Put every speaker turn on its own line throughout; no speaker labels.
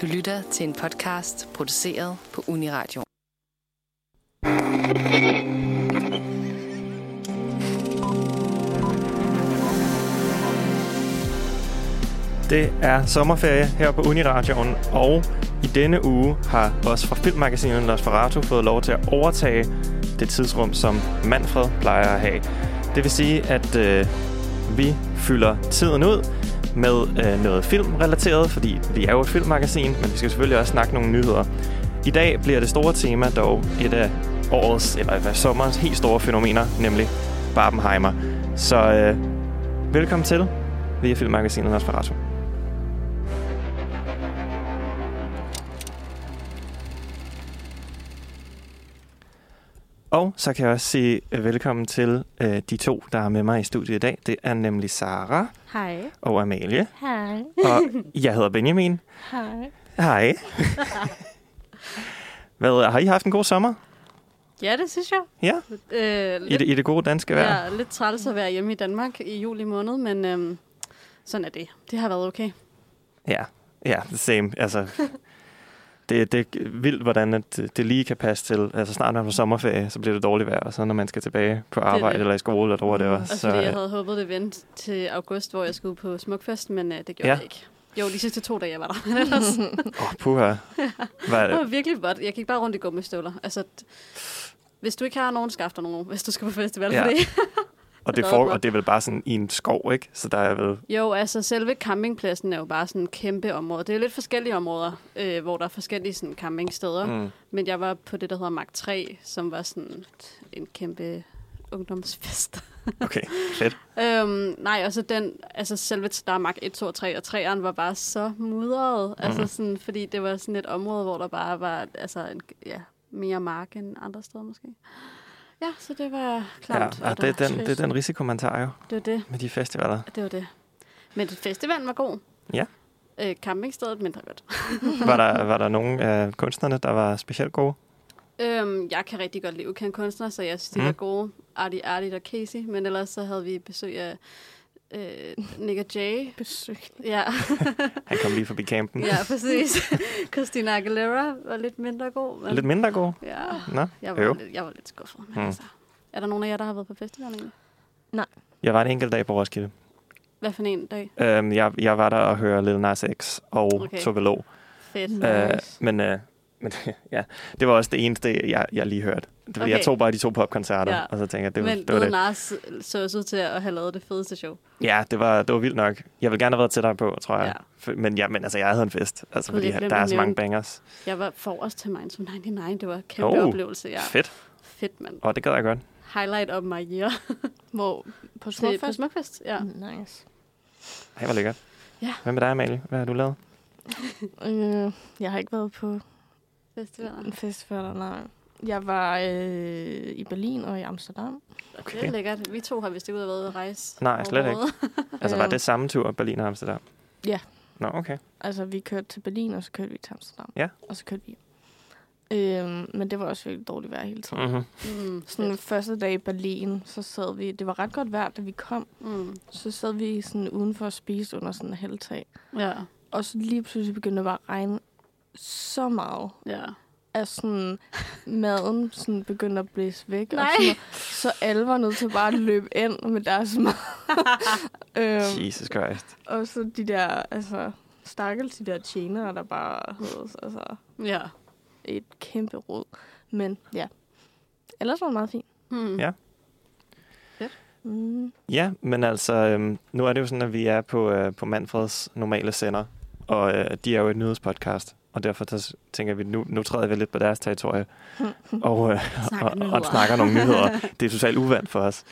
Du lytter til en podcast produceret på Uniradio.
Det er sommerferie her på Uniradioen, og i denne uge har også fra filmmagasinet Los Farato fået lov til at overtage det tidsrum, som Manfred plejer at have. Det vil sige, at øh, vi fylder tiden ud med øh, noget filmrelateret, fordi vi er jo et filmmagasin, men vi skal selvfølgelig også snakke nogle nyheder. I dag bliver det store tema dog et af årets, eller i hvert fald sommerens helt store fænomener, nemlig Barbenheimer. Så øh, velkommen til via filmmagasinet Nosferatu. Og så kan jeg også sige øh, velkommen til øh, de to, der er med mig i studiet i dag. Det er nemlig Sara
Hej.
og Amalie.
Hej.
Og jeg hedder Benjamin.
Hej.
Hej. Hvad, har I haft en god sommer?
Ja, det synes jeg.
Ja,
Øh,
i det, i det gode danske vejr.
ja, lidt træls at være hjemme i Danmark i juli måned, men øhm, sådan er det. Det har været okay.
Ja, ja, same. Altså, det, det er vildt, hvordan at øh, det, det lige kan passe til. Altså, snart når man er på sommerferie, så bliver det dårligt vejr, og så når man skal tilbage på arbejde
det. Mm.
eller i skole, eller hvor det var.
Også
Så,
fordi jeg
øh,
havde håbet, det vendte til august, hvor jeg skulle på smukfest, men øh, det
Ja.
gjorde ja. det ikke. Jo, de sidste to dage, jeg var der. Men ellers,
åh, puha.
det var
Var,
virkelig godt. Jeg gik bare rundt i gummistøvler. Altså, t- hvis du ikke har nogen, skaff dig nogen, hvis du skal på festival.
Ja.
Ja. Fordi...
og, det
Nå,
for,
nå.
og det er vel bare sådan i en skov, ikke? Så der er vel...
Jo, altså selve campingpladsen er jo bare sådan en kæmpe område. Det er jo lidt forskellige områder, øh, hvor der er forskellige sådan, campingsteder. Mm.
Mm,
Men jeg var på det, der hedder Mark 3, som var sådan en kæmpe ungdomsfest.
okay, fedt.
øhm, nej, og så den, altså selve, der er Mark 1, 2 og 3, og 3'eren var bare så mudret. Mm.
Mhm.
Altså sådan, fordi det var sådan et område, hvor der bare var altså en, ja, mere mark end andre steder måske. Ja, så det var klart.
Ja, og det, er den, det er den risiko, man tager jo
Det var det.
med de festivaler.
Det var det. Men festivalen var god.
Ja.
Øh, campingstedet mindre godt.
Var der, var der nogen af kunstnerne, der var specielt gode?
Øhm, jeg kan rigtig godt lide ukendte kunstnere, så jeg synes, de
Mm.
var gode. Artie Artie og Casey. Men ellers så havde vi besøg af øh, Nick og Jay.
besøg.
Ja,
Han kom lige forbi campen.
ja præcis. Christina Aguilera var lidt mindre god. Men
Lidt mindre gode?
Ja,
Nå,
jeg
øv.
var, lidt, jeg var lidt skuffet. Men
Mm.
altså, er der nogen af jer, der har været på festivalen egentlig?
Jeg var en enkelt dag på Roskilde.
Hvad for en dag?
Øhm, jeg, jeg var der og hørte Lil Nas X og okay.
Okay.
Tove Lo.
Fedt.
Øh, men øh, men ja, det var også det eneste, jeg, jeg lige hørte. Det, okay. Jeg
Okay.
tog bare de to popkoncerter, ja.
Ja.
og så tænkte jeg, det var,
men
det, var det.
Nas så også ud til at have lavet det fedeste show.
Ja, det var, det var vildt nok. Jeg ville gerne have været tættere på, tror jeg. Ja. Men, ja, men altså, jeg havde en fest, altså,
Gud,
fordi
jeg
her-
glemte
der er
at
så mange
nævne-
bangers.
Jeg var forrest til Minds 99. Det var en kæmpe
Oh,
oh, oplevelse. Ja.
Ja. Fedt,
Fedt, mand.
og det gad jeg godt.
Highlight of my year.
Hvor på
Til- På
Smukfest?
smukfest, ja.
Nice.
Ej, hvor lækkert.
Ja.
Hvad med dig, Amalie? Hvad har du lavet?
Øh, jeg har ikke været på en
Festivaler.
fest før, nej. Jeg var øh, i Berlin og i Amsterdam.
Okay. Det er lækkert. Vi to har vist ikke ud og været ude at rejse.
Nej, slet ikke.
overhovedet.
Altså, var
Øh,
det samme tur, Berlin og Amsterdam?
Ja.
Nå, okay.
Altså, vi kørte til Berlin, og så kørte vi til Amsterdam.
Ja.
Og så kørte vi hjem. øh, Men det var også virkelig dårligt vejr hele tiden.
Mm-hmm.
Mm,
Sådan den
fedt.
første dag i Berlin, så sad vi... Det var ret godt vejr, da vi kom.
Mm.
Så sad vi sådan udenfor og spiste under sådan en halvtag.
Ja,
Og så lige pludselig begyndte det bare at regne så meget.
ja.
at sådan, maden sådan begyndte at blæse væk.
Nej.
Og sådan noget. så alle var nødt til bare at løbe ind med deres mad. øhm,
Jesus Christ.
og så de der, altså, stakkels de der tjenere, der bare havde altså,
Ja.
et kæmpe råd. Men ja, ellers var det meget fint.
Mm.
Ja.
Mm.
Ja, men altså, øhm, nu er det jo sådan, at vi er på, øh, på Manfreds normale sender, og øh, de er jo et nyhedspodcast, og derfor så tænker vi, nu, nu træder vi lidt på deres territorie, og, øh,
Snakker
og, og
nyheder.
snakker nogle nyheder. Det er totalt uvandt for os.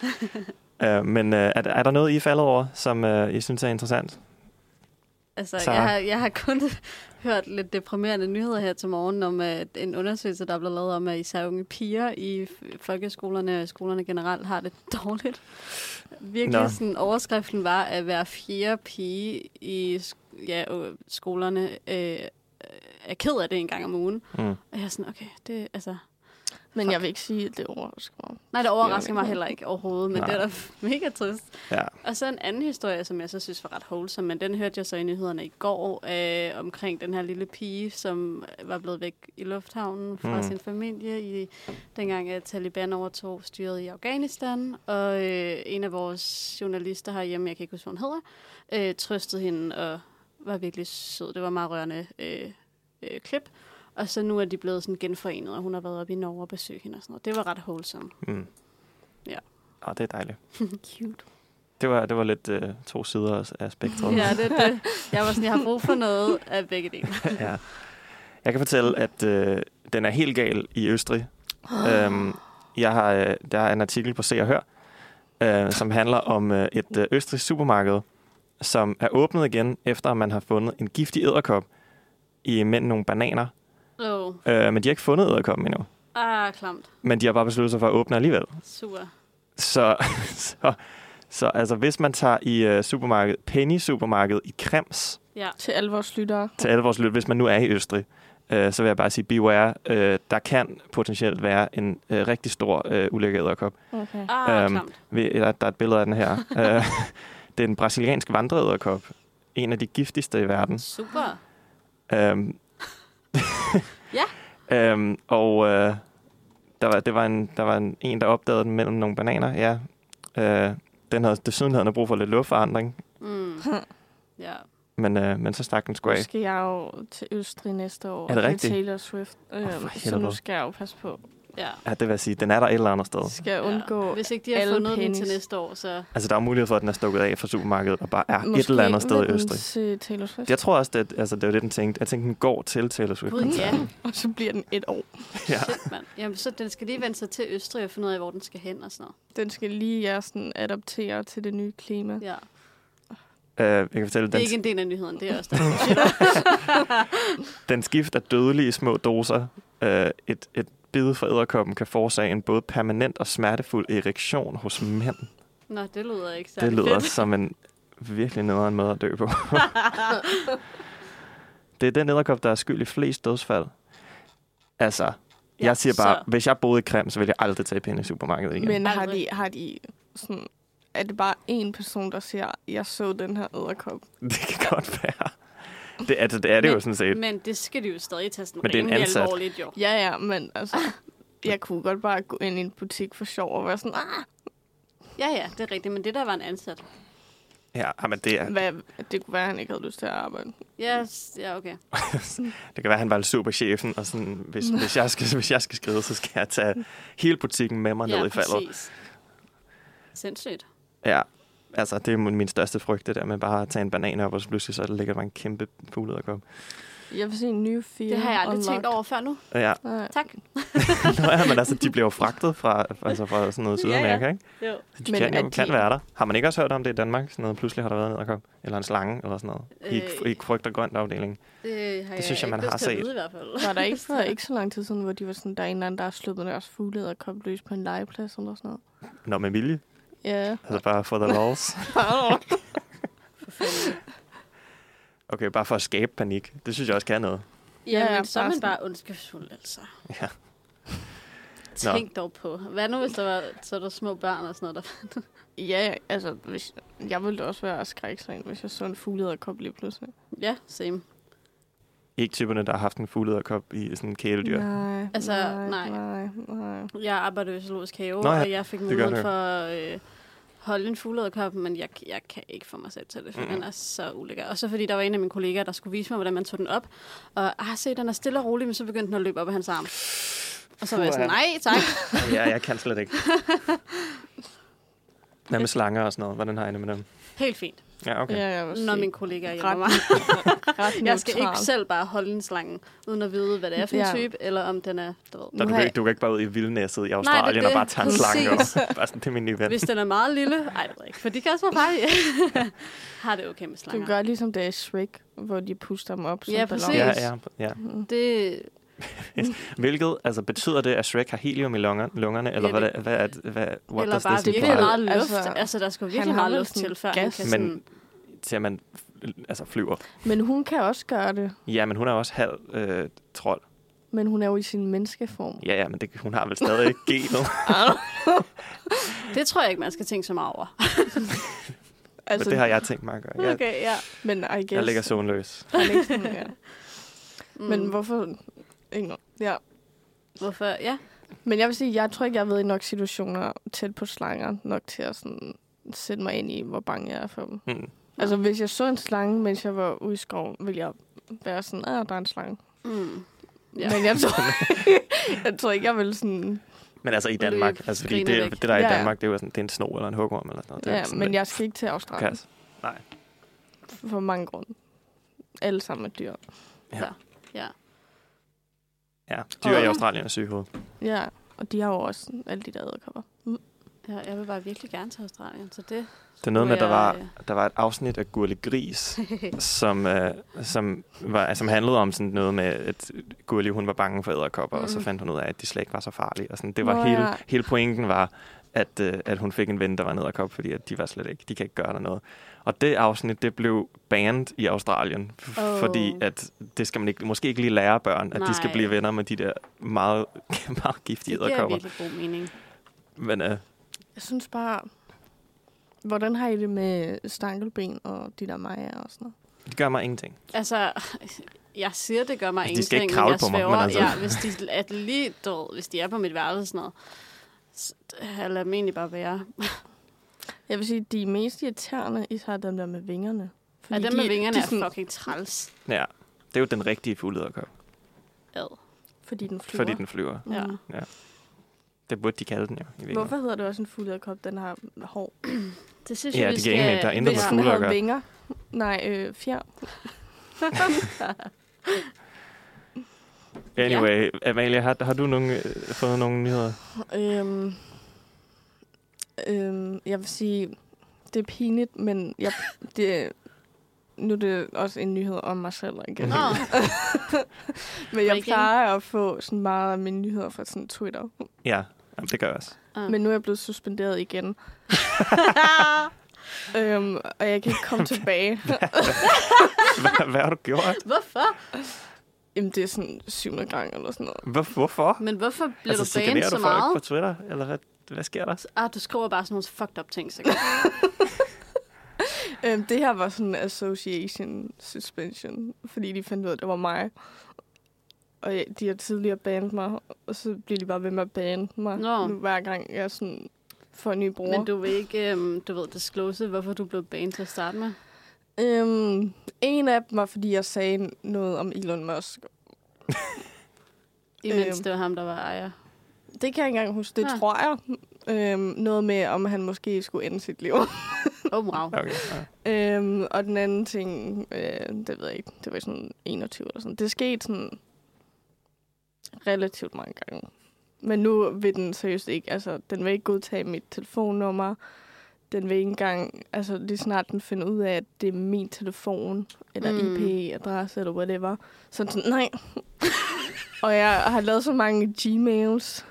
øh, men øh, er, der- er der noget, I er faldet over, som øh, I synes er interessant?
Altså,
Sara?
jeg har, jeg har kun hørt lidt deprimerende nyheder her til morgen om uh, en undersøgelse, der er blevet lavet om, at især unge piger i f- folkeskolerne og skolerne generelt har det dårligt. Virkelig
Nå.
Nå. sådan, overskriften var, at hver fjerde pige i sk- ja, øh, skolerne øh, er ked af det en gang om ugen.
Mm.
Og jeg er sådan, okay, det, altså,
Men
Fuck.
jeg vil ikke sige, at det overrasker mig.
nej, det overrasker
Ja.
mig heller ikke overhovedet, men
Nej.
nej. det er da mega trist.
Ja,
Og så en anden historie, som jeg så synes var ret wholesome, men den hørte jeg så i nyhederne i går, øh, omkring den her lille pige, som var blevet væk i lufthavnen fra
Mm.
mm. sin familie, i dengang at Taliban overtog styret i Afghanistan. Og øh, en af vores journalister herhjemme, jeg kan ikke huske, hvad hun hedder, øh, trøstede hende og var virkelig sød. Det var meget rørende øh, øh, klip. Og så nu er de blevet sådan genforenet, og hun har været oppe i Norge og besøgt hende og sådan noget. Det var ret wholesome.
Mm.
Ja.
Og det er dejligt.
Cute.
Det var, det var lidt øh, to sider af- af spektret.
Ja, det, det. Jeg var sådan, jeg har brug for noget af begge dele.
ja. Jeg kan fortælle, at øh, den er helt gal i Østrig. Øhm, jeg har, øh, der er en artikel på Se og Hør, øh, som handler om øh, et øh, østrigsk supermarked, som er åbnet igen, efter man har fundet en giftig æderkop i mænd nogle bananer.
Åh, oh.
Øh, men de har ikke fundet æderkoppen endnu.
ah, klamt.
Men de har bare besluttet sig for at åbne alligevel.
Super.
Så, så, så altså, hvis man tager i øh, supermarkedet, Penny-supermarkedet i Krems,
Ja.
Til alle vores lyttere.
til alle vores lyttere, hvis man nu er i Østrig, øh, så vil jeg bare sige, beware, øh, der kan potentielt være en øh, rigtig stor øh, ulækker æderkop.
Okay.
Ah,
Øhm,
øhm, klamt.
Ved- Der, der er et billede af den her. Øh, det er en brasiliansk vandreæderkop. En af de giftigste i verden.
Super.
Øhm,
Ja.
Øhm, og øh, der var, det var en, der var en, en, der opdagede den mellem nogle bananer. Ja. Øh, den havde desuden havde den brug for lidt luftforandring,
Mm. Ja.
men, øh, men så stak den sgu
Nu
af.
skal jeg jo til Østrig næste år.
Er det
med
rigtigt?
Taylor Swift. Øhm,
for
så nu
helvede.
skal jeg jo passe på.
Ja.
Ja, det vil jeg sige, den er der et eller andet sted.
Skal jeg undgå
ja. Hvis ikke de har
alle
fundet den til
pennies.
næste år, så...
Altså, der er mulighed for, at den er stukket af fra supermarkedet og bare er
Måske
et eller andet sted
med
i Østrig.
Den til Taylor Swift.
Jeg tror også, at altså, det var det, den tænkte. Jeg tænkte, den går til Taylor Swift.
Gud, ja.
Og så bliver den et år.
ja.
Shit, mand. Jamen, så den skal lige vende sig til Østrig og finde ud af, hvor den skal hen og sådan noget.
Den skal lige jeg sådan adaptere til det nye klima.
Ja.
Øh, jeg kan fortælle,
Det er
den,
ikke en del af nyheden, det er også der.
den skift af dødelige små doser, øh, et, et bid fra æderkoppen kan forårsage en både permanent og smertefuld erektion hos mænd.
Nå, det lyder ikke
Det
særlig
lyder
fedt.
som en virkelig nederen måde at dø på. det er den æderkop, der er skyld i flest dødsfald. Altså, jeg
Ja,
siger bare,
så-
hvis jeg boede i Krem, så ville jeg aldrig tage penge i supermarkedet igen.
Men har de,
Aldrig.
har de sådan... Er det bare en person, der siger, jeg så den her æderkop?
Det kan godt være. Det, altså, det er det jo
Men-
sådan set.
Men det skal de jo stadig tage sådan
Men det er en
rimelig
ansat.
alvorligt, jo.
Ja, ja, men altså... Jeg kunne godt bare gå ind i en butik for sjov og være sådan, ah,
Ja, ja, det er rigtigt, men det der var en ansat.
Ja, ah, men det, er,
hvad, det kunne være, at han ikke havde lyst til at arbejde.
Ja, s- ja, okay.
det kan være, at han var superchefen, og sådan, hvis, hvis, jeg skal, hvis jeg skal skride, så skal jeg tage hele butikken med mig
ja,
ned i faldet.
præcis. Sindssygt.
Ja, altså, det er min min største frygt, det der med bare at tage en banan op, og så pludselig så ligger der bare en kæmpe fugle og kom.
Jeg vil se en ny film.
Det har jeg aldrig tænkt over før nu.
Ja,
Nej.
Tak.
Nå, ja, men altså, de bliver jo fragtet fra, altså, fra sådan noget
Ja, ja.
Sydamerika, ikke?
Jo.
Så De
Men
kan,
er
jo,
de-
kan være der. Har man ikke også hørt om det i Danmark? Sådan noget, pludselig har der været en æderkop, eller en slange, eller sådan noget. I,
Øh.
i frygt og grønt afdeling.
Det, har
Det synes jeg, man
ikke
har
lyst til at
set.
vide i hvert fald.
Var der ikke for ikke så lang tid siden, hvor de var sådan, der er en eller anden, der har sluppet deres fugle og kom løs på en legeplads eller sådan noget?
Nå, med vilje.
Ja.
Altså bare for the lols. Okay, bare for at skabe panik. Det synes jeg også kan noget.
Ja,
Ja,
men så er
bare
man
sådan-
bare ondskabsfuld, altså.
Ja. Nå.
Tænk dog på. Hvad nu, hvis der var så er der små børn og sådan noget? Der...
Ja, altså, hvis, jeg ville da også være skrækslagen, hvis jeg så en fugle og kom lige pludselig.
Ja, same.
Ikke typerne, der har haft en fuglederkop i sådan en kæledyr.
Nej,
Altså, nej.
nej, nej.
Jeg arbejder i zoologisk have,
Nå ja,
og jeg fik
gør
muligheden
det.
for at øh, holde en fuglederkop, men jeg, jeg kan ikke få mig selv til det, for
Mm.
mm. den er så ulækker. Og så fordi der var en af mine kollegaer, der skulle vise mig, hvordan man tog den op. Og ah, se, den er stille og rolig, men så begyndte den at løbe op af hans arm. Og så var jeg sådan, nej tak.
Ja, jeg kan slet ikke. Hvad med slanger og sådan noget? Hvordan har I det med dem?
Helt fint.
Ja, okay.
Ja, jeg vil
Når
sige,
min kollega hjælper
ret,
mig.
ret
Jeg skal ikke
neutral.
selv bare holde en slange, uden at vide, hvad det er for en
Ja.
type, eller om den er, du ved.
Så du,
Nu
kan
har-
ikke, du kan ikke bare ud i vildnæsset i Australien
det er
og
det.
bare tage en slange
Præcis.
op. Bare sådan, det er min nye ven.
Hvis den er meget lille, ej, det ved jeg ikke, for de kan også være farlige. Har det okay med
Du
slanger.
gør ligesom det er i Shrek, hvor de puster dem op som
Ja,
balloner. Mm.
Ja,
præcis.
ja, ja.
Det,
Hvilket, altså betyder det, at Shrek har helium i lunger- lungerne? Eller
Ja,
hvad,
det-
det, hvad, er, det- hvad what
eller
does
bare
this imply?
virkelig meget luft.
Altså,
Altså, altså der skulle
han
virkelig
har
meget
vel
luft
sådan
til, før han
gas.
kan
Men-
sådan...
Til man f- altså flyver.
Men hun kan også gøre det.
Ja, men hun er også halv øh, trold.
Men hun er jo i sin menneskeform.
Ja, ja, men det, hun har vel stadig ikke genet.
Det tror jeg ikke, man skal tænke så meget over.
Altså,
Altså,
men det har jeg tænkt mig at gøre. Jeg, okay,
Okay, ja.
Men I guess.
jeg ligger søvnløs.
han er ikke sådan, ja.
Mm.
Men hvorfor? Ingen. Ja.
hvorfor? Ja.
Men jeg vil sige, jeg tror ikke, jeg har været i nok situationer tæt på slanger nok til at sådan sætte mig ind i, hvor bange jeg er for dem.
Mm.
Altså, hvis jeg så en slange, mens jeg var ude i skoven, ville jeg være sådan, at der er en slange.
Mm.
Ja. Men jeg tror, jeg tror ikke, jeg ville sådan...
Men altså i
Ude i
Danmark, altså fordi
grinet
det,
væk.
det der er i
Ja, ja.
Danmark, det er jo sådan, det er en sno eller en hugorm eller sådan noget. Det er
Ja,
sådan
men
lidt
jeg skal ikke til Australien
kaos. Nej.
for mange grunde. Alle sammen er dyr.
Ja.
Så, ja.
Ja, dyr i
Og-
Australien er syge i hovedet.
Ja, og de har jo også alle de der æderkopper.
ja. Jeg vil bare virkelig gerne til Australien, så det...
Det er noget med, at der var,
Jeg-
der var et afsnit af Gurle Gris, som, øh, som, var, som handlede om sådan noget med, at Gurli hun var bange for æderkopper, mm. og så
Mhm.
fandt hun ud af, at de slet ikke var så farlige. Og sådan, det var
Nå,
hele,
ja.
hele pointen var, at, øh, at hun fik en ven, der var en æderkop, fordi at de var slet ikke, de kan ikke gøre der noget. Og det afsnit, det blev banned i Australien, f-
Åh.
fordi at det skal man ikke, måske ikke lige lære børn, at Nej. de skal
Nej.
blive venner med de der meget, meget giftige
Det giver
æderkopper.
virkelig god mening.
Men øh,
Jeg synes bare... Hvordan har I det med stankelben og de der majer og sådan noget?
det gør mig ingenting.
Altså, jeg siger, det gør mig
Altså,
ingenting.
de skal ikke
men
kravle
jeg
på mig,
svæver,
men altså.
Ja, hvis de er lige død, hvis de er på mit værelse og sådan noget, så jeg lader dem egentlig bare være.
Jeg vil sige, de er mest irriterende, især dem der med vingerne. Fordi
Fordi dem med vingerne
de
er
sådan-
fucking træls.
Ja, det er jo den rigtige fuglederkop,
Ad.
Fordi den flyver.
fordi den flyver.
Ja.
Mm.
Det burde de kalde den jo. I virkeligheden.
Hvorfor hedder det også en fuglederkop, den har hår?
Det synes
Ja,
jeg, vi
det giver
skal...
ingen mening. Der er intet
Hvis
med
den
fugle at
havde
gøre.
vinger... Nej, øh, fjer.
Anyway, ja. Amalie, har, har du nogen, øh, fået nogle nyheder?
Øhm, øhm, jeg vil sige, det er pinligt, men jeg, det, nu er det også en nyhed om mig selv igen.
Nå,
men jeg
breaking.
plejer at få sådan meget af mine nyheder fra sådan Twitter.
Ja, jamen, det gør jeg også.
Ah.
Men nu er jeg blevet suspenderet igen. øhm, og jeg kan ikke komme tilbage.
Hvad, hvad har du gjort?
hvorfor?
Jamen, det er sådan syvende gang eller sådan noget.
Hvor, hvorfor?
Men hvorfor bliver
altså,
du banet
chikanerer
så
du folk
meget?
på Twitter? Eller hvad, hvad sker der?
Ah, du skriver bare sådan nogle fucked up ting, sikkert.
Øhm, det her var sådan association suspension, fordi de fandt ud af, at det var mig. Og jeg, de har tidligere banet mig, og så bliver de bare ved med at bane mig,
Nå.
nu, hver gang jeg sådan får en ny bruger.
Men du vil ikke, øhm, du ved, disclose, hvorfor du blev banet til at starte med.
Øhm, en af dem var, fordi jeg sagde noget om Elon Musk.
Imens
Øhm.
det var ham, der var ejer.
Det kan jeg ikke engang huske, det
Nå.
tror jeg. Øhm, noget med, om han måske skulle ende sit liv.
Oh, wow.
Okay, ja.
Øhm, og den anden ting, øh, det ved jeg ikke, det var i sådan 21 eller sådan. Det skete sådan relativt mange gange. Men nu vil den seriøst ikke, altså den vil ikke godtage mit telefonnummer. Den vil ikke engang, altså lige snart den finder ud af, at det er min telefon, eller
Mm.
mm. IP-adresse, eller whatever. Så er den sådan, nej. og jeg har lavet så mange Gmails,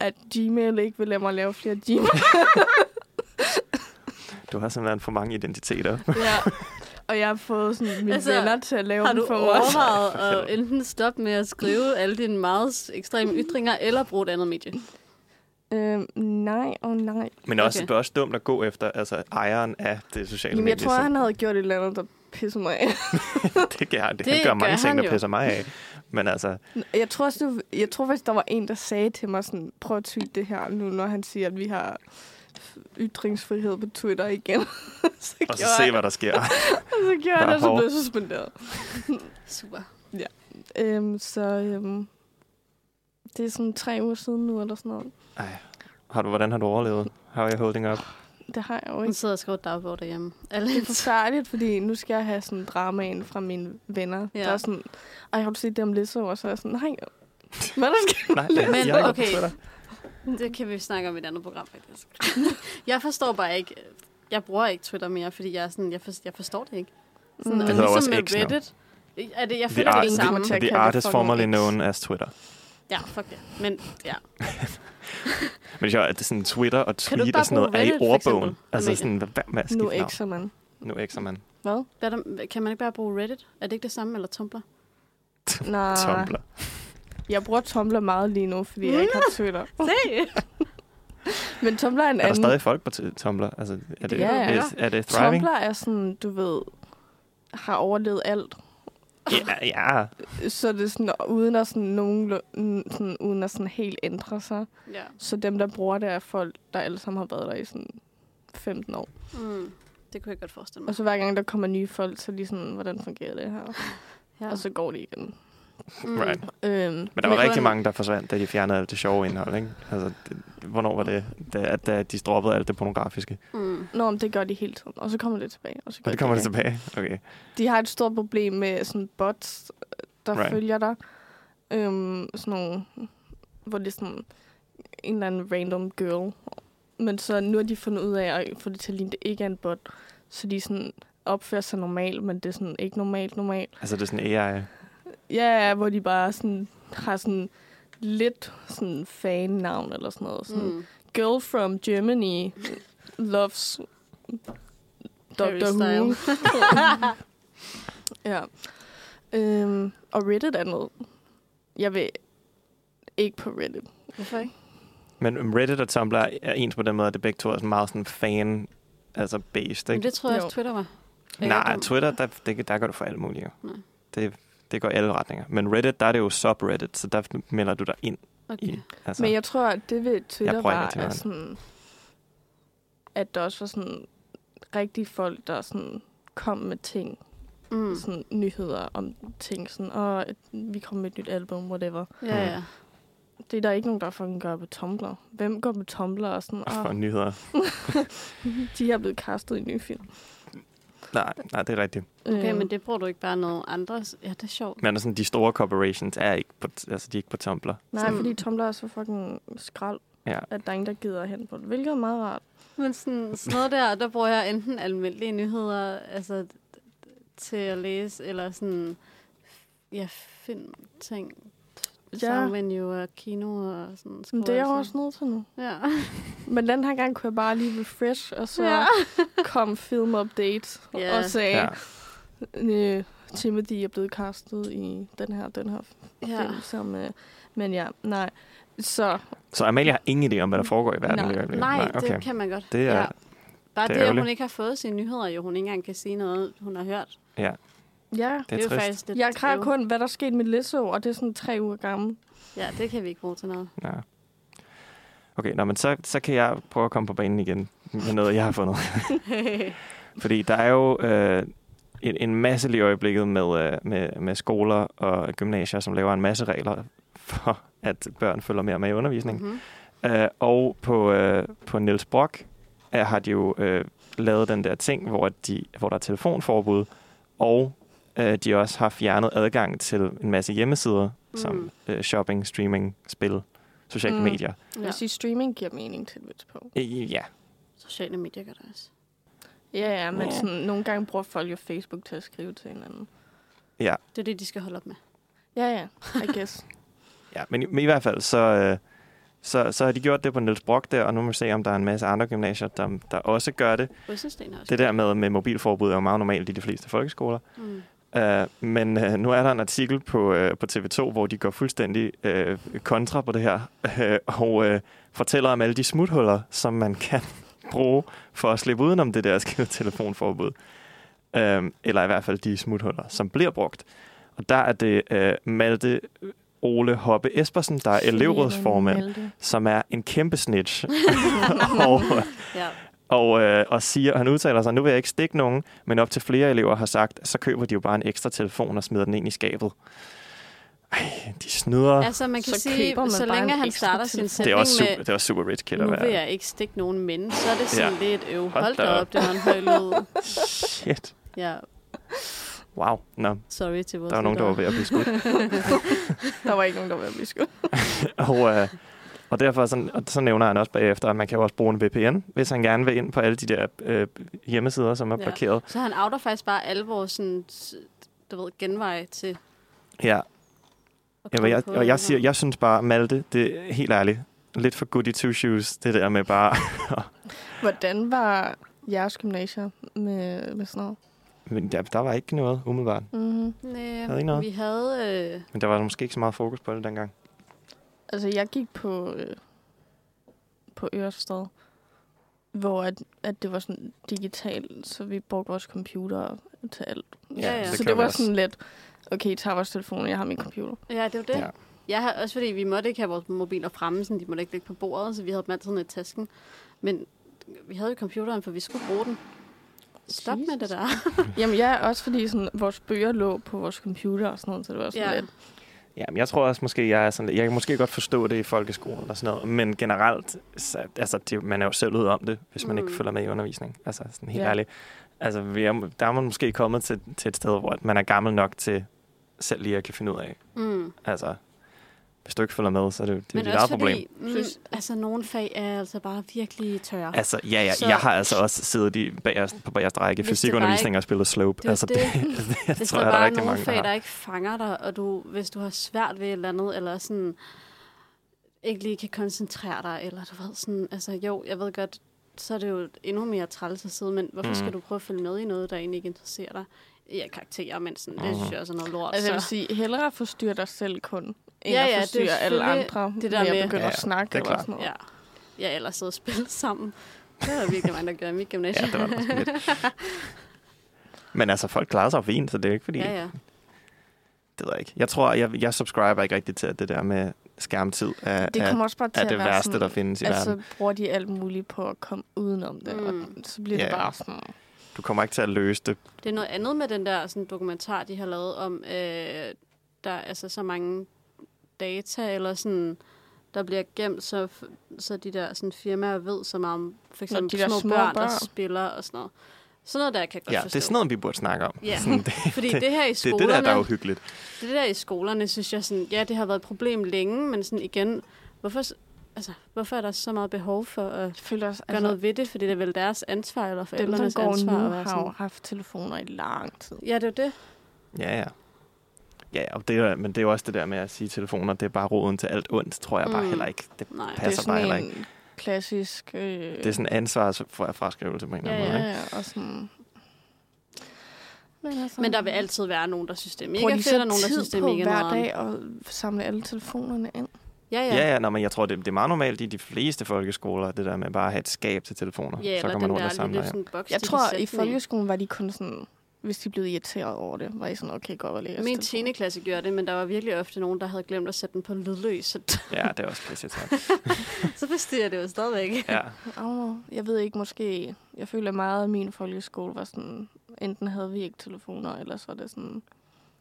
at Gmail ikke vil lade mig lave flere Gmail.
Du har simpelthen for mange identiteter.
Ja. Og jeg har fået sådan mine
Altså,
altså, venner til at lave
Har
den
du
for mig.
overvejet
for helvede.
at enten stoppe med at skrive alle dine meget s- ekstreme ytringer, eller bruge et andet medie?
Øhm, nej og nej.
Men også,
Okay.
det er også dumt at gå efter altså, ejeren af det sociale
Jamen,
medie.
jeg tror,
som-
han havde gjort et eller andet, der pissede mig af.
det gør, det, det
Det
han gør
gør
mange ting,
han
der
jo.
pisser mig af. Men altså,
Jeg tror, også, det var- jeg tror faktisk, der var en, der sagde til mig sådan, prøv at tyde det her nu, når han siger, at vi har ytringsfrihed på Twitter igen. så
og så
gjorde
se,
jeg-
hvad der sker.
så gjorde jeg
Bare
det, og så
hårdt.
blev jeg suspenderet.
Super.
Øhm, så øhm, det er sådan tre uger siden nu, eller sådan noget.
Har du, hvordan har du overlevet? How are you holding up?
Det har jeg jo
Hun
ikke.
sidder og skriver dagbog derhjemme. Alle
Det er forfærdeligt, fordi nu skal jeg have sådan dramaen fra mine venner.
Ja.
Ja. Der er sådan, ej, har du set det om Lizzo? Og så er jeg sådan, nej, hvad er der sker?
Nej, jeg,
Men,
jeg er ikke
okay.
på Twitter.
Det kan vi snakke om i et andet program, faktisk. jeg forstår bare ikke... Jeg bruger ikke Twitter mere, fordi jeg, er sådan, jeg, forstår, jeg forstår det ikke. Sådan,
Mm.
og ligesom
Det
hedder også
med
X nu.
Reddit, er det, jeg
The
føler det, er det
Art-
samme.
The-
The
kalder det
artist
fucking
formerly
X.
known as Twitter.
Ja, fuck det. Men ja,
Men det er sjovt, at det er sådan Twitter og
Kan du ikke
tweet
bare
og sådan noget
bruge
er i
Reddit, for
ordbogen.
eksempel,
Altså
Amalie?
sådan, hvad, hvad, hvad
Nu
skift navn?
ekser man.
Nu X'er man.
Hvad?
hvad er der, kan man ikke bare bruge Reddit? Er det ikke det samme, eller Tumblr?
Nej,
Ah,
Tumblr.
Mm.
jeg bruger Tumblr meget lige nu, fordi jeg ikke har Twitter.
Se!
Men Tumblr er en
Er der
anden.
stadig folk på t- Tumblr? Altså, er det,
Ja, ja.
Er, er det thriving?
Tumblr er sådan, du ved, har overlevet alt.
Ja, ja.
Så det er sådan, uden at sådan, nogen, sådan, uden at sådan helt ændre sig.
Ja.
Så dem, der bruger det, er folk, der alle sammen har været der i sådan 15 år.
Mm. Det kunne jeg godt forestille mig.
Og så hver gang, der kommer nye folk, så lige sådan, hvordan fungerer det her?
Ja.
Ja. Og så går det igen.
mm.
Right. Men der
Øhm,
Men
var rigtig
hvordan-
mange, der forsvandt, da de fjernede alt det sjove indhold, ikke? Altså, det, hvornår var det, da, at da de droppede alt det pornografiske?
Mm.
Nå, men det gør de hele tiden. Og så kommer det tilbage. Og så gør
Og det kommer det
igen.
tilbage. Okay.
De har et stort problem med sådan bots, der
Right.
right. følger dig. Øhm, sådan nogle, hvor det er sådan en eller anden random girl. Men så nu har de fundet ud af at få det til at ligne, det ikke er en bot. Så de sådan opfører sig normalt, men det er sådan ikke normalt normalt.
Altså, det er sådan AI.
Ja, ja, hvor de bare sådan har sådan lidt sådan fan-navn eller sådan noget. Sådan,
Mm.
Girl from Germany loves
Harry
Dr. Who.
Styles.
ja. Øhm, og Reddit er noget. Jeg vil ikke på Reddit.
Hvorfor ikke?
Men Reddit og Tumblr er ens på den måde, at det begge to er sådan meget sådan fan, altså based,
Men
ikke?
det tror jeg
Jo.
også, Twitter var.
Det, Nej, Twitter, der, det, der gør du for alt muligt, jo.
Nej.
Det, det går i alle retninger. Men Reddit, der er det jo subreddit, så der melder du dig ind
Okay.
i. Altså,
Så. Men jeg tror, at det ved Twitter
Jeg prøver ikke at
var,
tage
at,
den.
sådan, at der også var sådan rigtige folk, der sådan kom med ting,
Mm.
mm. sådan nyheder om ting, sådan, og vi kommer med et nyt album, whatever.
Ja, ja.
Det er der ikke nogen, der fucking gør på Tumblr. Hvem går på Tumblr og sådan,
for
åh,
nyheder.
de er blevet kastet i en ny film.
Nej, nej, det er rigtigt.
Okay,
Øhm,
men det bruger du ikke bare noget andres. Ja, det er sjovt.
Men sådan, de store corporations er ikke på, altså, de er ikke på Tumblr.
Nej,
Sådan-
fordi Tumblr er så fucking skrald,
Ja.
at der er ingen, der gider hen på det. Hvilket er meget rart.
Men sådan, sådan noget der, der bruger jeg enten almindelige nyheder altså, d- d- til at læse, eller sådan, ja, filmting. Ja.
Ja.
Soundmenu og kino og sådan.
Men det er jeg jo
scroll-
også nødt til nu.
Ja.
Men den her gang kunne jeg bare lige refresh, og så
Ja.
ja. kom film update
Ja.
yeah. og sagde,
Ja.
ja. øh, Timothy er blevet kastet i den her den her ja.
ja.
film. Som, øh, men ja, nej. Så
Så Amalie har ingen idé om, hvad der foregår i verden
Nej.
i øjeblikket.
Nej,
okay.
det kan man godt.
Det er-
ja. Bare
det er
det, at hun
ærgerligt.
ikke har fået sine nyheder, jo hun ikke engang kan sige noget, hun har hørt.
ja,
det er,
jo
trist.
faktisk lidt
jeg kan
øv.
kun, hvad der skete med Lizzo, og det er sådan tre uger gammel.
Ja, det kan vi ikke bruge til noget.
Ja. Okay, nå, men så, så kan jeg prøve at komme på banen igen med noget, jeg har fundet. Fordi der er jo øh, en, en masse lige i øjeblikket med, øh, med, med skoler og gymnasier, som laver en masse regler for, at børn følger mere med i undervisningen.
Mm-hmm.
Øh, og på, øh, på Niels Brock øh, har de jo øh, lavet den der ting, hvor, de, hvor der er telefonforbud, og øh, de også har fjernet adgang til en masse hjemmesider, mm. som øh, shopping, streaming, spil, sociale mm.
Mm.
medier.
Ja.
Ja.
Jeg siger, streaming giver mening til et på.
Øh, ja,
Sociale medier gør det også.
Ja, ja, men
Ja.
sådan, nogle gange bruger folk jo Facebook til at skrive til hinanden.
Det er det, de skal holde op med.
Ja, ja, I guess.
ja. Men, i- men i hvert fald, så, øh, så, så har de gjort det på Niels Brock der, og nu må vi se, om der er en masse andre gymnasier, der, der også gør det.
Ryssensten har også.
Det der med, med mobilforbud er jo meget normalt i de fleste folkeskoler.
Mm.
Uh, men uh, nu er der en artikel på, uh, på TV2, hvor de går fuldstændig uh, kontra på det her, uh, og uh, fortæller om alle de smuthuller, som man kan bruge for at slippe udenom det der skide telefonforbud. Uh, eller i hvert fald de smuthuller, som bliver brugt. Og der er det uh, Malte Ole Hoppe Espersen, der er elevrådsformand, som er en kæmpe snitch. og, øh,
Ja.
og, øh, og siger, han udtaler sig, nu vil jeg ikke stikke nogen, men op til flere elever har sagt, så køber de jo bare en ekstra telefon og smider den ind i skabet. Ej, de snyder. Altså,
Altså, man kan
Så
så
køber
sige,
man
så
bare
længe
en
han
ekstra
starter sin
telefon.
det, er
sætning
også super,
med,
det er også super rich kid at
nu vil
være.
jeg ikke stikke nogen minde, så er det sådan
Ja.
ja. lidt øv.
Hold
Hold
da
da
op.
op, det var en høj lyd.
Shit.
Ja,
Wow. Nå,
sorry til vores
der var nogen, der var
lyttere.
ved at blive skudt.
Der var ikke nogen, der var ved at blive skudt.
og, øh, og derfor sådan, og så nævner han også bagefter, at man kan jo også bruge en VPN, hvis han gerne vil ind på alle de der øh, hjemmesider, som er
Ja.
blokeret.
Så han outer faktisk bare alle vores sådan, s- du ved, genveje til
Ja,
at
Ja, men
komme
jeg,
på
og jeg,
det
siger,
her.
jeg synes bare, Malte, det er helt ærligt, lidt for goody two shoes, det der med bare
Hvordan var jeres gymnasier med, med sådan noget?
Men der, der var ikke noget, umiddelbart.
Mm-hmm.
Næh,
Havde I noget?
Vi havde... Øh,
Men der var måske ikke så meget fokus på det dengang.
Altså, jeg gik på øh, på Ørestad, hvor at, at det var sådan digitalt, så vi brugte vores computer til alt.
Ja, ja.
så
kan
det
vi
var
også.
sådan lidt, okay, I tager vores telefon, jeg har min computer.
Ja, det er jo det.
Ja.
Ja. Jeg har, også fordi vi måtte ikke have vores mobiler fremme, sådan, de måtte ikke ligge på bordet, så vi havde dem altid ned i tasken. Men vi havde jo computeren, for vi skulle bruge den. Stop Jesus. med det
Jesus.
der.
Jamen ja, også fordi sådan, vores bøger lå på vores computer og sådan noget, så det var sådan
Ja.
lidt,
Ja, men jeg tror også måske, jeg er sådan, jeg kan måske godt forstå det i folkeskolen og sådan noget, men generelt, så, altså, det, man er jo selv ud om det, hvis man mm. ikke
Mm.
følger med i undervisning. Altså, sådan helt ja.
Ja.
ærligt. Altså, vi er, der er man måske kommet til, til et sted, hvor man er gammel nok til selv lige at kan finde ud af.
Mm.
Altså, hvis du ikke følger med, så er det, jo- det er jo
Men
dit
også
eget
fordi,
problem.
Mm, altså, nogle fag er altså bare virkelig tørre.
Altså, ja, ja,
Så-
jeg har altså også siddet i bagerst, på bagerste række i
Hvis det var
fysikundervisning og spillet slope.
Det er jo
altså, det,
det.
det, det, det,
Hvis
tror
der
jeg, der
bare
er
er
rigtig
nogle
mange, der
fag, der
har.
ikke fanger dig, og du, hvis du har svært ved et eller andet, eller sådan ikke lige kan koncentrere dig, eller du ved sådan, altså jo, jeg ved godt, så er det jo endnu mere træls at sidde, men hvorfor
Mm.
mm. skal du prøve at følge med i noget, der egentlig ikke interesserer dig? Ja, karakterer, men sådan,
Mhm.
det synes jeg også er noget lort.
altså jeg vil
Altså, så.
sige, hellere forstyrre dig selv kun, end
Ja,
at
ja, det er
forstyrre alle
selvfølgelig
andre,
det der
med
med-
at begynde
Ja,
at snakke
det er
eller
klart.
sådan noget.
Ja. ja, eller sidde og spille sammen. Det er der virkelig mange, der gør i mit
Ja,
gymnasium.
det var det måske lidt. Men altså, folk klarer sig jo fint, så det er jo ikke fordi...
ja, ja.
Det ved jeg ikke. Jeg tror, jeg, jeg subscriber ikke rigtigt til, at det der med skærmtid er,
Det kommer også bare til
er, er
at
det
være
værste,
sådan,
der findes i altså, verden.
altså bruger de alt muligt på at komme udenom det,
Mm.
og så bliver det
Ja.
bare sådan,
Du kommer ikke til at løse det.
Det er noget andet med den der sådan, dokumentar, de har lavet om, øh, der er altså så mange data, eller sådan, der bliver gemt, så, f- så de der sådan, firmaer ved så meget om for eksempel
de der
små,
små
børn, der
børn.
spiller og sådan noget. Sådan noget der kan jeg godt
Ja, det
forstå.
er sådan noget, vi burde snakke om.
Ja.
Sådan, det,
Fordi det, det her i
det er
skolerne,
det der, der er uhyggeligt.
det der i skolerne, synes jeg sådan, ja, det har været et problem længe, men sådan igen, hvorfor, s- altså, hvorfor er der så meget behov for at
jeg føler også,
gøre altså, noget ved det? Fordi det er vel deres ansvar, eller
dem, der
forældrenes
går
ansvar.
nu,
at være
har jo
sådan.
haft telefoner i lang tid.
Ja, det er jo det.
Ja, ja. Ja, ja, og det er, men det er jo også det der med at sige telefoner, det er bare roden til alt ondt, tror jeg bare
Mm.
heller ikke. Det,
Nej.
Pas- passer
det er
bare
sådan
heller
en klassisk... Øh,
det er sådan en ansvarsfraskrivelse på en eller anden
Ja,
måde.
ja,
Ikke?
ja, og sådan... Men, altså,
Men der vil altid være nogen, der synes, det er mega
bruger de
fedt,
så
og nogen, der
tid
synes, det er
på
mega
hver
nederen.
dag og samle alle telefonerne ind.
Ja, ja.
Ja, ja, nå, men jeg tror, det, det er meget normalt i de fleste folkeskoler, det der med bare at have et skab til telefoner.
ja
så
eller
kommer
den
rundt og
der
samler.
lille
Ja.
sådan, boks,
Jeg
de
tror,
kan
i
sætte den
folkeskolen var de kun sådan... Hvis de blev irriteret over det, var I sådan, okay, gå og læs.
Min
telefonen.
10. klasse gjorde det, men der var virkelig ofte nogen, der havde glemt at sætte den på lydløs, så,
ja, det er også pisse
så forstyrrer det jo stadigvæk.
Ja.
Åh, Jeg ved ikke, måske... Jeg føler meget, at min folkeskole var sådan... Enten havde vi ikke telefoner, eller så var det sådan...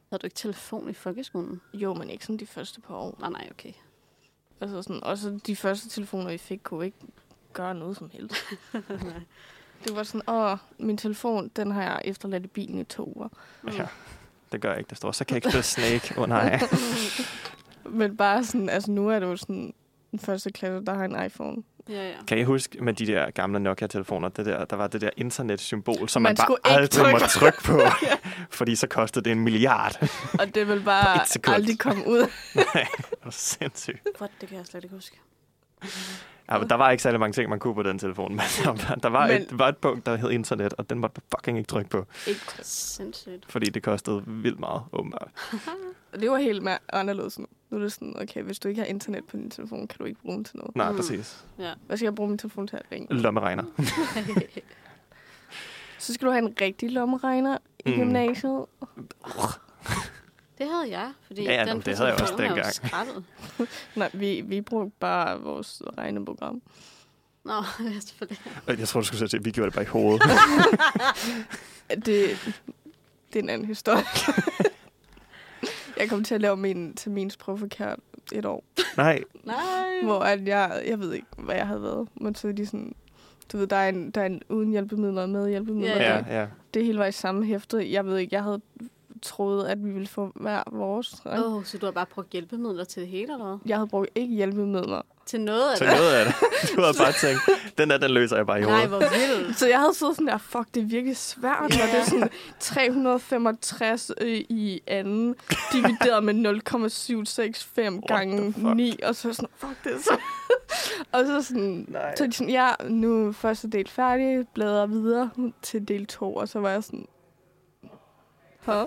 Havde du ikke telefon i folkeskolen?
Jo, men ikke sådan de første par år.
Nej, nej, okay.
Altså sådan, også de første telefoner, vi fik, kunne ikke gøre noget som helst.
Nej.
Det var sådan, åh, min telefon, den har jeg efterladt i bilen i to uger.
Mm.
ja. Det gør jeg ikke. Der står, så kan jeg ikke spille Snake. Åh oh, nej.
Men bare sådan, altså nu er det jo sådan, den første klasse, der har en iPhone.
Ja, ja.
Kan I huske med de der gamle Nokia-telefoner, det der, der var det der internetsymbol, som man,
Man
man bare
skulle ikke
aldrig måtte trykke
trykke
på, fordi så kostede det en milliard. det
Og det vil
På et
bare
sekund.
aldrig komme ud.
var sindssygt.
What, det kan jeg slet ikke huske.
Ja, men der var ikke særlig mange ting, man kunne på den telefon, men der, der var, et,
Men-
var et punkt, der hed internet, og den måtte du fucking ikke trykke på,
Ikke.
Sindssygt.
fordi det kostede vildt meget, åbenbart.
Og det var helt mere anderledes nu. Nu er det sådan, okay, hvis du ikke har internet på din telefon, kan du ikke bruge den til noget.
Nej, mm.
Mm.
præcis.
Hvad skal jeg bruge min telefon til at ringe?
Lommeregner.
Så skal du have en rigtig lommeregner i
Mm.
gymnasiet.
det havde jeg, fordi
Ja, ja,
den
nå, det havde jeg også
telefon er jo
dengang.
skraldet.
Nej, vi, vi brugte bare vores regneprogram.
Nå, ja, selvfølgelig.
Og Øh, Jeg tror, du skulle sige, at vi gjorde det bare i hovedet.
Det, det er en anden historie. jeg kom til at lave min terminsprøve forkert et år,
Nej,
Nej.
hvor at jeg, jeg ved ikke, hvad jeg havde været. Men så er de sådan, du ved, der er en, der er en uden hjælpemidler og med hjælpemidler.
Ja,
ja,
ja.
ja.
Det hele var i samme hæfte. Jeg ved ikke, jeg havde troet, at vi ville få hver vores.
Åh, oh, så du har bare brugt hjælpemidler til det hele, eller hvad?
Jeg havde brugt ikke hjælpemidler.
Til noget af
Så
det?
noget af det. Du havde bare tænkt, den der, den løser jeg bare i
Nej,
hovedet.
hvor vildt.
Så jeg havde siddet sådan der, fuck, det er virkelig svært,
Ja.
når det er sådan 365 øh, i anden, divideret med 0,765
What the
gange
fuck?
9, og så sådan, fuck, det er så... og så sådan,
Nej.
så er de sådan, ja, nu er første del færdig, bladrer videre til del 2, og så var jeg sådan, Huh?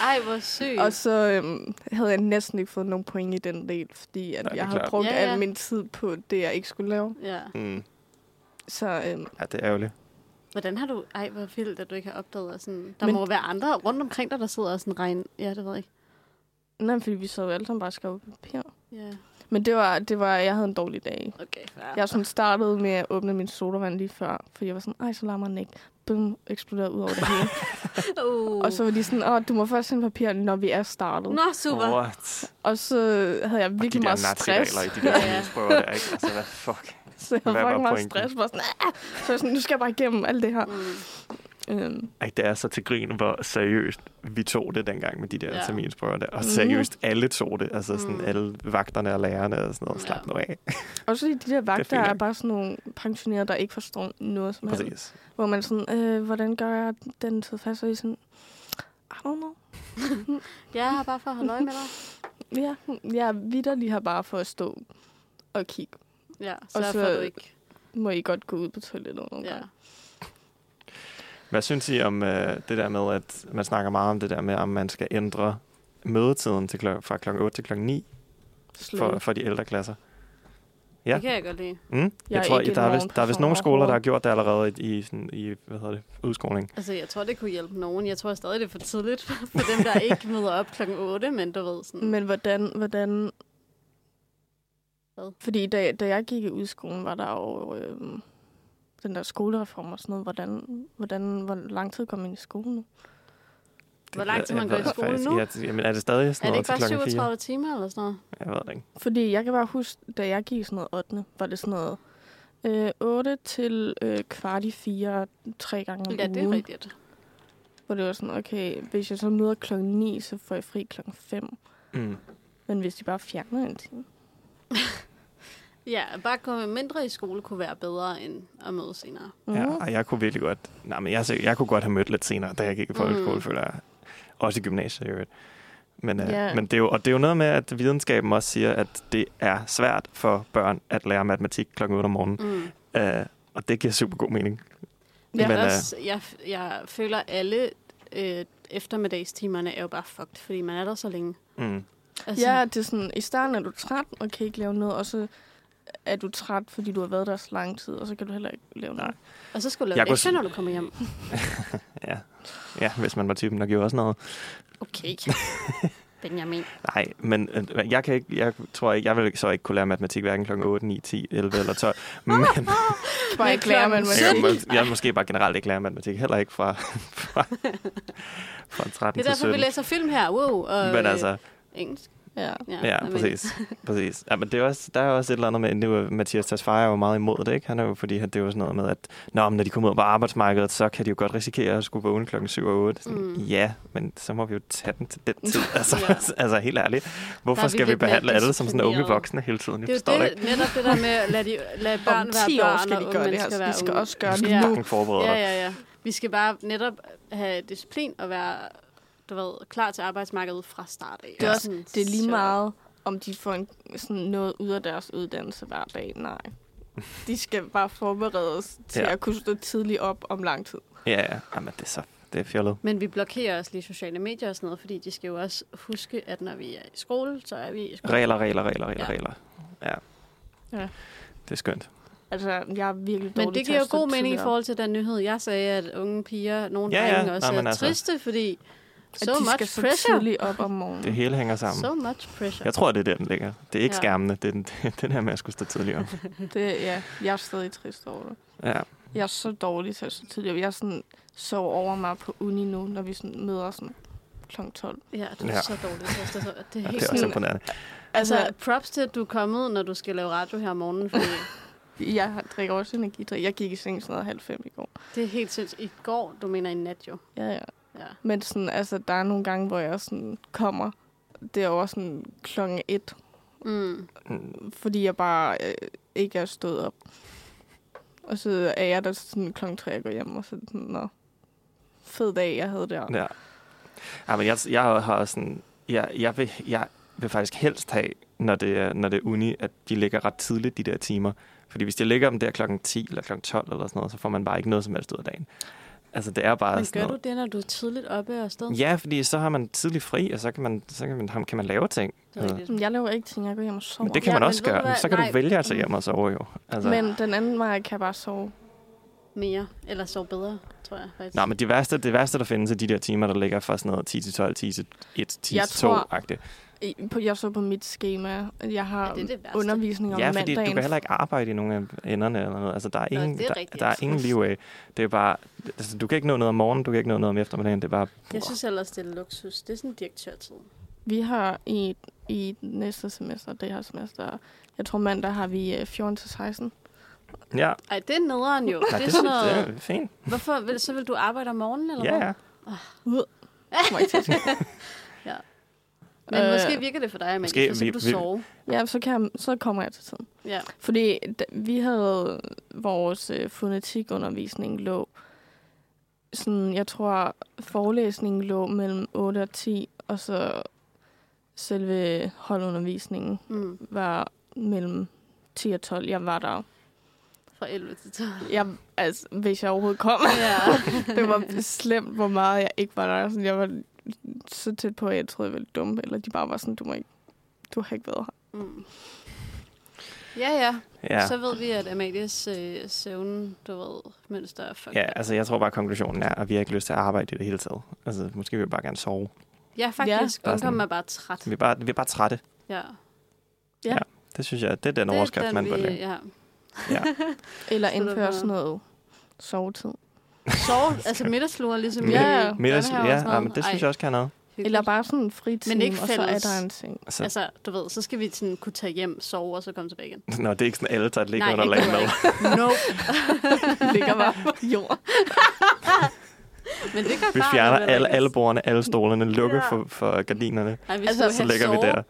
Ej, hvor sygt.
Og så øhm, havde jeg næsten ikke fået nogen point i den del, fordi at
Nej, det er
jeg havde
klart.
brugt
Ja,
ja,
ja.
al min tid på det, jeg ikke skulle lave.
Ja.
Mm.
Så øhm,
Ja, det er ærgerligt.
Hvordan har du... Ej, hvor vildt, at du ikke har opdaget. at Sådan, der Men...
Men-
må være andre rundt omkring dig, der sidder og sådan regner. Ja, det ved jeg ikke.
nej, fordi vi så jo alle sammen bare skrev på papir.
Ja,
Men det var, det var, jeg havde en dårlig dag.
okay. Fair.
Jeg sådan startede med at åbne min sodavand lige før, fordi jeg var sådan, ej, så larmer den ikke. Bum, eksploderede ud over det hele.
Uh.
og så var de sådan, åh, du må først sende papir, når vi er startet.
Nå, super.
What?
Og så havde
Og
jeg
de
virkelig
der
meget stress.
nazi-regler i de der
Ja.
ja. der, ikke? Altså, hvad fuck?
Så jeg
Hvad
var
var
fucking meget
pointen?
stress. Bare sådan, "Ah!" så jeg var sådan, nu skal jeg bare igennem alt det her.
Mm.
Øhm,
Ej, det er så til grin, hvor seriøst vi tog det dengang med de der
Ja.
ja. terminsprøver der. Og
Mhm.
seriøst alle tog det. Altså sådan
Mm.
alle vagterne og lærerne og sådan noget.
Ja.
Slap nu af.
Og så de der vagter
fint
er
nok.
bare sådan nogle pensionerede, der ikke forstår noget som helst.
Præcis.
Hvor man sådan, øh, hvordan gør jeg den tid fast? Så er I sådan, I don't know.
Ja, bare for at holde øje med dig.
Ja, jeg er vidderlig her bare for at stå og kigge.
Ja, så,
så-
så... får du ikke...
Må I godt gå ud på toilettet nogle
Ja.
gange.
Hvad synes I om øh, det der med, at man snakker meget om det der med, om man skal ændre mødetiden til klok- fra klokken 8 til klokken 9
Slå.
Mhm.
for, for de ældre klasser? Ja.
Det kan jeg godt lide.
Mm? Jeg,
er
tror,
ikke
der, er
en
vist, der er vist
morgenperson
nogle skoler, der har
overhovedet.
gjort det allerede i, i, sådan, i hvad hedder det, udskoling.
Altså, jeg tror, det kunne hjælpe nogen. Jeg tror stadig, det er for tidligt for dem, der ikke møder op klokken 8, men du ved sådan...
Men hvordan, hvordan...
Hvad?
Fordi da, da jeg gik i udskolen, var der jo øh, den der skolereform og sådan noget. Hvordan, hvordan, hvor lang tid kom man i skole nu?
Hvor lang tid man går i skole nu?
nu? Ja, men er det stadig sådan
er det
noget
ikke
til
bare
klokken 4?
37 timer eller sådan noget?
Jeg ved det ikke.
Fordi jeg kan bare huske, da jeg gik i sådan noget 8. var det sådan noget øh, 8 til øh, kvart i 4, tre gange om
Ja,
ugen.
det er rigtigt.
Hvor det var sådan, okay, hvis jeg så møder klokken 9, så får jeg fri klokken 5.
Mm.
Men hvis de bare fjerner en time.
Ja, bare at komme mindre i skole kunne være bedre end at møde senere.
Ja,
Mm.
og jeg kunne virkelig godt... Nej, men jeg, jeg kunne godt have mødt lidt senere, da jeg gik i folkeskole,
Mm.
mm. føler jeg. Også i gymnasiet, i øvrigt. Men, yeah.
Ja.
øh, men det er jo, og det er jo noget med, at videnskaben også siger, at det er svært for børn at lære matematik kl. 8 om morgenen.
Mm.
Øh, og det giver super god mening.
Jeg,
Men,
Men,
øh,
også, jeg, jeg føler, at alle øh, eftermiddagstimerne er jo bare fucked, fordi man er der så længe.
Mm.
Altså,
Ja, det er sådan, i starten er du træt og kan ikke lave noget, og så er du træt, fordi du har været der så lang tid, og så kan du heller ikke lave
Nej.
noget.
Og så skal du
Jeg
lave
kunne
lektier,
s-
når du kommer hjem.
Ja. ja, hvis man var typen, der gjorde også noget.
Okay. Benjamin.
Nej, men øh, jeg, kan ikke, jeg tror ikke, jeg vil så ikke kunne lære matematik hverken kl. 8, 9, 10, 11 eller 12. Men
Bare
Men
ikke lære
klokken
Jeg,
matematik.
må, jeg vil måske bare generelt ikke lære matematik, heller ikke fra, fra, fra 13
Det er
til
derfor,
17.
vi læser film her. Wow. Og,
Men altså,
Øh, engelsk.
Ja.
ja,
I mean,
præcis. præcis. Ja, men det er også, der er også et eller andet med, det var, Mathias Tasfaye er jo meget imod det, ikke? Han er jo, fordi han, det er jo sådan noget med, at Nå, men når de kommer ud på arbejdsmarkedet, så kan de jo godt risikere at skulle vågne klokken 7 og 8. Sådan,
Mm.
Ja, men så må vi jo tage den til den tid. Altså,
Ja.
ja. altså helt ærligt, hvorfor
vi
skal vi
lidt mere
behandle alle som sådan unge
disciplinerede.
voksne hele tiden? Jeg
Det er
forstår
jo
det
det,
ikke.
netop det der med at lade, de, lade børn
Om
være
10 år
børn,
skal
og
de
unge
gøre det
mennesker
her, så
være
de skal
unge.
også gøre det
Ja.
nu.
Fucking forberede
Ja,
dig.
ja, ja. Vi skal bare netop have disciplin og være du ved, klar til arbejdsmarkedet fra start af.
Det er
Og
også-
sådan,
Det er lige
så-
meget, om de får en, sådan noget ud af deres uddannelse hver dag. Nej. De skal bare forberedes til
Ja.
ja. at kunne stå tidligt op om lang tid.
Ja, ja. Jamen, det er så det er fjollet.
Men vi blokerer også lige sociale medier og sådan noget, fordi de skal jo også huske, at når vi er i skole, så er vi i skole.
Regler, regler, regler, regler,
Ja.
ja. regler. Ja.
Ja.
Det er skønt.
Altså, jeg er virkelig dårlig
Men det
til
giver jo
at stå
god mening i
tidligt op.
forhold til den nyhed, jeg sagde, at unge piger, nogle
Ja,
ja,
ja.
drenge også
Nå, men
er
altså-
triste, fordi
At
so
de
much
skal stå
pressure.
tidligt op om morgenen.
Det hele hænger sammen.
so much pressure.
Jeg tror, det er der, den ligger. Det er ikke
Mm. Ja.
ja. skærmene, det er den, det er den her med at skulle stå tidligere. op.
Det, ja, jeg er stadig trist over det.
Ja.
Jeg er så dårlig til at stå tidligt op. Jeg er sådan sov over mig på uni nu, når vi sådan møder sådan kl. 12.
Ja, du er
Ja.
så dårlig til at stå så. Det er
Ja, det
helt
er også
sådan-
imponerende.
Altså, props til, at du er kommet, når du skal lave radio her om morgenen, fordi
jeg har- drikker også energidrik. Jeg gik i seng sådan noget halv fem i går.
det er helt sindssygt. I går, du mener i nat jo.
Ja, ja.
Ja.
Men sådan, altså, der er nogle gange, hvor jeg sådan kommer derover sådan klokken et,
Mm.
Mm,
fordi jeg bare øh, ikke er stået op. Og så er jeg der sådan klokken tre, jeg går hjem, og så sådan, nå, fed dag, jeg havde der.
Ja. ja men jeg, jeg har også sådan... Jeg, jeg, vil, jeg vil faktisk helst have, når det, er, når det er uni, at de ligger ret tidligt, de der timer. Fordi hvis de ligger dem der klokken 10 eller klokken 12 eller sådan noget, så får man bare ikke noget som helst ud af dagen. Altså, det er bare
Men
sådan
gør du
noget.
det, når du er tidligt oppe og sted?
Ja, fordi så har man tidlig fri, og så kan man, så kan man, kan man lave ting.
Det er rigtigt.
Jeg laver ikke ting, jeg går hjem og sover.
Men det kan
Ja,
man
men
også
ved du
gøre.
hvad?
Så kan
Nej.
du vælge at tage hjem og sove jo. Altså.
Men den anden vej kan jeg bare sove.
Mere. Eller sove bedre, tror jeg faktisk.
Nej, men det værste, det værste, der findes, er de der timer, der ligger fra sådan noget 10 til 12, 10 til 1, 10
Jeg
til 2
tror-
agtigt
I- på- Jeg sover på mit schema. Jeg har
Ja, det er
ja,
det værste.
undervisning om
Ja, fordi du
mandagen.
kan heller ikke arbejde i nogen af enderne eller noget. Altså, der er ingen,
det er
der,
rigtigt.
der er ingen liv af. Det er bare, altså, du kan ikke nå noget om morgenen, du kan ikke nå noget om eftermiddagen. Det er bare,
Jeg synes ellers, det er luksus. Det er sådan direktørtid.
Vi har i, i næste semester, det her semester, jeg tror mandag har vi øh, 14 til 16.
ja,
Ej, det er nederen jo.
nej,
det er sådan
det,
noget...
det er fint.
Hvorfor? Vil, så vil du arbejde om morgenen, eller
Ja,
hvad?
ja.
Kommer ikke til at ske.
Men
Øh,
måske virker det for dig, men
måske
så kan
vi-
du
vi-
sove.
Ja, så, kan jeg, så kommer jeg til tiden.
Ja.
Fordi da, vi havde vores øh, fonetikundervisning lå, sådan, jeg tror, forelæsningen lå mellem 8 og 10, og så selve holdundervisningen
Mm.
var mellem 10 og 12. Jeg var der.
Fra 11 til 12.
Jeg, altså, hvis jeg overhovedet kom.
Ja.
det var slemt, hvor meget jeg ikke var der. Sådan, jeg var så tæt på, at jeg troede, jeg ville dumme. Eller de bare var sådan, du må ikke, du har ikke været her.
Mm. Ja, ja,
ja.
Så ved vi, at Amalies øh, søvn, du ved, mønster er fucked
Ja,
up.
altså jeg tror bare, at konklusionen er, at vi har ikke lyst til at arbejde i det hele taget. Altså, måske vil vi bare gerne sove.
Ja, faktisk.
bare
Ja,
sådan-
Ungdommen er bare træt.
Vi er bare, vi er bare trætte.
Ja.
Det synes jeg, det er den
Det er
overskrift,
den,
man bør
vi-
lave.
Ja.
Ja.
Eller
Så der var-
indføre sådan noget sovetid.
Sove, altså middagslure, ligesom
Mid-
i
Ja.
Middags,
børnehaver og
ja,
sådan
ja,
noget.
men det synes
Ej,
jeg også kan have noget.
hyggeligt.
Eller bare sådan en fritime,
Men ikke
og så er
fælles.
der en seng.
Så, altså,
Altså, du ved, så skal vi sådan kunne tage hjem, sove og så komme tilbage igen.
nå, det er ikke sådan, alle tager et ligge
Altså- Nej,
under
ikke
lag
det,
med.
No.
Ligger bare på jord.
Men det gør
Vi
far
fjerner
alligevel
alle,
ikke.
alle bordene, alle stolene, lukker
Ja.
for, for gardinerne.
Ej, vi
Altså,
altså,
Så ligger vi der.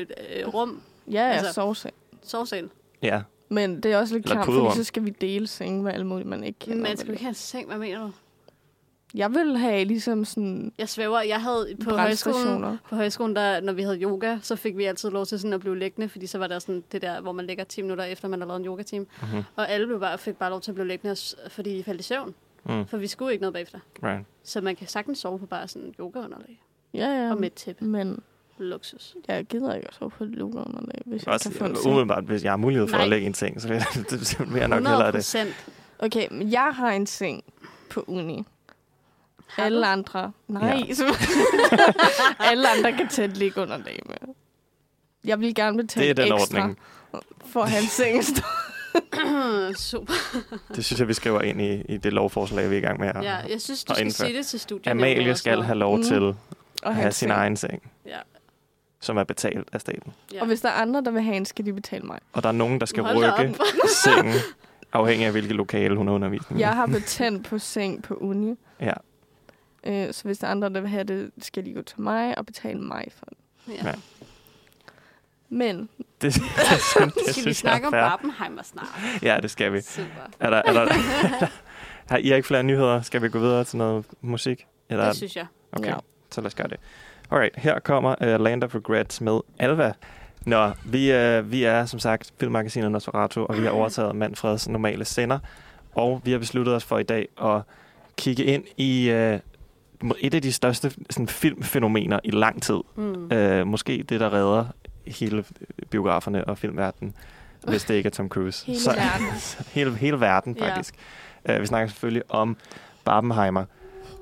Øh, øh, rum,
Ja, ja,
Altså-
altså. soveseng.
sovesal.
Ja,
Men det er også lidt
Eller
klamt,
puderum.
fordi så skal vi dele senge med alle mulige, man ikke kender.
Men skal
vel?
vi ikke have en seng? Hvad mener du?
Jeg vil have ligesom sådan
Jeg svæver, jeg havde på højskolen,
brandstationer.
På højskolen, der, når vi havde yoga, så fik vi altid lov til sådan at blive liggende, fordi så var der sådan det der, hvor man ligger 10 minutter efter, man har lavet en yoga-team.
Mhm.
Mm-hmm. Og alle blev bare, fik bare lov til at blive liggende, og s- fordi de faldt i søvn.
Mm.
For vi skulle ikke noget bagefter.
right.
Så man kan sagtens sove på bare sådan yoga-underlag.
Ja, ja.
Og med et tæppe.
Men
Luksus.
jeg gider ikke at sove på et lukker under det, hvis
Også
jeg kan få en seng.
umiddelbart, hvis jeg har mulighed for Nej.
Nej.
at lægge en ting, så vil jeg, så vil jeg nok hellere
100
det.
procent.
Okay, men jeg har en seng på uni.
Har du?
Alle andre. Nej. Ja. alle andre kan tage et ligge under dag med. Jeg vil gerne betale
Det er den
ekstra
ordning.
for hans seng.
Super.
Det synes jeg, vi skriver ind i, i det lovforslag, vi er i gang med. at-
Ja, jeg synes, du
Og
skal
indfør-
sige det til studiet.
Amalie skal have lov
Mm.
til
og
at have
hans
sin
seng.
egen seng,
Ja.
som er betalt af staten.
ja.
Og hvis der er andre, der vil have en, skal de betale mig.
Og der er nogen, der skal
Hold da
rykke sengen, afhængig af, hvilket lokale hun har undervisning i.
Jeg har betændt på seng på uni.
Mm. Ja.
Øh, så hvis der er andre, der vil have det, skal de gå til mig og betale mig for det.
Ja.
Ja.
Men
Det, det, synes, det
Skal vi
synes jeg
snakke
er
om
fair.
Barbenheimer snart?
Ja, det skal vi.
Super.
Er der, er der, har I ikke flere nyheder? Skal vi gå videre til noget musik? Eller er
Det synes jeg.
Okay,
Ja.
så lad os gøre det. Alright, her kommer uh, Land of Regrets med Alva. Nå, vi, uh, vi er som sagt filmmagasinet Nosferatu, og vi har overtaget Manfreds normale sender. Og vi har besluttet os for i dag at kigge ind i uh, et af de største sådan, filmfænomener i lang tid.
Mm.
Uh, måske det, der redder hele biograferne og filmverdenen, hvis det ikke er Tom Cruise.
Hele
Så-
verden.
hele, hele verden,
Ja.
faktisk. Uh, vi snakker selvfølgelig om Barbenheimer,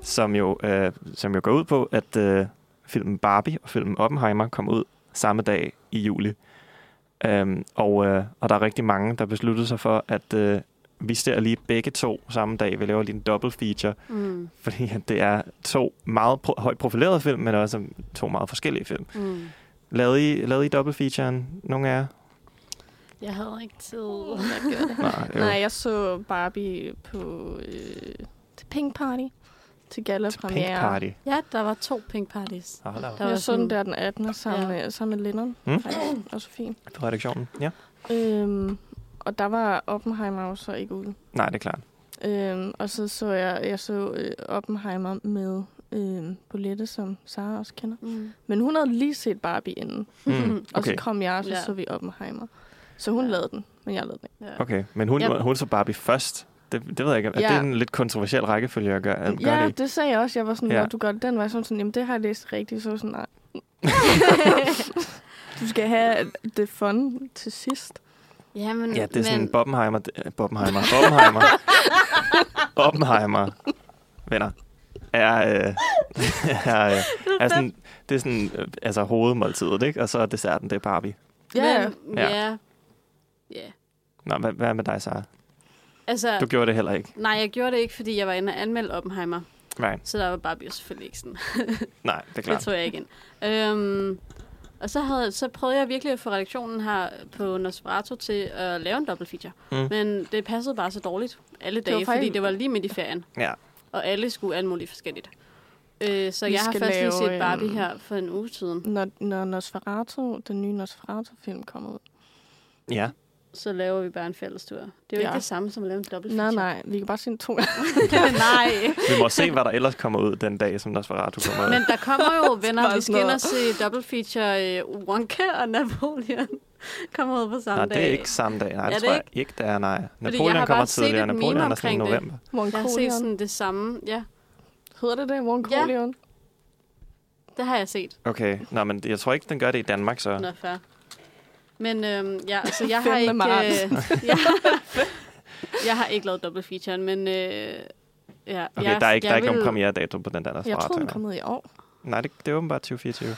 som jo, uh, som jo går ud på, at uh, filmen Barbie og filmen Oppenheimer kom ud samme dag i juli. Um, og, uh, og der er rigtig mange, der besluttede sig for, at uh, vi ser lige begge to samme dag. Vi laver lige en double feature,
Mm.
fordi at det er to meget pro- højt profilerede film, men også to meget forskellige film.
Mm.
Lavede I, lavede I double featuren? Nogle af jer?
Jeg havde ikke tid.
Nej, jo.
nej, jeg så Barbie på øh, til Pink Party. Til gala
Til Pink Party.
Ja, der var to pink parties.
Hold da op.
Der var
Jeg så den
sådan-
der den 18. sammen,
Ja.
ja. sammen med Lennon
Mm.
faktisk, og Sofie.
På redaktionen, ja.
Øhm, og der var Oppenheimer jo så ikke ude.
Nej, det er klart.
Øhm, og så så jeg, jeg så øh, Oppenheimer med øh, Bolette, som Sara også kender.
Mm.
Men hun havde lige set Barbie inden.
Mm.
Og
Okay.
så kom jeg, og så
Ja.
ja. så vi Oppenheimer. Så hun
Ja.
ja. lavede den, men jeg lavede den ikke.
Ja.
Okay, men hun,
Jamen.
hun så Barbie først. Det Det, det ved jeg ikke. Ja.
Ja.
Det er en lidt kontroversiel rækkefølge at gøre, at gøre
ja,
det i.
det sagde jeg også. Jeg var sådan,
Ja.
ja. du gør det den vej. Så var hun sådan, jamen det har jeg læst rigtigt. Så var jeg sådan, nej. du skal have det fun til sidst.
Ja, men,
Ja, det er sådan
men,
en Oppenheimer... Oppenheimer. Oppenheimer. Oppenheimer. Venner. Er, øh, er, øh, er sådan, det er sådan, øh, altså hovedmåltidet, ikke? Og så er desserten, det er Barbie.
Ja,
men,
Ja.
ja. ja.
Nå, hvad, hvad med dig, Sara?
Altså,
Du gjorde det heller ikke.
nej, jeg gjorde det ikke, fordi jeg var inde og anmelde Oppenheimer.
Nej,
Så der var Barbie jo selvfølgelig ikke sådan.
nej, det er
Det
klart.
tog jeg ikke ind. Øhm, og så, havde, så prøvede jeg virkelig fra redaktionen her på Nosferatu til at lave en dobbelt feature.
Mm.
Mm. Men det passede bare så dårligt alle
var
dage, det
faktisk-
fordi det var lige midt i ferien.
Ja.
Og alle skulle alt muligt forskelligt. Øh, så
Vi
jeg har
skal
først lige
lave øh,
set
en-
Barbie her for en uge siden.
Når, når Nosferatu, den nye Nosferatu-film kommer ud.
Ja,
Så laver vi bare en fælles tur. Det er jo ja. ikke
Ja.
det samme som at lave en dobbelt
Nej,
feature.
nej. Vi kan bare se en to gange.
nej.
vi må se, hvad der ellers kommer ud den dag, som der svarer, du kommer ud.
Men der kommer jo venner,
Bare
vi skal
sådan
ind og
noget.
se dobbelt feature øh, Wonka og Napoleon. kommer ud på
Nej,
samme dag.
det er ikke samme dag. Nej,
Er
det
det
tror jeg ikke, der er. Nej.
jeg
Napoleon
har
kommer
bare set et
tidligere.
meme
Napoleon er sådan i
omkring det.
november.
Jeg har set
Wonkolion.
sådan det samme. Ja,
Hedder det det? Wonkolion?
det har jeg set.
Okay, nå, men jeg tror ikke, den gør det i Danmark, så.
Nå, fair. Men øhm, ja, så jeg har
Fandme
ikke...
meget.
Øh, jeg, jeg har ikke lavet dobbelt featuren, men... Øh, ja,
Okay,
jeg,
der er ikke,
jeg
der er ikke nogen
vil-
premieredato på den der, der
Jeg
svarer,
tror, den
nej.
kom ud i år.
Nej, det, det er åbenbart 2024.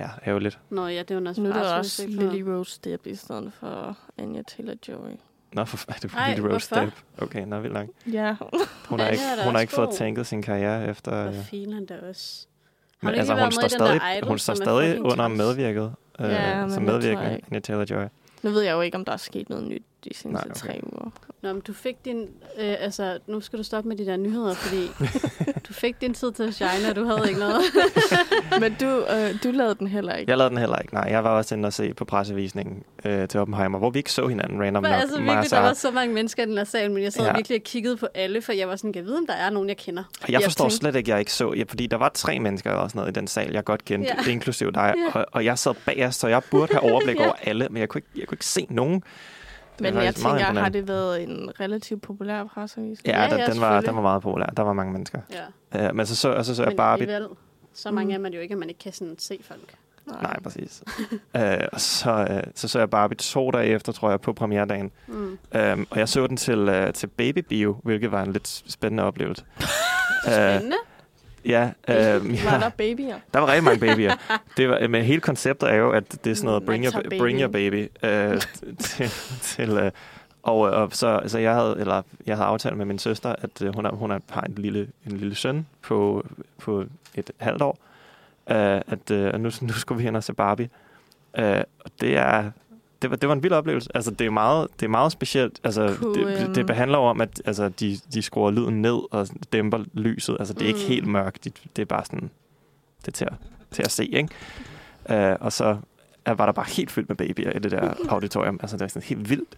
Ja, ærgerligt.
Nå ja, det er jo noget
Nu er der
Nosferatu,
også
ikke? Nå.
Lily Rose Depp i stedet for Anja Taylor-Joy.
Nå, for fanden, det
Ej,
er Lily Rose
hvorfor?
Depp. Okay, nå, vildt langt.
Ja.
Hun har
Ja,
ikke,
det er da
hun har
også
ikke fået
god.
tænket sin karriere efter...
Hvor
øh,
filen der også.
Men
Har du ikke
altså,
lige
hun
været
står
med i den der
stadig,
Idol,
hun står
som er
stadig
fucking
under
træls?
medvirket. Øh,
Ja, men
som
den tror
medvirkende,
jeg ikke.
Anya Taylor-Joy.
Nu ved jeg jo ikke, om der er sket noget nyt de seneste
Nej, okay.
okay. tre uger.
Nå, men du fik din... Øh, altså, nu skal du stoppe med de der nyheder, fordi du fik din tid til at shine, og du havde ikke noget.
Men du, øh, du lavede den heller ikke.
Jeg lavede den heller ikke, nej. Jeg var også inde og se på pressevisningen øh, til Oppenheimer, hvor vi ikke så hinanden random
Men
nok.
altså
mig og
virkelig, der
Sara.
var så mange mennesker i den her sal, men jeg sad
Ja.
ja. virkelig og kiggede på alle, for jeg var sådan, kan vide, om der er nogen, jeg kender.
Og Jeg
Jeg
forstår
tænkte-
slet ikke, jeg ikke så, ja, fordi der var tre mennesker og sådan noget i den sal, jeg godt kendte, ja.
Ja.
det inklusive dig, ja.
Ja.
og, og jeg sad bagerst, så jeg burde have overblik
Ja.
over alle, men jeg kunne ikke, jeg kunne ikke se nogen. Det
Men
var
jeg
faktisk meget
tænker, har
imponerende.
det været en relativt populær pressevis?
Ja,
Ja,
ja,
ja,
den, den, var,
selvfølgelig.
den var meget populær. Der var mange mennesker.
Ja.
Uh, men så så, og så, så jeg
men
Barbie.
alligevel, så mange er man jo ikke, at man ikke kan sådan se folk.
Nej, præcis. uh, og så, uh, så så jeg Barbie to dage efter, tror jeg, på premieredagen.
Mm.
Um, og jeg så den til, uh, til Baby Bio, hvilket var en lidt spændende oplevelse. uh,
øh,
Spændende.
ja, uh,
Var
ja,
der babyer?
Der var rigtig mange babyer. Det var, øh, men hele konceptet er jo, at det er sådan noget
Man
bring your,
tager
bring your baby øh, til... til øh, og, øh, og så, så jeg havde eller jeg havde aftalt med min søster, at øh, hun, har, hun har, har en lille en lille søn på på et halvt år, øh, at øh, og nu nu skulle vi hen og se Barbie. Øh, og det er det var, det var en vild oplevelse. Altså, det er meget, det er meget specielt. Altså,
Kunne,
det, det,
øhm,
behandler jo om, at altså, de, de skruer lyden ned og dæmper lyset. Altså, det er mm. ikke
Mm.
helt mørkt. Det, det er bare sådan, det er til at, til at se, ikke? Uh, og så øh, var der bare helt fyldt med babyer i det der auditorium. Altså, det er sådan helt vildt.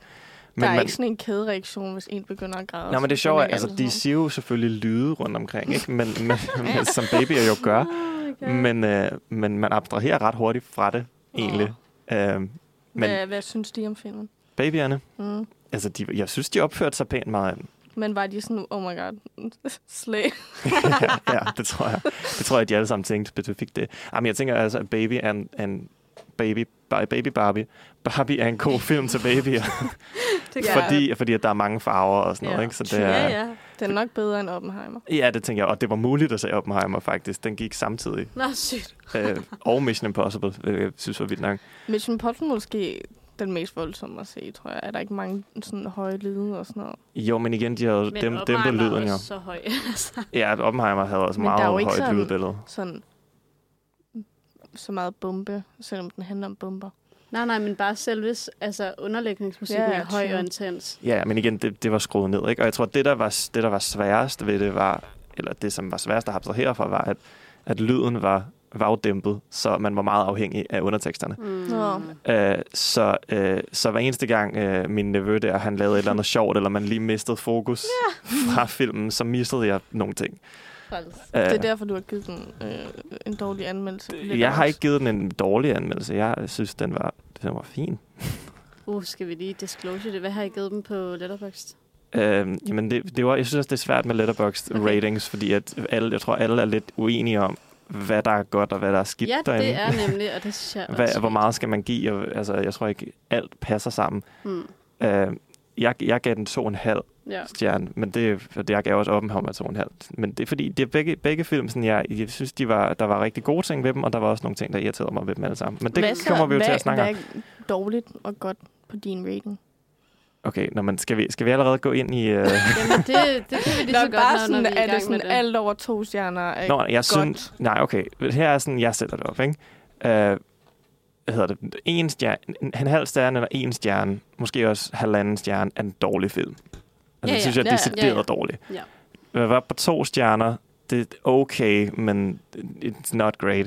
Men der er man... ikke sådan en kædereaktion, hvis en begynder at græde.
Nå, men det
Så
sjove er,
ikke
altså,
alle
de
sådan.
siger jo selvfølgelig lyde rundt omkring, ikke? Men, men, men som babyer jo gør.
Oh
Men, øh, men man abstraherer ret hurtigt fra det, egentlig. Øh, men
Hvad, hvad synes de om filmen?
babyerne,
Mm.
altså, de, jeg synes, de opførte sig pænt meget af dem.
Men var de sådan, oh my god, slag?
ja, ja, det tror jeg. Det tror jeg, de alle sammen tænkte specifikt det. Jamen, jeg tænker altså, at Baby er en, en baby, Bar- baby Barbie. Barbie er en god film til babyer,
det
Ja.
ja. fordi, fordi at der er mange farver og sådan noget.
Ja.
Ikke? Så det er,
Ja, ja.
Den er nok bedre end Oppenheimer.
ja, det tænker jeg. Og det var muligt at se Oppenheimer, faktisk. Den gik samtidig.
Nå, sygt.
Øh, og Mission Impossible, øh, jeg synes var vildt nok.
Mission Impossible er måske den mest voldsomme at se, tror jeg. Er der ikke mange sådan høje lyde og sådan noget?
Jo, men igen, de havde
Men
dem,
Oppenheimer
dæmpet
er
lyden jo.
også så høj. altså.
Ja, Oppenheimer havde også
Men der er
meget
jo ikke
højt
sådan-
lydbillede.
Sådan mm, så meget bombe, selvom den handler om bomber.
nej, nej, men bare selve altså, underlægningsmusikken
Ja,
er høj
true.
og intens.
Ja, men igen, det, det var skruet ned, ikke? Og jeg tror, det der, var, det, der var sværest ved det, var, eller det, som var sværest at abstrahere fra, var, at, at lyden var vagdæmpet, så man var meget afhængig af underteksterne.
Mm.
Nå.
Øh, så, øh, så hver eneste gang øh, min nevø der, han lavede et eller andet sjovt, eller man lige mistede fokus fra filmen, så missede jeg nogle ting.
Træls.
Øh,
Det er derfor, du har givet den øh, en dårlig anmeldelse. på
jeg har
Letterboxd.
ikke givet den en dårlig anmeldelse. Jeg synes, den var, den var fin.
Uh, skal vi lige disclose det? Hvad har I givet dem på Letterboxd?
Øhm, jamen det, det var, jeg synes også, det er svært med letterboxd
Okay.
okay. ratings, fordi at alle, jeg tror, alle er lidt uenige om, hvad der er godt og hvad der er skidt
ja,
derinde.
det er nemlig, og det synes jeg
hvad,
også.
hvor meget skal man give? Og, altså, jeg tror ikke, alt passer sammen.
Mm.
Øh, jeg, jeg gav den 2,5
Ja.
stjerne, men det, og det jeg gav også Oppenheimer 2,5. Men det er fordi, det er begge, begge film, sådan, jeg, jeg synes, de var, der var rigtig gode ting ved dem, og der var også nogle ting, der irriterede mig ved dem alle sammen. Men det
Hvad så?
kommer vi jo
hvad,
til at snakke om.
hvad om. er dårligt og godt på din rating?
Okay, nå, men skal vi, skal vi allerede gå ind i... Øh...
Jamen, det, det kan vi lige
Nå,
så godt,
bare
når,
sådan,
når vi er i
er det
gang med
sådan
det.
alt over to stjerner? Er
Nå, jeg synes...
godt.
Nej, okay. Her er sådan, jeg sætter det op, ikke? Øh, hvad hedder det? En, stjerne, en, en halv stjerne eller en stjerne, måske også halvanden stjerne, er en dårlig film. Altså, ja,
Ja,
ja.
ja.
det synes jeg er decideret
Ja, ja. Ja, ja.
dårlig.
Ja.
Jeg var på to stjerner. Det er okay, men it's not great.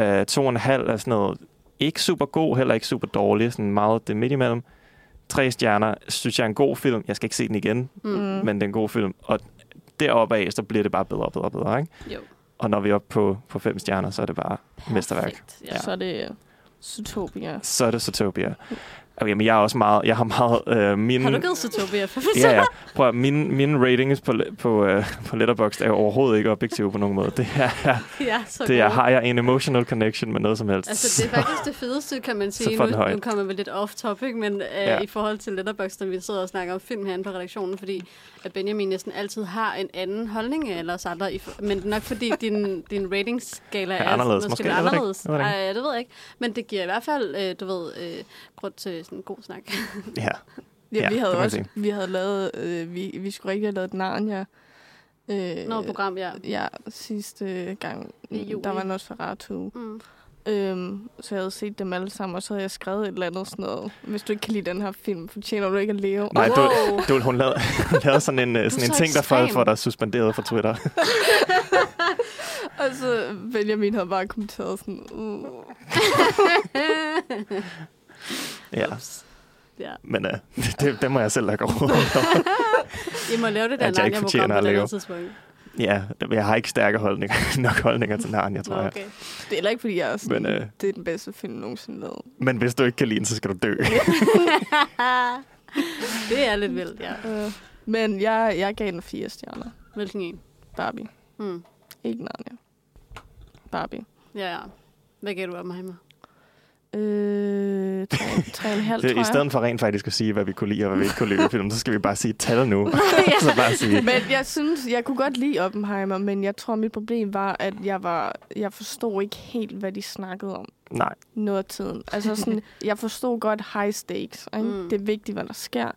Uh, to og en halv er sådan noget ikke super god, heller ikke super dårlig. Sådan meget det midt imellem. Tre stjerner synes jeg er en god film. Jeg skal ikke se den igen, mm.
Mm.
men det er en god film. Og deroppe af, så bliver det bare bedre og bedre og bedre, ikke?
Jo.
Og når vi er oppe på, på fem stjerner, så er det bare... Mesterværk.
Perfekt,
Ja. Så er det Zootopia.
Så er det Zootopia. Okay, men jeg er også meget... Jeg har meget... Øh,
Ja.
mine,
Har du givet Zootopia fem
Ja, ja. Prøv at, mine, mine ratings på, på, øh, på Letterboxd er jo overhovedet ikke objektive på nogen måde. Det er,
ja, så
det er,
gode.
har jeg en emotional connection med noget som helst.
Altså, det er faktisk det fedeste, kan man sige.
får
Nu,
den højt.
nu kommer vi lidt off-topic, men øh, ja.
Ja.
i forhold til Letterboxd, når vi sidder og snakker om film herinde på redaktionen, fordi at Benjamin næsten altid har en anden holdning end alle os andre. I for, men nok fordi din, din ratingskala
Er
er,
anderledes
måske
måske, jeg
lidt
ved det ikke.
anderledes.
Jeg ved det ikke.
Ej, det ved jeg ikke. Men det giver i hvert fald, øh, du ved, øh, grund til sådan en god snak.
Ja.
Ja,
Ja,
vi
det
havde
må jeg
også, vi havde lavet, øh, vi, vi skulle rigtig have lavet Narnia. Øh,
Når program, ja.
Ja, sidste øh, gang,
I juli.
der var Nosferatu.
Mm.
Øhm, så jeg havde set dem alle sammen, og så havde jeg skrevet et eller andet sådan noget. Hvis du ikke kan lide den her film, fortjener du ikke at leve.
Nej, du,
Wow.
du, hun lavede, hun lavede sådan en, øh,
er
sådan en
så
ting, der får,
ekstrem.
får dig suspenderet fra Twitter.
Og så Benjamin havde bare kommenteret sådan, uh,
Ja,
Ups. Ja.
men øh, det, det må jeg selv lade gå over.
I må lave det
At
der
jeg ikke fortjener
Narnia-program på
at
et
lave.
andet tidspunkt.
Ja, jeg har ikke stærke holdninger, nok holdninger til Narnia, tror
Nå,
jeg.
okay.
det er heller ikke, fordi jeg er
Men,
sådan, Men,
øh,
øh... det er den bedste film nogensinde lavet.
Men hvis du ikke kan lide den, så skal du dø.
det er lidt vildt, ja.
Øh, men jeg, jeg gav den fire stjerner.
Hvilken en?
Barbie.
Mm.
Ikke Narnia. Barbie.
Ja, ja. Hvad gav du Oppenheimer?
Øh, tre, tre og en halv,
Det,
tror
I
jeg.
stedet for rent faktisk at sige, hvad vi kunne lide og hvad vi ikke kunne lide ved filmen, så skal vi bare sige et tal nu. så bare sige,
Men jeg synes, jeg kunne godt lide Oppenheimer, men jeg tror, mit problem var, at jeg, var, jeg forstod ikke helt, hvad de snakkede om
nej,
noget af tiden. Altså sådan, jeg forstod godt high stakes. Ikke?
Mm.
Mm. Det er vigtigt, hvad der sker.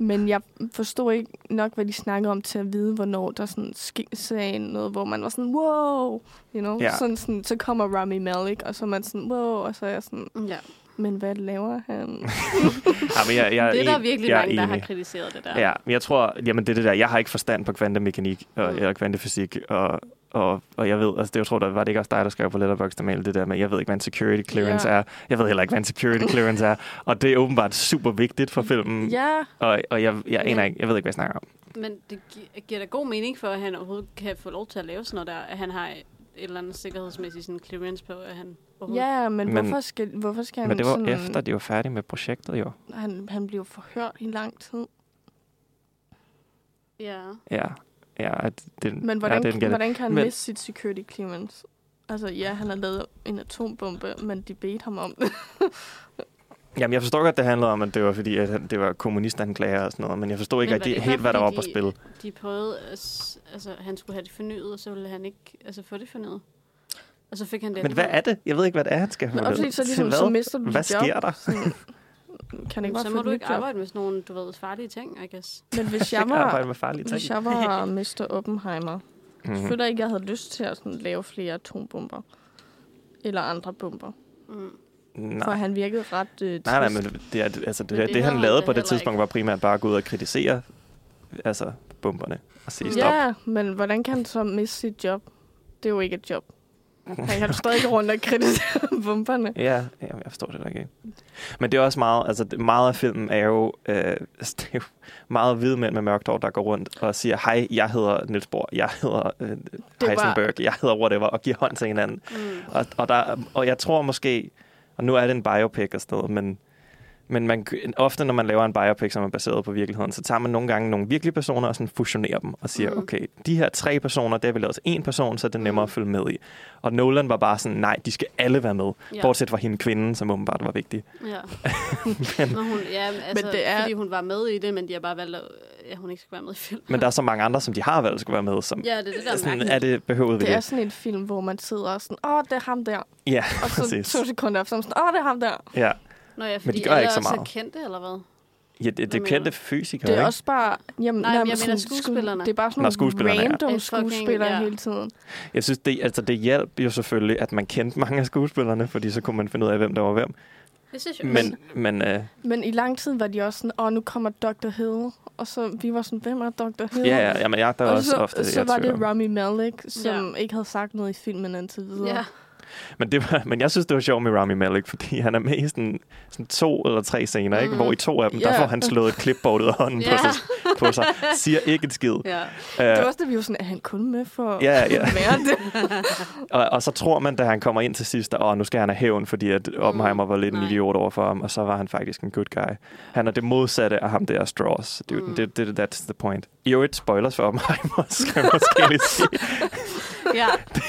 Men jeg forstod ikke nok, hvad de snakkede om, til at vide, hvornår der sådan sk- sagde noget, hvor man var sådan, wow, you know?
Ja.
Yeah. Sådan, sådan, så kommer Rami Malek, og så er man sådan, wow, og så er jeg sådan,
Mm, Ja.
men hvad laver han?
ja, men jeg, jeg,
Det er der
en-
virkelig
jeg
mange, der
enig.
har kritiseret det der.
Ja, men jeg tror, jamen det er det der, jeg har ikke forstand på kvantemekanik og,
Mm.
mm. eller kvantefysik, og, og, og jeg ved, altså det jeg tror, der var det ikke også dig, der skrev på Letterboxd, der mailede det der med, jeg ved ikke, hvad en security clearance
Ja.
er, jeg ved heller ikke, hvad en security clearance er, og det er åbenbart super vigtigt for filmen,
ja,
og, og jeg, jeg,
Ja.
aner ikke, jeg ved ikke, hvad jeg snakker om.
Men det gi- giver da god mening for, at han overhovedet kan få lov til at lave sådan noget der, at han har et eller andet sikkerhedsmæssigt sådan clearance på, at han overhovedet...
ja men,
Men-
men hvorfor skal, hvorfor skal han
Men det var
sådan,
efter, de var færdige med projektet jo.
han, han blev forhørt i lang tid.
Ja.
Ja, ja, at det,
Men hvordan,
ja, det er en
ja,
gæt-
hvordan kan han
Men-
men... miste sit security clearance? Altså, ja, han har lavet en atombombe, men de bedte ham om det.
Jamen, jeg forstår godt, det handlede om, at det var fordi, at han- det var kommunistanklager og sådan noget, men jeg forstod ikke
Men var det
rigtig
ikke
helt,
bare
hvad der var
fordi
på
de-
spil.
De prøvede, at s- altså han skulle have det fornyet, og så ville han ikke altså, få det fornyet. Og så fik han det.
Men hvad er det? Jeg ved ikke, hvad det er, han skal
Men
have
også fordi, så,
Til
ligesom,
hvad?
så mister du dit
Hvad
job.
sker der?
Sådan, kan ikke bare
Så
få
må
et
du
nyt
ikke
job?
arbejde med sådan nogle, du ved, farlige ting, I guess.
Men hvis
Jeg
jeg
kan arbejde
var,
med farlige ting.
hvis jeg var Mr. Oppenheimer, mm.
Mhm.
føler jeg ikke, jeg havde lyst til at sådan, lave flere atombomber. Eller andre bomber.
Mm.
For
Nej.
han virkede ret øh,
nej, nej,
trist.
men det, er- altså, det,
Men det
det, det han
havde
lavede
han
på
da
det
heller
tidspunkt, var primært bare at gå ud og kritisere altså, bomberne og sige stop.
Ja, men hvordan kan han så miste sit job? Det er jo ikke et job. Han kan stadig gå rundt og kritisere bomberne.
Ja, ja, jeg forstår det da ikke. Men det er også meget, altså det- meget af filmen er jo, øh, det er jo meget hvide mænd med mørkt hår, der går rundt og siger, hej, jeg hedder Niels Bohr, jeg hedder øh,
var-
Heisenberg, jeg hedder whatever, og giver hånd til hinanden.
Mm.
Og, og, der, og jeg tror måske, og nu er det en biopic og sådan noget, men Men man, ofte, når man laver en biopic, som er baseret på virkeligheden, så tager man nogle gange nogle virkelige personer og sådan fusionerer dem og siger,
Mm.
mm. okay, de her tre personer, det har vi lavet til én person, så det er nemmere at
Mm.
følge med i. Og Nolan var bare sådan, nej, de skal alle være med. Ja. Bortset fra hende kvinden, som åbenbart var vigtig.
Ja. men, hun, ja, men altså, men det
det
er...
er-
fordi hun var med i det, men de har bare valgt, at ja, hun ikke skal være med i film.
Men der er så mange andre, som de har valgt skulle være med, som
Ja, det er det, der
er,
er
sådan,
mærkeligt.
er det behøvet vi
Det er
det?
sådan en film, hvor man sidder og sådan, åh, det er ham der.
Ja,
Og så
præcis.
to sekunder efter, sådan, åh, det er ham der.
Ja,
Nå ja, fordi
de gør
alle
ikke så
også er
meget.
kendte, eller hvad?
ja det,
Hvad
det
mener
kendte
du?
fysikere,
Det er
ikke?
også bare... Jamen,
Nej, men jeg
nærmest
mener
sådan
skuespillerne.
Det er bare sådan
Nå,
nogle
skuespillerne, ja.
random
Fucking,
skuespillere
ja.
hele tiden.
Jeg synes, det, altså, det hjalp jo selvfølgelig, at man kendte mange af skuespillerne, fordi så kunne man finde ud af, hvem der var hvem.
Det synes jeg også.
Men, men øh,
Men i lang tid var de også sådan, åh, nu kommer Dr. Hill. Og så vi var sådan, hvem er Dr. Hill?
ja, ja, jamen, jeg der er
og
også
så,
ofte
så
jeg
var
tvivler.
det Rami Malek, som ikke havde sagt noget i filmen indtil videre.
Ja.
Men, det var, men jeg synes, det var sjovt med Rami Malek, fordi han er med i sådan, sådan to eller tre scener, ikke?
Mm.
hvor i to af dem, der
Ja.
får han slået et klipboard ud af hånden
Ja.
på, sig, på sig, siger ikke et skid.
Ja.
Det
Øh,
var også det, vi var sådan, er han kun med for
Ja, ja.
at være det?
og, og så tror man, da han kommer ind til sidst, at åh, nu skal han have hævn, fordi at Oppenheimer var lidt en
Mm. Nej.
idiot over for ham, og så var han faktisk en good guy. Han er det modsatte af ham der Strauss. Det,
Mm.
mm. det, det, that's the point. I øvrigt, spoilers for Oppenheimer, skal jeg måske lige sige.
ja.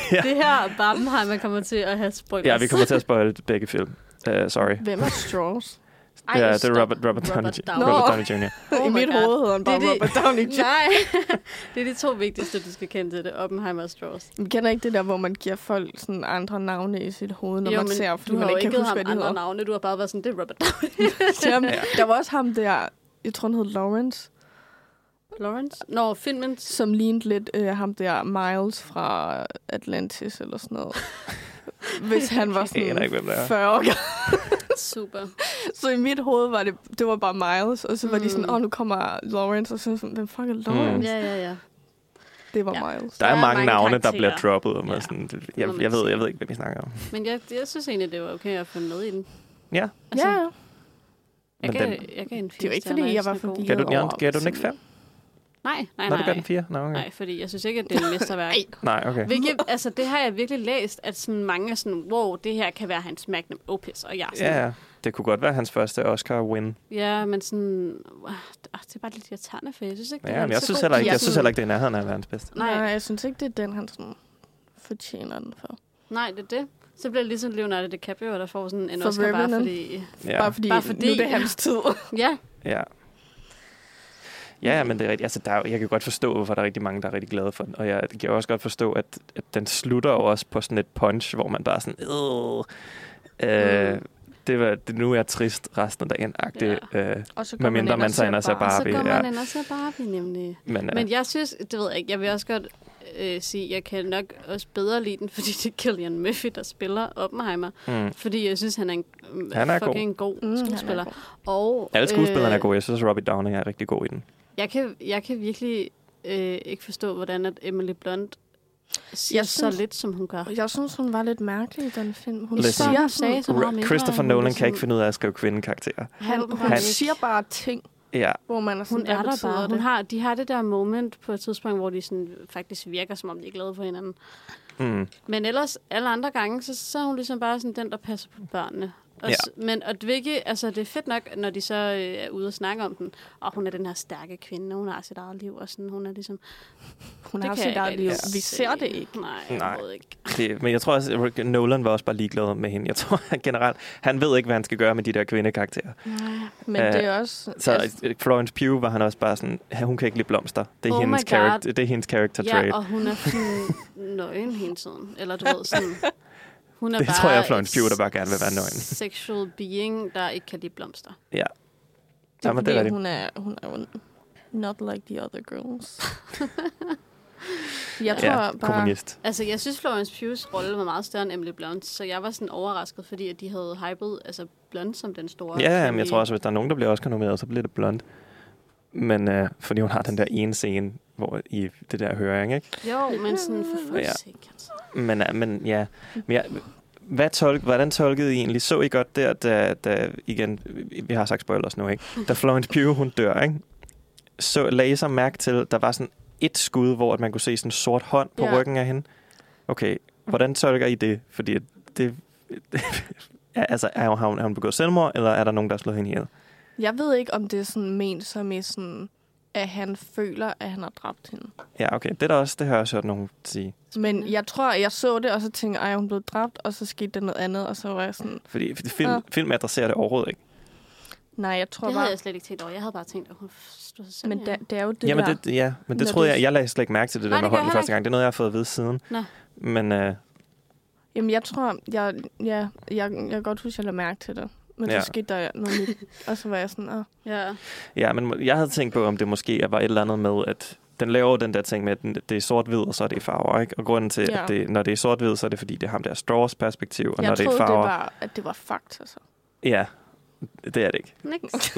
Det her Barbenheimer kommer til at have spoilers.
Ja, vi kommer til at spoile begge film. Uh, sorry.
Hvem er Strauss?
Ej,
Ja, det
stop.
er Robert, Robert, Downey,
Robert
Downey.
Downey.
Robert
Nå.
Downey Jr.
Oh
I
my
mit
God.
hoved hedder han bare
Det er det-
Robert Downey Jr.
Nej, det er de to vigtigste, du skal kende til det. Oppenheimer og Strauss.
Man kender ikke det der, hvor man giver folk sådan andre navne i sit hoved, når man ser, fordi
du har
man
jo
ikke
ikke
kan
givet
huske,
ham
hvad de
andre
hedder.
navne. Du har bare været sådan, det er Robert Downey.
Jamen, Der var også ham der, jeg tror han hed Lawrence,
Lawrence? Nå, filmen.
som lignede lidt øh, ham der Miles fra Atlantis eller sådan noget. Hvis han var
Jeg aner
sådan
ikke, hvem det er.
40 år gammel.
Super.
Så i mit hoved var det, det var bare Miles, og så var de sådan,
Mm.
åh, nu kommer Lawrence, og så sådan, hvem fuck er
Mm.
Lawrence?
Ja, ja, ja.
Det var
Ja.
Miles.
Der er, mange navne, der bliver
karakterer.
droppet. Og
Ja.
ja. sådan, det-
Må
jeg,
man
jeg, ved,
sige.
jeg ved ikke, hvad vi snakker om.
Men jeg, jeg synes egentlig, det var okay at følge med i den.
Ja.
Altså,
Ja, ja.
Jeg
Men
gav,
den-
jeg gav en fire
Det er jo ikke,
stjerner,
fordi jeg var
synes, den er god.
forbi.
Gav du, den- ja,
over-
gav du den ikke fem?
Nej, nej,
Nå, du gav den
nej.
fire? Nå, okay.
Nej, fordi jeg synes ikke, at det er en mesterværk.
Nej, okay.
Hvilket, altså, det har jeg virkelig læst, at sådan mange er sådan, wow, det her kan være hans magnum opus, og jeg er sådan,
Ja, ja. det kunne godt være hans første Oscar-win.
ja, men sådan, wow, det ah, det er bare lidt irriterende, for jeg synes ikke, det
Ja,
er
men jeg
så
synes,
god.
heller ikke,
Ja,
jeg synes
sådan-
heller ikke, det er i nærheden af verdens bedste.
Nej.
Nej. Nej, jeg synes ikke, det er den, han sådan fortjener den for.
Nej, det er det. Så bliver det ligesom Leonardo DiCaprio, der får sådan en
For
Oscar, bare
Revenant.
fordi...
Ja.
Ja,
Bare, fordi
Bare
bare
fordi-
fordi nu er det hans tid.
Ja,
ja. Ja, ja, men det er rigtigt. Altså, der er, jo- jeg kan godt forstå, hvorfor der er rigtig mange, der er rigtig glade for den. Og jeg kan jo også godt forstå, at, at den slutter jo også på sådan et punch, hvor man bare er sådan... Øh, øh, det var, det, nu er jeg trist resten af dagen. Ja. Øh,
og så
går man mindre ind man og så ser ender sig Barbie.
så
Barbie,
går
ja.
man ind og ser Barbie, nemlig.
men, øh,
Men jeg synes, det ved jeg ikke, jeg vil også godt øh, sige, jeg kan nok også bedre lide den, fordi det er Killian Murphy, der spiller Oppenheimer.
mm.
Fordi jeg synes, han er en øh,
Han er god.
fucking god,
Mm,
god skuespiller. Og,
Alle skuespillerne
øh,
er gode. Jeg synes, at Robbie Downey er rigtig god i den.
Jeg kan, jeg kan virkelig øh, ikke forstå, hvordan at Emily Blunt siger
Jeg
så
synes-
lidt, som hun gør.
Jeg synes, hun var lidt mærkelig i den film. Hun
Listen.
siger,
Hun sagde
sådan,
så meget mindre,
Christopher
end hun
Nolan
ligesom-
kan ikke finde ud af at skrive kvindekarakterer.
han,
åbenbart
hun
Han-
ikke.
siger bare ting,
Ja,
hvor man er sådan,
Hun er der bare.
det?
Hun har, de har det der moment på et tidspunkt, hvor de sådan faktisk virker, som om de er glade for hinanden.
mm.
Men ellers, alle andre gange, så, så er hun ligesom bare sådan den, der passer på børnene. Og,
Ja.
s- men og hvilke, altså, det er fedt nok, når de så øh, er ude og snakke om den. Og hun er den her stærke kvinde, og hun har sit eget liv, og sådan, hun er ligesom...
hun
det
har
kan
sit
jeg
eget
ikke
liv.
rigtig
Vi
se.
ser det ikke.
Nej, jeg
Nej.
ved ikke.
Det, men jeg tror også, at Rick- Nolan var også bare ligeglad med hende. Jeg tror at generelt, han ved ikke, hvad han skal gøre med de der kvindekarakterer.
Men
Øh,
det er også... altså,
Så øh, Florence Pugh var han også bare sådan, "Ha, hun kan ikke lide blomster. Det er,
Oh
oh hendes,
my God.
character, det er hendes character
Ja,
trait.
og hun er sådan nøgen hele tiden. Eller du ved, sådan... Hun er
Det
bare
tror jeg, Florence
et
Pugh, der bare gerne vil være nøgen.
Sexual being, der ikke kan lide blomster.
det er,
Jamen, det er
fordi
rigtigt.
hun er, hun er jo not like the other girls. jeg tror
ja,
bare...
kommunist.
Altså, jeg synes, Florence Pughs rolle var meget større end Emily Blunt, så jeg var sådan overrasket, fordi at de havde hypet altså, Blunt som den store.
Ja, men jeg
kvindelige-
tror også, hvis der er nogen, der bliver også nomineret, så bliver det blond. Men øh, fordi hun har den der ene scene hvor, i det der høring, ikke?
Jo, men sådan for fuck's
Ja.
sake, altså.
Men, øh, men ja, men jeg, hvad tolk, hvordan tolkede I egentlig? Så I godt der, da, da igen, vi- vi har sagt spoilers nu, ikke? Da Florence Pugh, hun dør, ikke? Så lagde I så mærke til, der var sådan et skud, hvor at man kunne se sådan en sort hånd på
Ja.
ryggen af hende. Okay, hvordan tolker I det? Fordi det, er, altså, er, har, hun, har hun begået selvmord, eller er der nogen, der har slået hende ihjel?
Jeg ved ikke, om det er sådan ment som i sådan, at han føler, at han har dræbt hende.
Ja, okay. Det er der også, det har jeg også hørt nogen sige.
Men jeg tror, at jeg så det, og så tænkte jeg, at hun blev dræbt, og så skete der noget andet, og så var jeg sådan,
Fordi film,
Ja.
film adresserer det overhovedet ikke.
nej, jeg tror
Det
bare...
havde jeg slet ikke tænkt over. Jeg havde bare tænkt, at hun stod sig selv
Men
ihjel.
da, det er jo det
Jamen,
der...
det, ja, men
Når
det troede
det-
jeg, jeg lagde slet ikke mærke til det der
Nej,
med
det gør
hånden
jeg
første
heller
gang. Det er noget, jeg har fået at vide siden.
Nå.
Men øh,
Jamen, jeg tror, jeg, ja, jeg, jeg kan godt huske, at jeg lagde mærke til det. Men
Ja.
så skete der noget nyt, og så var jeg sådan, ah,
Ja.
ja, men må- jeg havde tænkt på, om det måske var et eller andet med, at den laver jo den der ting med, at den- det er sort-hvid, og så er det i farver, ikke? Og grunden til,
Ja.
at det, når det er sort-hvid, så er det fordi, det er ham der Straws perspektiv, og når
jeg
det er i
troede, det
farver...
var, at det var altså. fakta, så.
Ja, det er det ikke.
Niks.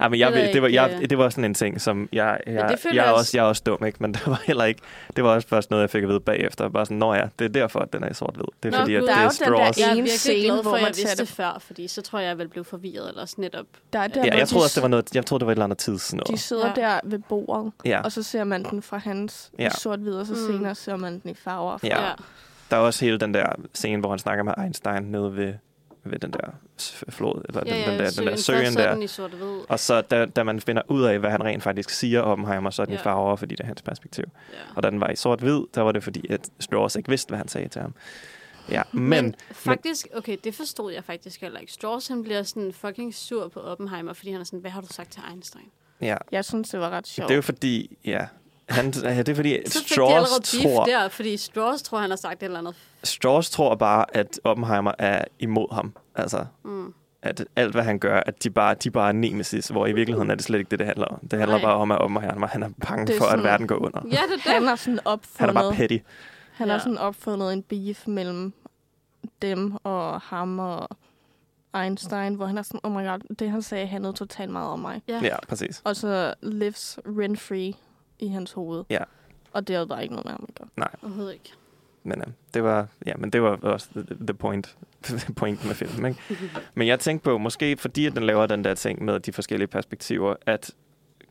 Ej, men jeg,
Det ved
det, det, var,
jeg ikke,
jeg,
øh.
det var sådan en ting, som jeg, jeg,
det føler
jeg, er
jeg
også,
også-
jeg er også dum, ikke? men det var heller ikke, det var også først noget, jeg fik at vide bagefter. Bare sådan, nå ja, det er derfor, at den er i sort-hvid. Det er
Nå,
fordi, at
Gud.
det
Der
er
er jo den der
Straws.
Jeg er
ene
virkelig
scene,
glad for,
hvor
at
man
jeg
ser
vidste det
det.
før, fordi så tror jeg, jeg ville blive forvirret eller sådan netop.
Der er der,
Ja,
hvor
jeg troede
de,
også, det var noget, jeg troede, det var et eller andet tid. Sådan
de
noget.
sidder
Ja.
der ved bordet,
Ja.
og så ser man den fra hans
Ja.
ja. sort-hvid, og så
Mm.
senere ser man den i farver.
Ja. Der er også hele den der scene, hvor han snakker med Einstein nede ved, ved den der s- flod, eller den, den, der, den der søen der.
i sort hvid.
Og så da, da man finder ud af, hvad han rent faktisk siger om Oppenheimer, så er den i
Ja.
farver, fordi det er hans perspektiv.
Ja.
Og da den var i sort-hvid, der var det fordi, at Strauss ikke vidste, hvad han sagde til ham. Ja, men,
Men faktisk, okay, det forstod jeg faktisk heller ikke. Strauss, han bliver sådan fucking sur på Oppenheimer, fordi han er sådan, hvad har du sagt til Einstein?
ja,
Jeg synes, det var ret sjovt.
det er jo fordi, ja, han, ja, det er fordi,
Så fik de
Strauss
allerede beef
tror,
der, fordi Strauss tror, han har sagt et eller andet.
Strauss tror bare, at Oppenheimer er imod ham. Altså,
Mm.
at alt, hvad han gør, at de bare, de bare er nemesis, hvor i virkeligheden er det slet ikke det, det handler om. Det handler
Nej.
bare om, at Oppenheimer han er bange
Det er
for, at
sådan-
verden går under.
Ja, det er
Han
det.
har sådan
Han er
opfundet, han
bare petty.
han har
Ja.
sådan opfundet en beef mellem dem og ham og Einstein, hvor han er sådan, oh my god, det han sagde handlede totalt meget om mig.
Ja.
Ja, præcis.
Og så lives rent-free i hans hoved.
Ja.
Og det er der ikke noget med oh ham at gøre.
Overhovedet ikke.
Men øh, det var, ja, men det var også the- the point, point med filmen. Ikke? Men jeg tænkte på, måske fordi at den laver den der ting med de forskellige perspektiver, at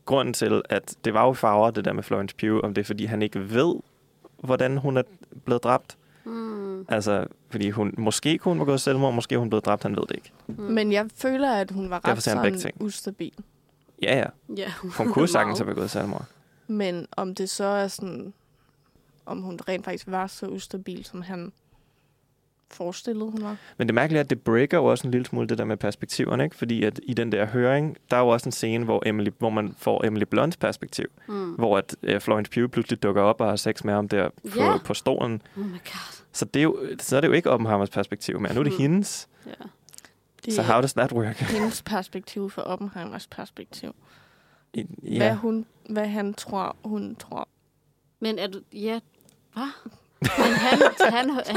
grunden til, at det var jo farver, det der med Florence Pugh, om det er, fordi han ikke ved, hvordan hun er blevet dræbt.
Mm.
Altså, fordi hun, måske kunne hun var gået selvmord, måske er hun blevet dræbt, han ved det ikke.
Mm.
Men jeg føler, at hun var
Derfor
ret
ser han begge
sådan
ting.
ustabil.
Ja, ja.
ja,
Hun kunne sagtens have
Meget.
begået selvmord.
Men om det så er sådan, om hun rent faktisk var så ustabil, som han forestillede, hun var.
Men det mærkelige er, at det breaker jo også en lille smule det der med perspektiverne, ikke? Fordi at i den der høring, der er jo også en scene, hvor, Emily, hvor man får Emily Blunts perspektiv,
Mm.
hvor at øh, Florence Pugh pludselig dukker op og har sex med ham der på,
Ja.
på stolen.
Oh my god.
Så, det er jo, så er det jo ikke Oppenheimers perspektiv mere. Nu er det
Mm.
hendes.
Ja.
Det
Så how does that work?
hendes perspektiv for Oppenheimers perspektiv.
I-
Ja. Hvad,
ja.
hun, hvad han tror, hun tror.
Men er du... Ja, hvad? Men han, han, han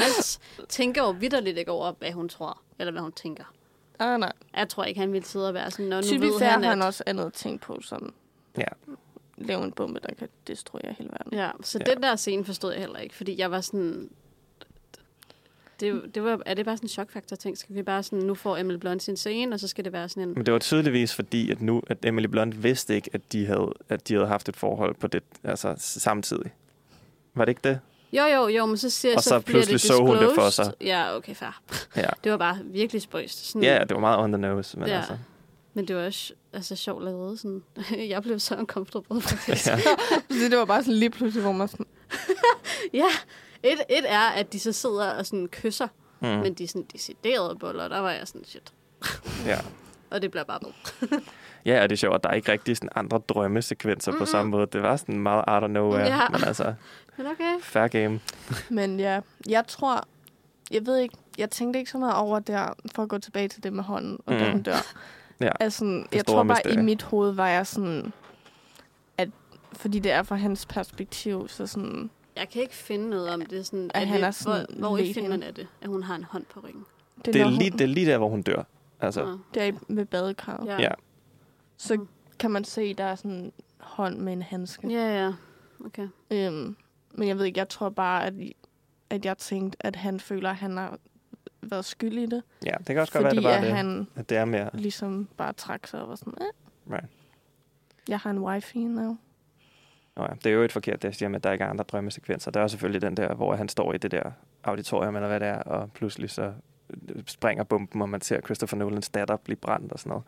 tænker jo vidderligt ikke over, hvad hun tror, eller hvad hun tænker.
Ah, nej.
Jeg tror ikke, han ville sidde og være sådan, når nu
Typisk
ved
er
han, at...
han også andet ting på, som
Ja.
lave en bombe, der kan destruere hele verden.
Ja, så
Ja.
ja. den der scene forstod jeg heller ikke, fordi jeg var sådan... Det, det var, er det bare sådan en chokfaktor-ting? Skal vi bare sådan, nu får Emil Blunt sin scene, og så skal det være sådan en...
Men det var tydeligvis fordi, at nu at Emily Blunt vidste ikke, at de havde, at de havde haft et forhold på det, altså samtidig. Var det ikke det?
Jo, jo, jo, men så ser
Og så
så bliver
pludselig
det
så hun det for
disclosed.
sig.
Ja, okay, fair.
Ja.
Det var bare virkelig spøjst. Sådan,
Ja, det var meget on the nose. Men
Mm. Ja.
altså.
Men det var også altså, sjovt lavet. Sådan. jeg blev så uncomfortable, faktisk.
Ja.
Så det var bare sådan lige pludselig, hvor man sådan,
ja. Et, et er, at de så sidder og sådan kysser, mm. men de er sådan deciderede boller. Der var jeg sådan, shit.
Ja.
Og det bliver bare ved.
ja, og det er sjovt, at der er ikke rigtig sådan andre drømmesekvenser mm på samme måde. Det var sådan meget out of nowhere,
Ja.
men altså,
Men okay.
fair game.
Men ja, jeg tror, jeg ved ikke, jeg tænkte ikke så meget over der, for at gå tilbage til det med hånden, og mm.
Mm.
da hun dør.
Ja,
altså, jeg
store
tror bare,
mysterie.
i mit hoved var jeg sådan, at fordi det er fra hans perspektiv, så sådan,
Jeg kan ikke finde noget om det. Sådan,
At
er
han
det,
er sådan
hvor, hvor i
lidt
filmen
henne.
er det, at hun har en hånd på ryggen?
det,
Det er,
når
lige,
hun,
det er lige der, hvor hun dør. Altså,
Nå.
der i- ved badekarret. Ja.
Ja.
ja.
ja.
Så
Mm.
kan man se, der er sådan en hånd med en handske.
Ja, ja. Okay.
Øhm, men jeg ved ikke, jeg tror bare, at, at jeg tænkte, at han føler, at han har været skyld i det.
Ja, det kan også godt være,
Fordi
det var
at
det.
han
At det er mere.
ligesom bare trak sig og var sådan, eh.
Right.
jeg har en wifi nu.
Nå ja, det er jo et forkert, det jeg siger med, at der ikke er andre drømmesekvenser. Der er selvfølgelig den der, hvor han står i det der auditorium, eller hvad det er, og pludselig så øh, springer bomben, og man ser Christopher Nolans datter blive brændt og sådan noget.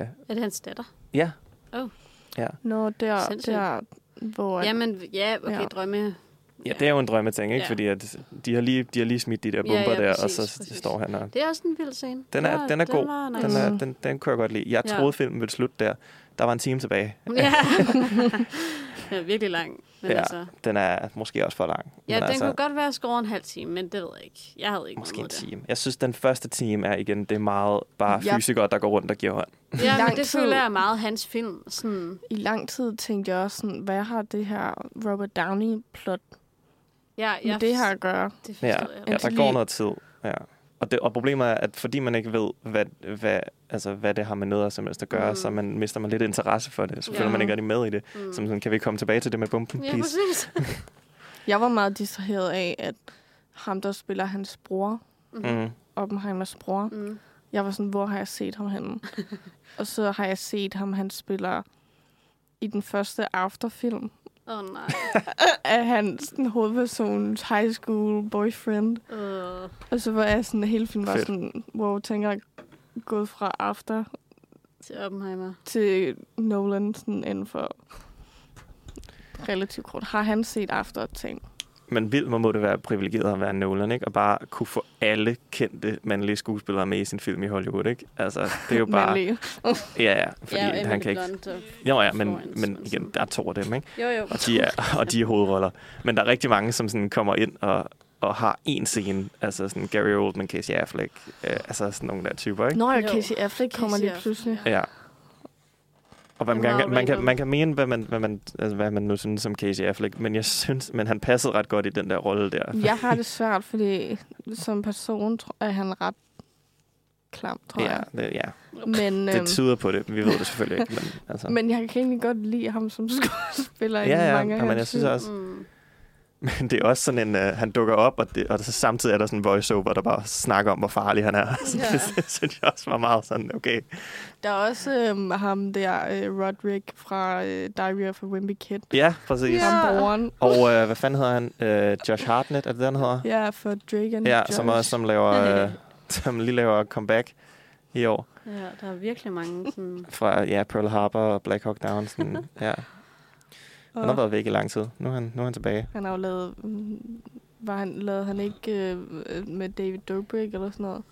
Øh,
Er det hans datter?
ja,
Nå, der,
Sindssygt.
der hvor... Ja, men,
Jamen, ja, okay,
Ja.
ja. drømme.
ja, det er jo en drømmeting, ikke?
Ja.
Fordi at de, har lige, de har lige smidt de der
Ja,
bomber
ja,
der,
præcis,
og så
præcis.
står han og
Det er også en vild scene.
Den er-
Ja,
den er god.
Var nice.
Den,
Altså-
er, den, den kunne jeg godt lide. Jeg
Ja.
troede, filmen ville slutte der. Der var en time tilbage.
Ja. den er virkelig lang. Men
Ja.
ja, altså,
Den er måske også for lang.
ja
men
den
altså,
kunne godt være skåret en halv time, men det ved jeg ikke. Jeg havde ikke
Måske en
noget med
time. Jeg synes, den første time er igen, det er meget bare
Ja.
fysikere, der går rundt og giver hånd.
det. Ja,
Lang
men det
tid.
føler jeg er meget hans film. Sådan,
I lang tid tænkte jeg også sådan, hvad har det her Robert Downey-plot
ja, jeg,
med det her at gøre?
Det forstod
Ja,
jeg. heller
ja
ikke.
der
Indtil
går
lige-
noget tid. Ja. Og, det, og problemet er, at fordi man ikke ved, hvad, hvad, altså, hvad det har med noget som helst at gøre, mm.
Mm.
så man, mister man lidt interesse for det. Så
Ja.
føler man ikke rigtig med i det.
Mm.
Mm. Som sådan, kan vi komme tilbage til det med bomben,
Ja,
please?
præcis.
Jeg var meget distraheret af, at ham, der spiller hans bror,
Mm.
Oppenheimers bror,
Mm.
Jeg var sådan, hvor har jeg set ham henne? og så har jeg set ham, han spiller i den første afterfilm
Åh, oh, nej.
af hans den hovedpersonens high school boyfriend.
Uh.
Og så var jeg sådan, hele filmen var
Fedt.
sådan, wow, tænker jeg gået fra after
Til Oppenheimer.
til Nolan sådan inden for relativt kort. Har han set after ting?
Men vildt, hvor må det være privilegeret at være Nolan, ikke? Og bare kunne få alle kendte mandlige skuespillere med i sin film i Hollywood, ikke? Altså, det er jo bare... Ja, ja, fordi
ja,
ja, han kan ikke... Jo, ja, men, men igen, der er to af dem, ikke?
Jo, jo.
Og de, er, og de er hovedroller. Men der er rigtig mange, som sådan kommer ind og, og har en scene. Altså sådan Gary Oldman, Casey Affleck. Øh, altså sådan nogle der typer, ikke?
Når jeg
Jo.
Casey Affleck kommer
Casey
lige
Affleck,
pludselig.
Ja. Og hvad man,
Han var
kan,
jo
man, kan,
random.
man kan mene, hvad man, hvad man, altså, hvad man nu synes som Casey Affleck, men jeg synes, men han passede ret godt i den der rolle der.
Jeg har det svært, fordi som person tror, er han ret klam, tror
Ja,
jeg.
det, ja.
Mm.
Men, øhm,
det tyder på det. Vi ved det selvfølgelig ikke. Men, altså.
men jeg kan egentlig godt lide ham som skuespiller i
ja, ja,
mange af
ja, men jeg
hans
synes
film.
også,
Mm.
men det er også sådan en, uh, han dukker op, og, det, og så samtidig er der sådan en voiceover, der bare snakker om, hvor farlig han er. Så
Ja.
det synes jeg også var meget sådan, okay,
Der er også øhm, ham der, øh, Roderick fra øh, Diary of a Wimpy Kid.
Ja, præcis.
Ja.
Ja.
Ham broren.
Og øh, hvad fanden hedder han? Øh, Josh Hartnett, er det det, han hedder?
Ja, for Drake and
Ja,
Josh.
som, også, som, laver, øh, som lige laver comeback i år
Ja, der er virkelig mange sådan...
fra ja, Pearl Harbor og Black Hawk Down. Sådan, ja.
Og
Han har været væk i lang tid. Nu er han, nu er han tilbage.
han har jo lavet... mm, Var han, lavede han ikke øh, med David Dobrik eller sådan noget?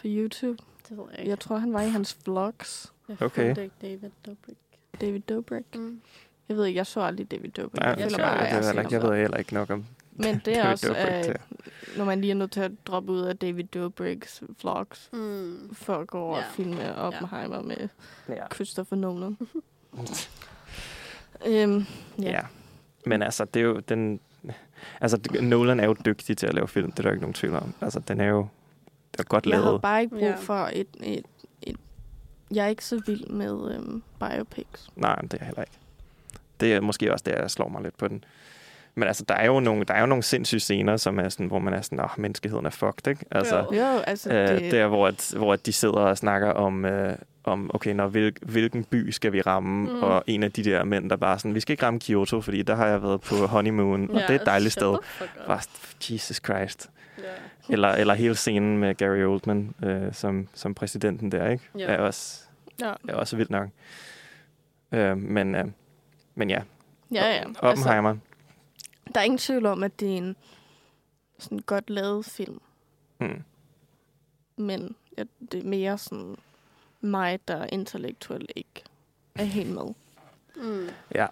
På YouTube.
Det ved jeg ikke.
Jeg tror, han var i hans vlogs.
Jeg
Okay.
fulgte ikke David Dobrik.
David Dobrik.
Mm.
Jeg ved ikke, jeg så aldrig David Dobrik.
Nej, jeg,
føler
jeg,
bare,
jeg,
jeg har
jeg,
set
jeg, jeg ved heller ikke nok om
Men det
David
er også,
Dobrik
øh,
til.
når man lige er nødt til at droppe ud af David Dobriks vlogs,
Mm.
for at gå over
Ja.
og filme Oppenheimer med
Ja.
Christopher Nolan. øhm, ja.
ja. Men altså, det er jo den... Altså, det- Nolan er jo dygtig til at lave film. Det er der jo ikke nogen tvivl om. Altså, den er jo... Det er godt
Jeg havde
lavet.
bare ikke brug
Ja.
for et, et, et... Jeg er ikke så vild med øhm, biopics.
Nej, men det er jeg heller ikke. Det er måske også der, jeg slår mig lidt på den. Men altså, der er jo nogle, der er jo nogle sindssyge scener, som er sådan, hvor man er sådan, at menneskeheden er fucked, ikke? Altså,
Jo.
Jo, altså
øh,
det...
der, hvor, at, hvor at de sidder og snakker om, øh, om okay, når, hvil, hvilken by skal vi ramme?
Mm.
Mm. Og en af de der mænd, der bare sådan, vi skal ikke ramme Kyoto, fordi der har jeg været på honeymoon, og det er et dejligt sted. Bare, sådan, Jesus Christ.
Ja.
Eller, eller hele scenen med Gary Oldman øh, som, som præsidenten der, ikke?
Ja.
Er også
Ja,
er også vildt nok. Øh, men, øh, men ja,
ja. ja. Altså,
Oppenheimer.
der er ingen tvivl om, at det er en sådan godt lavet film,
Mm.
men jeg, det er mere sådan mig, der intellektuelt ikke er helt med.
Mm.
Ja,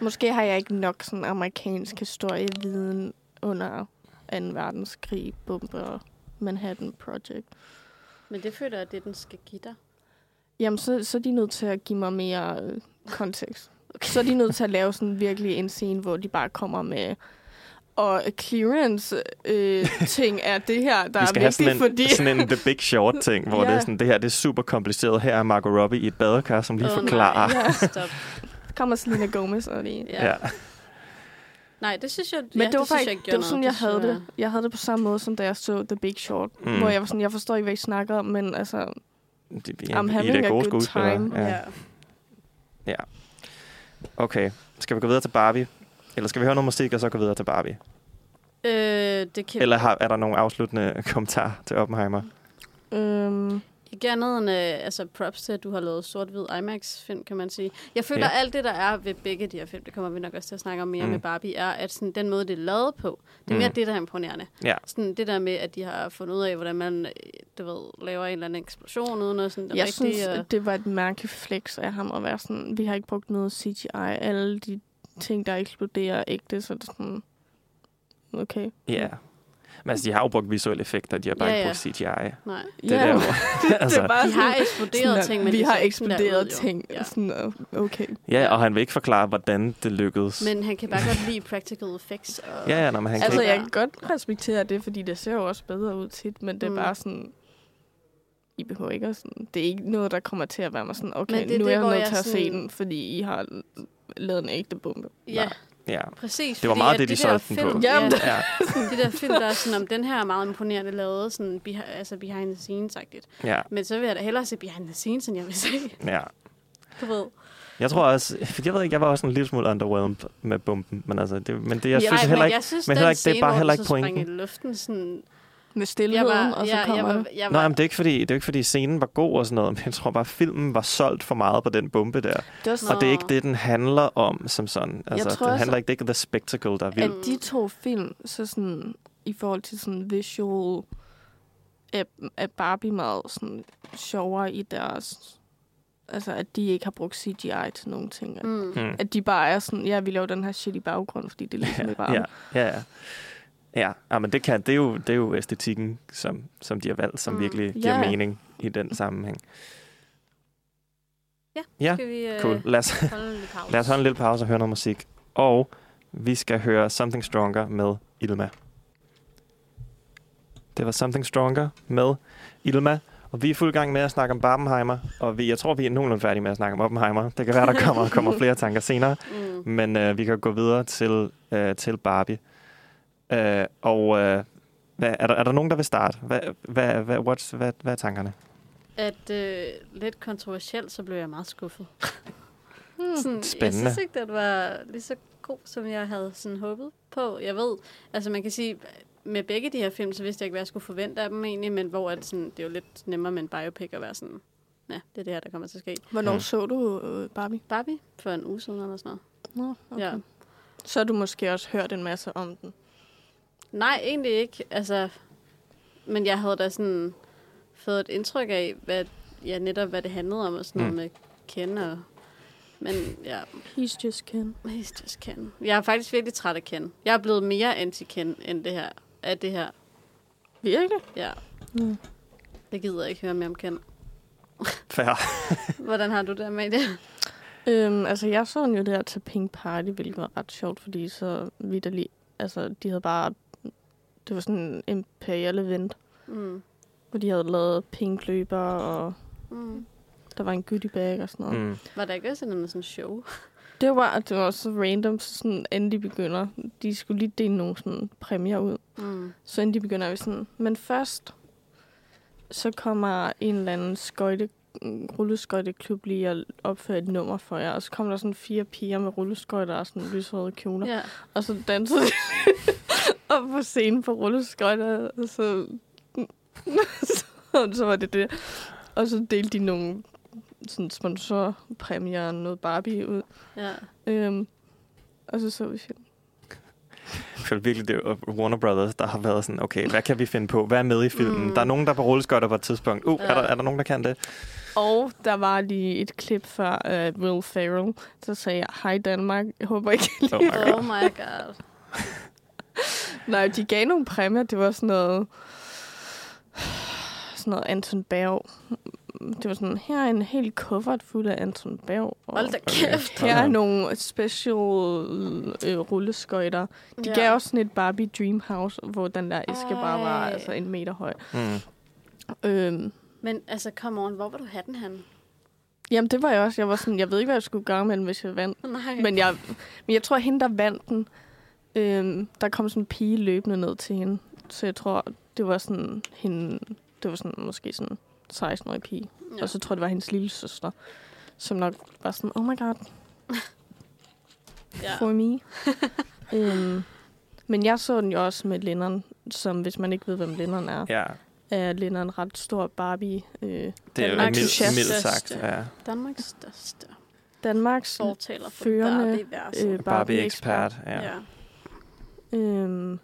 Måske har jeg ikke nok sådan amerikansk historieviden under 2. verdenskrig, bomber og Manhattan Project.
Men det føler jeg, det den skal give dig.
Jamen, så, så er de nødt til at give mig mere øh, kontekst. Så er de nødt til at lave sådan virkelig en scene, hvor de bare kommer med og clearance-ting er det her, der
vi
er
skal have
vigtigt,
sådan en,
fordi...
sådan en The Big Short-ting, hvor
Ja.
det er sådan, det her det er super kompliceret. Her er Margot Robbie i et badekar, som lige
Åh,
oh, forklarer.
Nej, ja. stop.
Kommer Selena Gomez og det...
Ja.
Ja.
ja.
Ja.
Nej, det synes jeg,
Men
ja,
det var
det synes
faktisk
jeg
det
gjorde
var sådan,
noget.
jeg havde
synes
det. Jeg havde det på samme måde, som da jeg så The Big Short.
Mm.
Mm. Hvor jeg var sådan, jeg forstår ikke, hvad I snakker om, men altså,
De,
I'm
I
having
er
a
gode
good
skuespillere.
time.
jeg-
Ja.
Ja.
Okay, skal vi gå videre til Barbie? Eller skal vi høre noget musik, og så gå videre til Barbie?
Øh, det kan
Eller har, er der nogle afsluttende kommentarer til Oppenheimer?
Øhm,
ikke andet end øh, altså props til, at du har lavet sort-hvid IMAX-film, kan man sige. Jeg føler,
Ja.
ja. alt det, der er ved begge de her film, det kommer vi nok også til at snakke om mere
Mm.
mm. med Barbie, er, at sådan, den måde, det er lavet på, det er
Mm.
mere mm. det, der er imponerende.
Ja.
Sådan, det der med, at de har fundet ud af, hvordan man øh, du ved, laver en eller anden eksplosion, uden at sådan,
jeg rigtig,
rigtig,
synes,
øh,
at det var et mærkeligt flex af ham at være sådan, vi har ikke brugt noget CGI, alle de ting, der eksploderer er ægte, så det er sådan, okay.
Ja. Men altså, de har jo brugt visuelle effekter, de har bare
Ja,
ikke
ja.
brugt CGI. Det
nej.
er der, hvor, altså,
det var
De har eksploderet ting, men
vi
de
har
ser ikke sådan der
eksploderet
ud, jo.
ting.
Ja.
Ja. Sådan, øh, okay.
ja, og han vil ikke forklare, hvordan det lykkedes.
Men han kan bare godt lide practical effects. Og...
ja, ja, når man han
altså,
kan ikke...
jeg kan godt respektere det, fordi det ser jo også bedre ud tit, men det er
Mm.
bare sådan... I behøver ikke at sådan... Det er ikke noget, der kommer til at være mig sådan, okay,
Men det er
nu er
det,
jeg
hvor
nødt
jeg
til at se
sådan-
den, fordi I har l- lavet en ægte bombe.
ja
Ja.
præcis.
Det var
fordi
meget
at
det, de
der
solgte den på.
film,
Jamen,
Ja,
ja.
det der film, der er sådan, om den her er meget imponerende lavet, sådan behi- altså behind the scenes -agtigt.
Ja,
Men så vil jeg da hellere se behind the scenes, end jeg vil se,
ja.
du ved.
Jeg tror også... For jeg ved ikke, jeg var også en lille smule underwhelmed med bomben. Men, altså, det, men det, jeg
Ja,
synes
ej,
heller
men
ikke...
jeg synes,
men
den
heller ikke- det er
scene,
bare
hvor
heller
den
ikke
så springer
pointen.
i luften, sådan...
Med
Jeg
stillheden,
var,
og så
jeg,
kommer
jeg var,
det.
jeg
Nå,
var,
jamen, det er ikke fordi, det er ikke fordi scenen var god og sådan noget, men jeg tror bare, filmen var solgt for meget på den bombe der.
Det er også,
Og det er ikke det, den handler om som sådan. Altså,
tror
den
også-
handler ikke, det er ikke the spectacle, der er vildt.
at de to film, så sådan, i forhold til sådan visual, er, er Barbie meget sådan sjovere i deres... Altså, at de ikke har brugt CGI til nogen ting. At,
Mm.
Mm.
at de bare er sådan, ja, vi laver den her shit i baggrund, fordi det er ligesom i Barbie.
Ja, ja, ja. Ja, ja men det, kan, det, er jo, det er jo æstetikken, som, som de har valgt, som mm.
Mm.
virkelig giver
Ja.
mening i den sammenhæng. Ja,
Skal vi øh,
Cool. Lad os,
holde en lille pause?
lad os holde en lille pause og høre noget musik. Og vi skal høre Something Stronger med Ilma. Det var Something Stronger med Ilma. Og vi er i fuld gang med at snakke om Barbenheimer, og vi, jeg tror, vi er nogenlunde færdige med at snakke om Oppenheimer. Det kan være, der kommer, kommer flere tanker senere.
Mm.
Men øh, vi kan gå videre til, øh, til Barbie. Øh, og øh, hvad, er, der, er der nogen, der vil starte? Hvad, hvad, hvad, what, hvad, hvad er tankerne?
At øh, lidt kontroversielt, så blev jeg meget skuffet.
Hmm.
Sådan, Jeg
Spændende.
synes ikke, den var lige så god, som jeg havde sådan håbet på. Jeg ved, altså man kan sige, med begge de her film, så vidste jeg ikke, hvad jeg skulle forvente af dem egentlig, men hvor at sådan, det er jo lidt nemmere med en biopic at være sådan, ja, det er det her, der kommer til at ske.
Hvornår
Mm.
mm. så du øh, Barbie?
Barbie for en uge siden eller sådan noget.
Nå,
Okay. Ja.
Så har du måske også hørt en masse om den.
Nej, egentlig ikke. Altså, men jeg havde da sådan fået et indtryk af, hvad, ja, netop hvad det handlede om, og sådan noget
Mm.
med Ken og... Men ja,
He's just Ken.
He's just Ken. Jeg er faktisk virkelig træt af Ken. Jeg er blevet mere anti-Ken end det her, af det her.
Virkelig?
Ja,
Mm.
det gider jeg ikke høre mere om Ken.
Færre.
Hvordan har du det med det?
Øhm, altså, jeg så den jo der til Pink Party, hvilket var ret sjovt, fordi så vidderlig, altså, de havde bare, det var sådan en imperial event,
Mm.
hvor de havde lavet pink løber, og
Mm.
der var en goodie bag og sådan noget. Mm.
Mm.
Var der ikke også sådan noget sådan show?
Det var, det var så random, så sådan, inden de begynder, de skulle lige dele nogle sådan præmier ud.
Mm.
Så inden de begynder vi sådan, men først, så kommer en eller anden skøjte, rulleskøjteklub lige og opfører et nummer for jer. Og så kommer der sådan fire piger med rulleskøjter og sådan lyserøde kjoler. Ja.
Ja.
Og så danser de op på scenen på rulleskøjter. Og så, så, så var det det. Og så delte de nogle sådan sponsorpræmier og noget Barbie ud.
ja.
Øhm, og så så vi filmen.
Jeg føler virkelig, det er øh, Warner Brothers, der har været sådan, okay, hvad kan vi finde på? Hvad er med i filmen? Mm.
Mm.
Der er nogen, der er på rulleskøjter på et tidspunkt. Uh, er,
Ja.
der, er der nogen, der kan det?
Og der var lige et klip fra uh, Will Ferrell, der sagde, hej Danmark, jeg håber ikke lige.
Oh my god.
Oh my god.
Nej, de gav nogle præmier, det var sådan noget, sådan noget Anton Berg. Det var sådan, her er en hel kuffert fuld af Anton Berg. Og
Hold da
Okay.
kæft.
her er nogle special øh, rulleskøjter. De
Ja.
gav også sådan et Barbie Dreamhouse, hvor den der æske bare var
Ej.
altså en meter høj.
Mm.
Øhm,
Men altså, come on, hvor var du hatten han?
jamen, det var jeg også. Jeg var sådan, jeg ved ikke, hvad jeg skulle gøre med den, hvis jeg vandt.
Nej.
Men jeg, men jeg tror, at hende, der vandt den, øhm, der kom sådan en pige løbende ned til hende. Så jeg tror, det var sådan hende, det var sådan måske sådan 16-årig pige. Ja.
ja.
Og så tror jeg, det var hendes lille søster, som nok var sådan, oh my god,
ja.
for me. øhm, Men jeg så den jo også med Lennon, som hvis man ikke ved, hvem Lennon er,
Ja,
er Lennon en ret stor Barbie. Øh,
det er jo
Danmarks
mildt,
entusiast.
mildt sagt. Ja.
Danmarks største
Danmarks
fortaler for
Førende,
Barbie-verset.
øh,
Barbie-ekspert. Ja.
ja.
Øhm,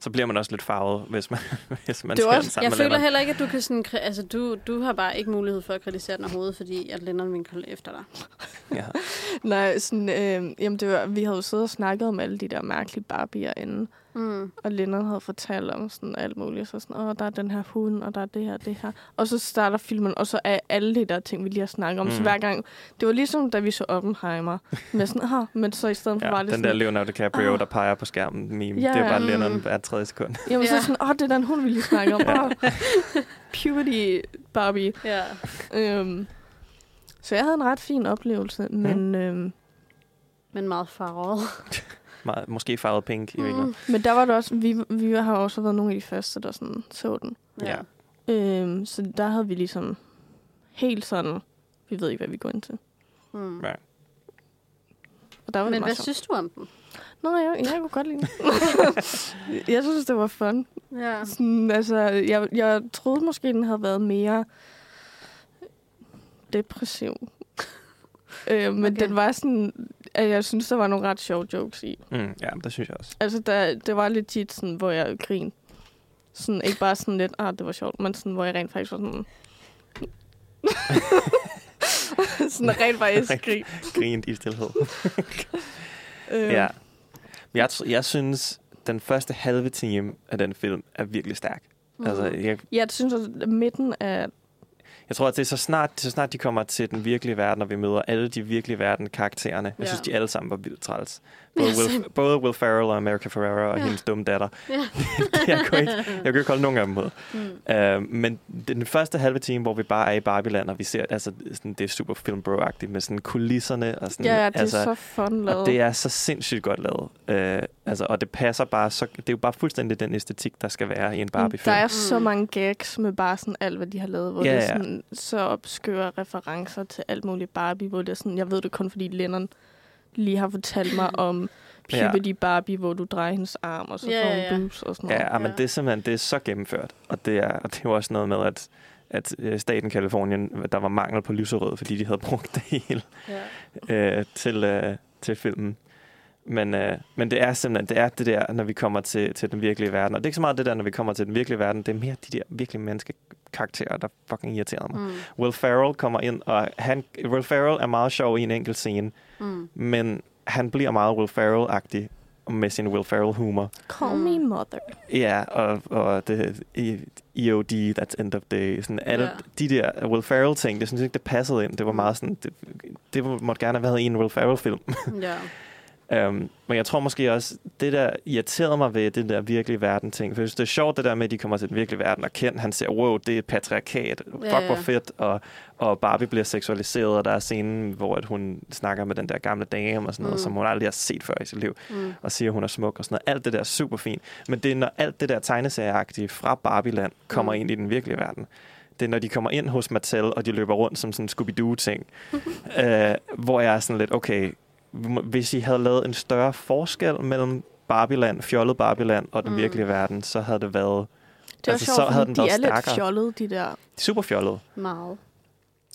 Så bliver man også lidt farvet, hvis man, hvis man
Det
ser
er
den
også,
sammen
jeg
med
føler
Lennon.
heller ikke, at du kan sådan... kri- Altså, du, du har bare ikke mulighed for at kritisere den overhovedet, fordi at Lennon vinker efter dig.
Ja.
nej, sådan, øh, jamen det var, vi havde jo siddet og snakket om alle de der mærkelige Barbier inden,
Mm.
og Lennon havde fortalt om sådan alt muligt. Så sådan, åh, der er den her hund, og der er det her, det her. Og så starter filmen, og så er alle de der ting, vi lige har snakket om. Mm.
Mm.
Så hver gang, det var ligesom, da vi så Oppenheimer, med sådan, ah, men så i stedet for
Ja,
var det
den
sådan,
der Leonardo DiCaprio,
Åh.
der peger på skærmen meme.
Ja.
Det er bare
Mm.
Lennon hver tredje sekund.
Jamen, ja. så er
Ja.
det sådan, åh, det er den hund, vi lige snakker om.
Ja.
Åh, puberty Barbie.
Ja.
Øhm, så jeg havde en ret fin oplevelse,
Mhm.
men, øhm,
Men meget farvet.
Meget, måske farvet pink i virkeligheden.
Mm.
men der var det også, vi, vi har også været nogle af de første, der sådan så den.
Ja.
Mm. Ja.
Øhm, så der havde vi ligesom helt sådan, vi ved ikke, hvad vi går ind til.
Mm.
Ja.
Og der var det
Men hvad
meget sjovt.
synes du om den?
Nå, jeg, jeg kunne godt lide den. jeg synes, det var fun.
Ja.
Sådan, altså, jeg, jeg troede måske, den havde været mere depressiv. øh, men
Okay.
okay. den var sådan, at jeg synes, der var nogle ret sjove jokes i.
Mm, ja, det synes jeg også.
Altså, der, det var lidt tit sådan, hvor jeg grinede. Sådan, ikke bare sådan lidt, ah, det var sjovt, men sådan, hvor jeg rent faktisk var sådan... sådan rent faktisk grin.
Grint i stillhed.
Øh,
ja. Men jeg, tr- jeg synes, den første halve time af den film er virkelig stærk. Mm. Altså, jeg,
Jeg synes, at midten af...
jeg tror, at det er så snart, så snart de kommer til den virkelige verden, og vi møder alle de virkelige verden karaktererne. Jeg
Ja.
synes, de alle sammen var vildt træls.
Ja,
Både, Will, både Will Ferrell og America Ferrera og
Ja.
hendes dumme datter.
Ja.
jeg, kunne ikke, jeg kunne ikke holde nogen af dem ud.
Mm.
Uh, men den første halve time, hvor vi bare er i Barbieland, og vi ser, altså, sådan, det er super filmbro-agtigt med sådan kulisserne. Og sådan,
Ja, ja, det
altså,
er så fun lavet.
Og det er så sindssygt godt lavet. Øh, altså, og det passer bare så... Det er jo bare fuldstændig den æstetik, der skal være i en Barbie-film.
Der er så
Mm.
mange gags med bare sådan alt, hvad de har lavet, hvor
Ja,
yeah, det
ja.
er sådan, så opskøre referencer til alt muligt Barbie, hvor det er sådan, jeg ved det kun, fordi Lennon lige har fortalt mig om
Ja.
puberty Barbie, hvor du drejer hendes arm, og så
Ja,
yeah, får hun
ja, ja.
blues og sådan noget.
Ja, ja, men det er simpelthen det er så gennemført. Og det er, og det er jo også noget med, at, at øh, staten Kalifornien, der var mangel på lyserød, fordi de havde brugt det hele
Ja.
øh, til, øh, til filmen. Men, øh, men det er simpelthen det, er det der, når vi kommer til, til den virkelige verden. Og det er ikke så meget det der, når vi kommer til den virkelige verden. Det er mere de der virkelige menneskekarakterer, der fucking irriterer mig.
Mm.
Will Ferrell kommer ind, og han, Will Ferrell er meget sjov i en enkelt scene,
Mm.
men han bliver meget Will Ferrell-agtig med sin Will Ferrell-humor.
Call
Mm.
me mother.
Ja, og, og det, E- EOD, that's end of day. Sådan alle
Ja. Mm.
de der Will Ferrell-ting, det synes jeg ikke, det passede ind. Det var meget sådan, det, det måtte gerne have været i en Will Ferrell-film.
Ja.
Um, men jeg tror måske også, det der irriterede mig ved det der virkelige verden ting, for jeg synes, det er sjovt det der med, at de kommer til den virkelige verden, og Ken han ser, wow, det er et patriarkat, fuck
Ja, ja.
hvor fedt, og, og Barbie bliver seksualiseret, og der er scenen, hvor at hun snakker med den der gamle dame og sådan noget,
Mm.
som hun aldrig har set før i sit liv,
Mm.
og siger, hun er smuk og sådan noget. Alt det der er super fint, men det er, når alt det der tegneserieagtige fra Barbie-land kommer
Mm.
ind i den virkelige verden. Det er, når de kommer ind hos Mattel, og de løber rundt som sådan Scooby-Doo-ting, øh, hvor jeg er sådan lidt, okay, hvis I havde lavet en større forskel mellem Barbieland, fjollet Barbieland og den
Mm.
virkelige verden, så havde det været
Det
Altså,
var altså,
så
sjovt,
havde
fordi
den
de
været
er lidt
stærkere.
fjollede, de der.
super fjollet.
Meget.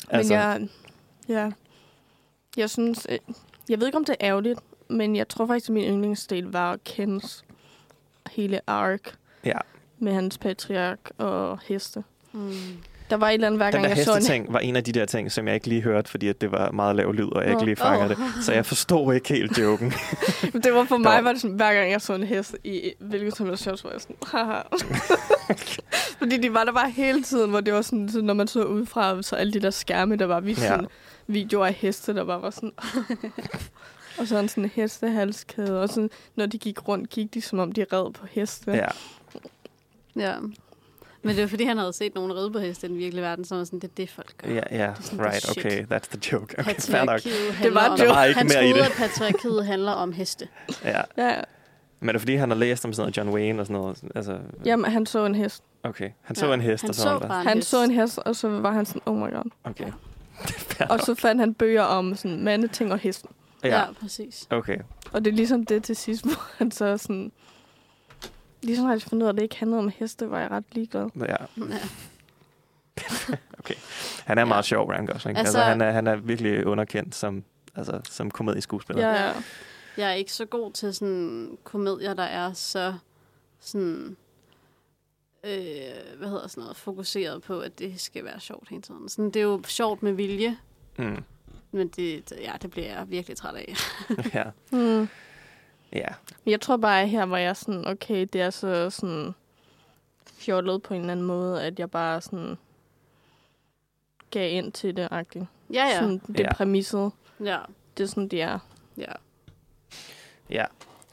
Men altså. jeg, ja, jeg synes, øh, jeg ved ikke, om det er ærgerligt, men jeg tror faktisk, at min yndlingsdel var Kens hele ark
Ja.
med hans patriark og heste.
Mm.
Der var et eller andet, hver
den
gang
der
jeg så en
hesteting var en af de der ting, som jeg ikke lige hørte, fordi at det var meget lav lyd, og jeg ikke
Nå.
lige fangede
Åh.
det. Så jeg forstod ikke helt joken.
Men Det var for
Der var-
mig, var det sådan, hver gang jeg så en hest i hvilket som helst shot, så var jeg sådan, haha. Fordi de var der bare hele tiden, hvor det var sådan, så når man så udefra, så alle de der skærme, der var vist
Ja.
ja. sådan, videoer af heste, der bare var sådan... og så en sådan hestehalskæde, og sådan, når de gik rundt, gik de som om de red på heste.
ja.
Ja. Men det var, fordi han havde set nogen ride på heste i den virkelige verden, så var sådan, det er det, folk gør.
Ja, ja,
sådan, det er
right,
shit.
okay, that's the joke. Okay, fair nok.
Patriarkiet
Det var
handler om...
jo- Der
var ikke
han
mere i
troede,
det.
at patriarkiet handler om heste.
Ja.
Ja,
Men er det fordi, han har læst om sådan noget John Wayne og sådan noget? Altså,
jamen, han så en hest.
okay, han så en hest,
han
og så
så
var han bare,
bare en
Han
hest.
så en hest, og så var han sådan, oh my god.
okay. Det er fair
Og
nok.
så fandt han bøger om sådan mandeting og hesten.
Ja,
Ja,
præcis.
okay.
Og det er ligesom det til sidst, hvor han så er sådan, Ligesom har jeg fundet ud af, at det ikke handlede om heste, var jeg ret ligeglad.
Ja,
Ja.
han er
Ja.
meget sjov, Ryan Gosling. Altså, altså
Altså-
han, er, han er virkelig underkendt som, altså, som komedieskuespiller.
Ja,
Ja.
ja.
Jeg er ikke så god til sådan komedier, der er så sådan... Øh, hvad hedder sådan noget? Fokuseret på, at det skal være sjovt hele tiden. Sådan, det er jo sjovt med vilje,
Mm.
men det, ja, det bliver jeg virkelig træt af.
ja.
Hmm.
ja.
Men Jeg tror bare, at her var jeg sådan, okay, det er så sådan fjollet på en eller anden måde, at jeg bare sådan gav ind til det, agtigt.
Ja, ja.
Sådan, det er
Ja.
præmisset.
Ja,
Det er sådan, det er.
ja.
Ja,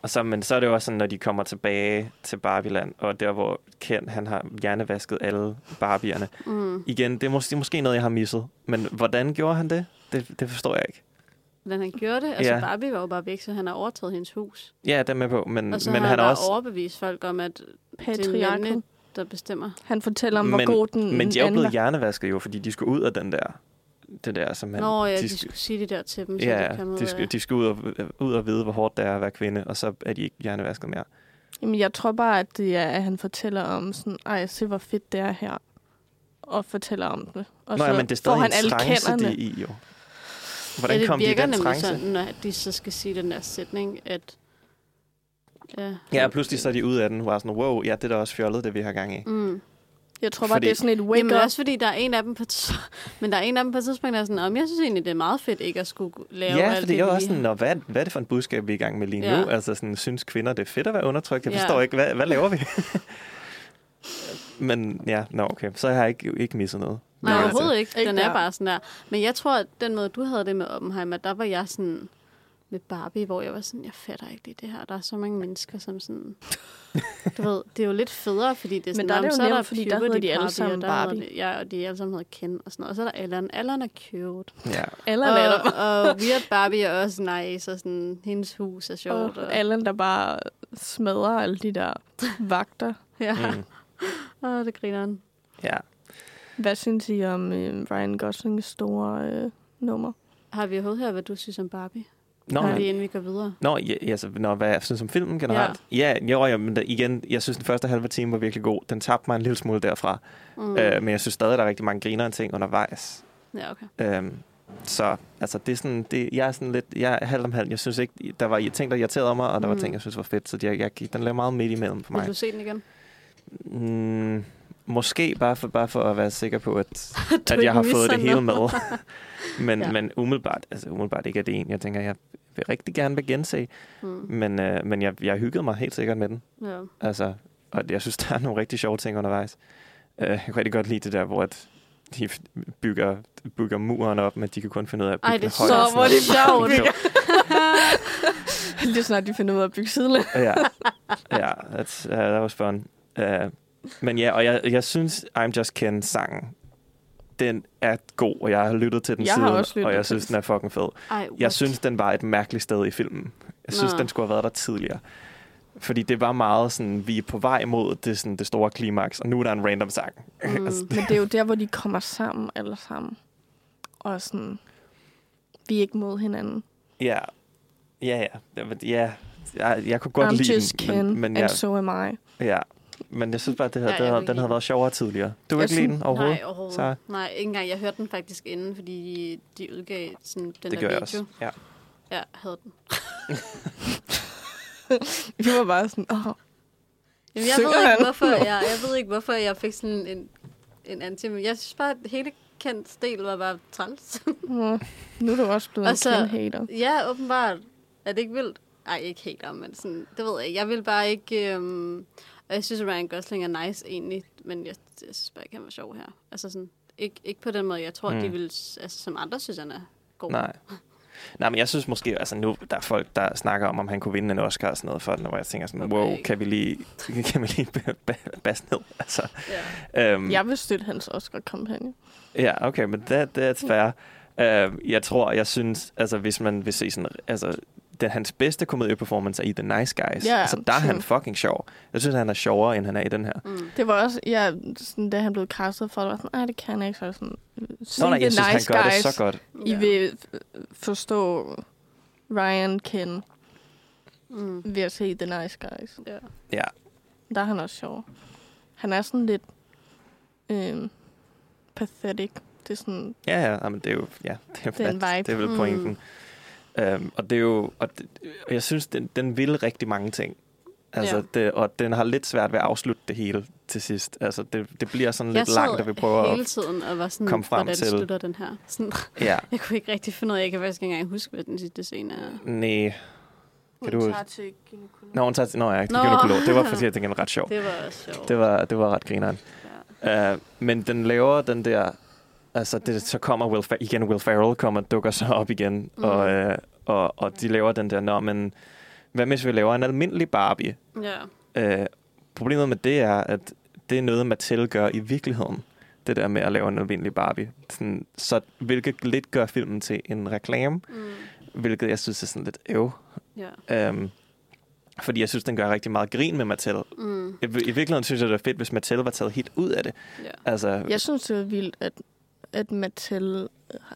og så, men så er det jo også sådan, når de kommer tilbage til Barbieland, og der hvor Ken, han har hjernevasket alle Barbierne.
Mm.
Igen, det er måske, måske noget, jeg har misset, men hvordan gjorde han det? Det, det forstår jeg ikke.
Hvordan han gjorde det. Altså,
Ja.
ja. Barbie var jo bare væk, så han har overtaget hendes hus.
Ja, det er med på, men,
Og så
Mm, men
har han
han er
bare
også...
overbevist folk om, at det er
Patriarken.
mændene, der bestemmer.
Han fortæller om, hvor
Men-
god den
Mm,
Men de er jo
anden
blevet
var.
hjernevasket jo, fordi de skulle ud af den der... Det der, som han...
Nå, ja, de,
de,
skulle sige det der til dem, så
ja,
de kan
de, skulle, de skulle ud og, ud og vide, hvor hårdt det er at være kvinde, og så er de ikke hjernevasket mere.
Jamen, jeg tror bare, at det er, at han fortæller om sådan, ej, se hvor fedt det er her. Og fortæller om det. Og
Nå,
så
ja, men det er
får
stadig
han
en
alle
trance, de
kenderne.
er i, jo. Hvordan
ja, det
kom de i
virker
den
nemlig
trance?
sådan, når de så skal sige den der sætning, at... Ja,
Ja, og pludselig så er de ud af den, hvor jeg er sådan, wow, ja, det er da også fjollet, det vi har gang i.
Mm.
Jeg tror bare,
Fordi-
det er sådan et wake
Jamen
up.
også fordi, der er en af dem på t- men der er en af dem på et tidspunkt, der er sådan, om jeg synes egentlig, det er meget fedt ikke at skulle lave
Ja,
alt
fordi
det,
jeg var
vi
også sådan,
har."
Nå, hvad, hvad er det for en budskab, vi er i gang med lige nu?
Ja.
Altså, sådan, synes kvinder, det er fedt at være undertrykt? Jeg
Ja.
forstår ikke, hvad, hvad laver vi? Men ja, nå, okay. Så har jeg ikke, ikke misset noget.
Nej,
Men
overhovedet ikke.
Ikke
Den er
der.
bare sådan der. Men jeg tror, at den måde, du havde det med Oppenheimer, der var jeg sådan med Barbie, hvor jeg var sådan, jeg fatter ikke lige det her. Der er så mange mennesker, som sådan... Du ved, det er jo lidt federe, fordi det er sådan,
der er
"Nå,
det jo
så der
nemt, fordi der
puberty
hedder de alle
Barbie, og
sammen
der hedder
Barbie."
det- Ja, og de alle sammen hedder Ken og sådan noget. Og så er der Allan. Allan er cute.
Ja.
Alle er
Og,
der.
og Weird Barbie er også nice, og sådan, hendes hus er sjovt. Og,
Og Allen, der bare smadrer alle de der vagter.
ja,
Mm.
og det griner han.
ja.
Hvad synes I om øh, Ryan Goslings store øh, nummer?
Har vi overhovedet hørt, hvad du synes om Barbie?
Nå,
Har
men-
vi, inden vi går videre?
Nå, ja, altså, nå, hvad jeg synes om filmen generelt? Ja, ja jo, ja, men der, igen, jeg synes, den første halve time var virkelig god. Den tabte mig en lille smule derfra.
Mm.
Mm. Øh, men jeg synes stadig, der er rigtig mange grinerende ting undervejs.
Ja, okay.
Øhm, så altså, det er sådan, det, jeg er sådan lidt, jeg er halvt om halvt. Jeg synes ikke, der var ting, der irriterede mig, og der mm. var
Mm.
ting, jeg synes var fedt. Så jeg, jeg, den lavede meget midt imellem for
Vil
mig.
du se den igen?
Mm, måske bare for, bare for at være sikker på, at,
Du
at jeg
ikke
har fået
misser
det hele med.
noget.
men, ja.
Ja.
men umiddelbart, altså umiddelbart ikke er det en, jeg tænker, jeg vil rigtig gerne vil gense.
Mm.
Men, øh, men jeg, jeg hyggede mig helt sikkert med den.
Ja.
Altså, og jeg synes, der er nogle rigtig sjove ting undervejs. Uh, jeg kan rigtig godt lide det der, hvor at de f- bygger, bygger muren op, men de kan kun finde ud af at bygge
Ej, det er
den
så,
højere og sådan
hvor
noget.
det er sjovt.
Jo.
Lige snart de finder ud af at bygge sidelæn.
ja, ja, that's, uh, that was fun. Uh, men ja, og jeg, jeg synes, I'm Just Ken sangen, den er god, og jeg har lyttet til den
Jeg har
siden,
også lyttet
og jeg
til
synes,
den.
den er fucking fed.
Ej,
Jeg
what?
synes, den var et mærkeligt sted i filmen. Jeg synes,
Nå.
den skulle have været der tidligere. Fordi det var meget sådan, vi er på vej mod det, sådan, det store klimaks, og nu er der en random sang.
Mm.
altså,
Men det er jo der, hvor de kommer sammen alle sammen. Og sådan, vi er ikke mod hinanden.
Ja, ja, ja. ja. men- ja. Jeg, jeg kunne godt
I'm
lide
just
den,
Ken,
men, men,
and
jeg,
so am I.
ja. men jeg synes bare, at det
Ja,
havde,
jeg
det havde,
kunne
den havde
lide
været sjovere tidligere. Du vil
Jeg
ikke lide
synes-
den overhovedet?
Nej, overhovedet.
Så-
Så... Nej, ikke engang. Jeg hørte den faktisk inden, fordi de, de udgav sådan, den der
det gjorde
video.
jeg også. Ja.
Ja, havde den.
Vi var bare sådan, åh,
Jamen, jeg,
Synger
ved
han?
ikke, hvorfor jeg, jeg ved ikke, hvorfor jeg fik sådan en, en anti, men jeg synes bare, at hele Kents del var bare træls.
oh, nu er du også blevet
Og
en
så-
Ken-hater.
ja, åbenbart. Er det ikke vildt? Ej, ikke helt om, men sådan, det ved jeg ikke. Jeg vil bare ikke... Øhm, og jeg synes, at Ryan Gosling er nice egentlig, men jeg, jeg synes bare ikke, han var sjov her. Altså sådan, ikke, ikke på den måde, jeg tror,
Mm.
mm. de vil, altså, som andre synes, han er god.
Nej. Nej, men jeg synes måske, altså nu der er folk, der snakker om, om han kunne vinde en Oscar og sådan noget for den, hvor jeg tænker sådan,
Håber
wow,
jeg ikke.
kan vi lige, kan vi lige ba- ba- basse ned? Altså,
Ja.
øhm,
Jeg vil støtte hans Oscar-kampagne.
Ja, okay, men that, that's fair. Uh, jeg tror, jeg synes, altså hvis man vil se sådan, altså den, hans bedste komedieperformance er i The Nice Guys.
Ja,
altså der er
true.
han fucking sjov. Jeg synes, han er sjovere, end han er i den her.
Mm.
Det var også, ja, sådan, da han blev castet for, det var sådan, nej, det kan jeg ikke. Så var jeg sådan, se
Nå nej,
The
jeg synes, han
nice
gør
guys.
det så godt.
I vil øh, forstå Ryan Ken
Mm.
ved at se The Nice Guys.
Ja.
Ja.
Men Der er han også sjov. Han er sådan lidt øh, pathetic. Det er sådan,
Ja, ja, jamen, det er jo, ja, det er,
Den
vel-
vibe. Hmm.
Det er vel
Mm.
pointen. Øhm, og det er jo, og, det, og jeg synes, den, den vil rigtig mange ting. Altså,
Ja.
det, og den har lidt svært ved at afslutte det hele til sidst. Altså, det, det bliver sådan
Jeg
lidt langt,
sad
og vi prøver
hele
at...
tiden og var sådan,
komme frem
hvordan
til-
slutter den her? Sådan,
Ja,
jeg kunne ikke rigtig finde ud af, jeg kan faktisk ikke engang huske, hvad den sidste scene er.
nej. Kan du- tager
til gynekolog.
Nå, hun tager til... Nå, ja,
Nå.
gynekolog. Det var faktisk, jeg tænkte, ret sjov.
Det var også sjovt.
Det var, det var ret grineren.
Ja.
Uh, men den laver den der... Altså, det, så kommer Will Fer- igen Will Ferrell kommer, dukker så op igen, mm.
Mm.
og, øh, og, og de laver den der, nå, men hvad hvis vi laver en almindelig Barbie?
Ja.
Øh, problemet med det er, at det er noget, Mattel gør i virkeligheden. Det der med at lave en almindelig Barbie. Sådan, så hvilket lidt gør filmen til en reklame,
Mm.
hvilket jeg synes er sådan lidt øv.
Ja.
Øhm, fordi jeg synes, den gør rigtig meget grin med Mattel.
Mm.
I, I virkeligheden synes jeg, det er fedt, hvis Mattel var taget helt ud af det.
ja.
Altså,
Jeg synes, det er vildt, at, at Mattel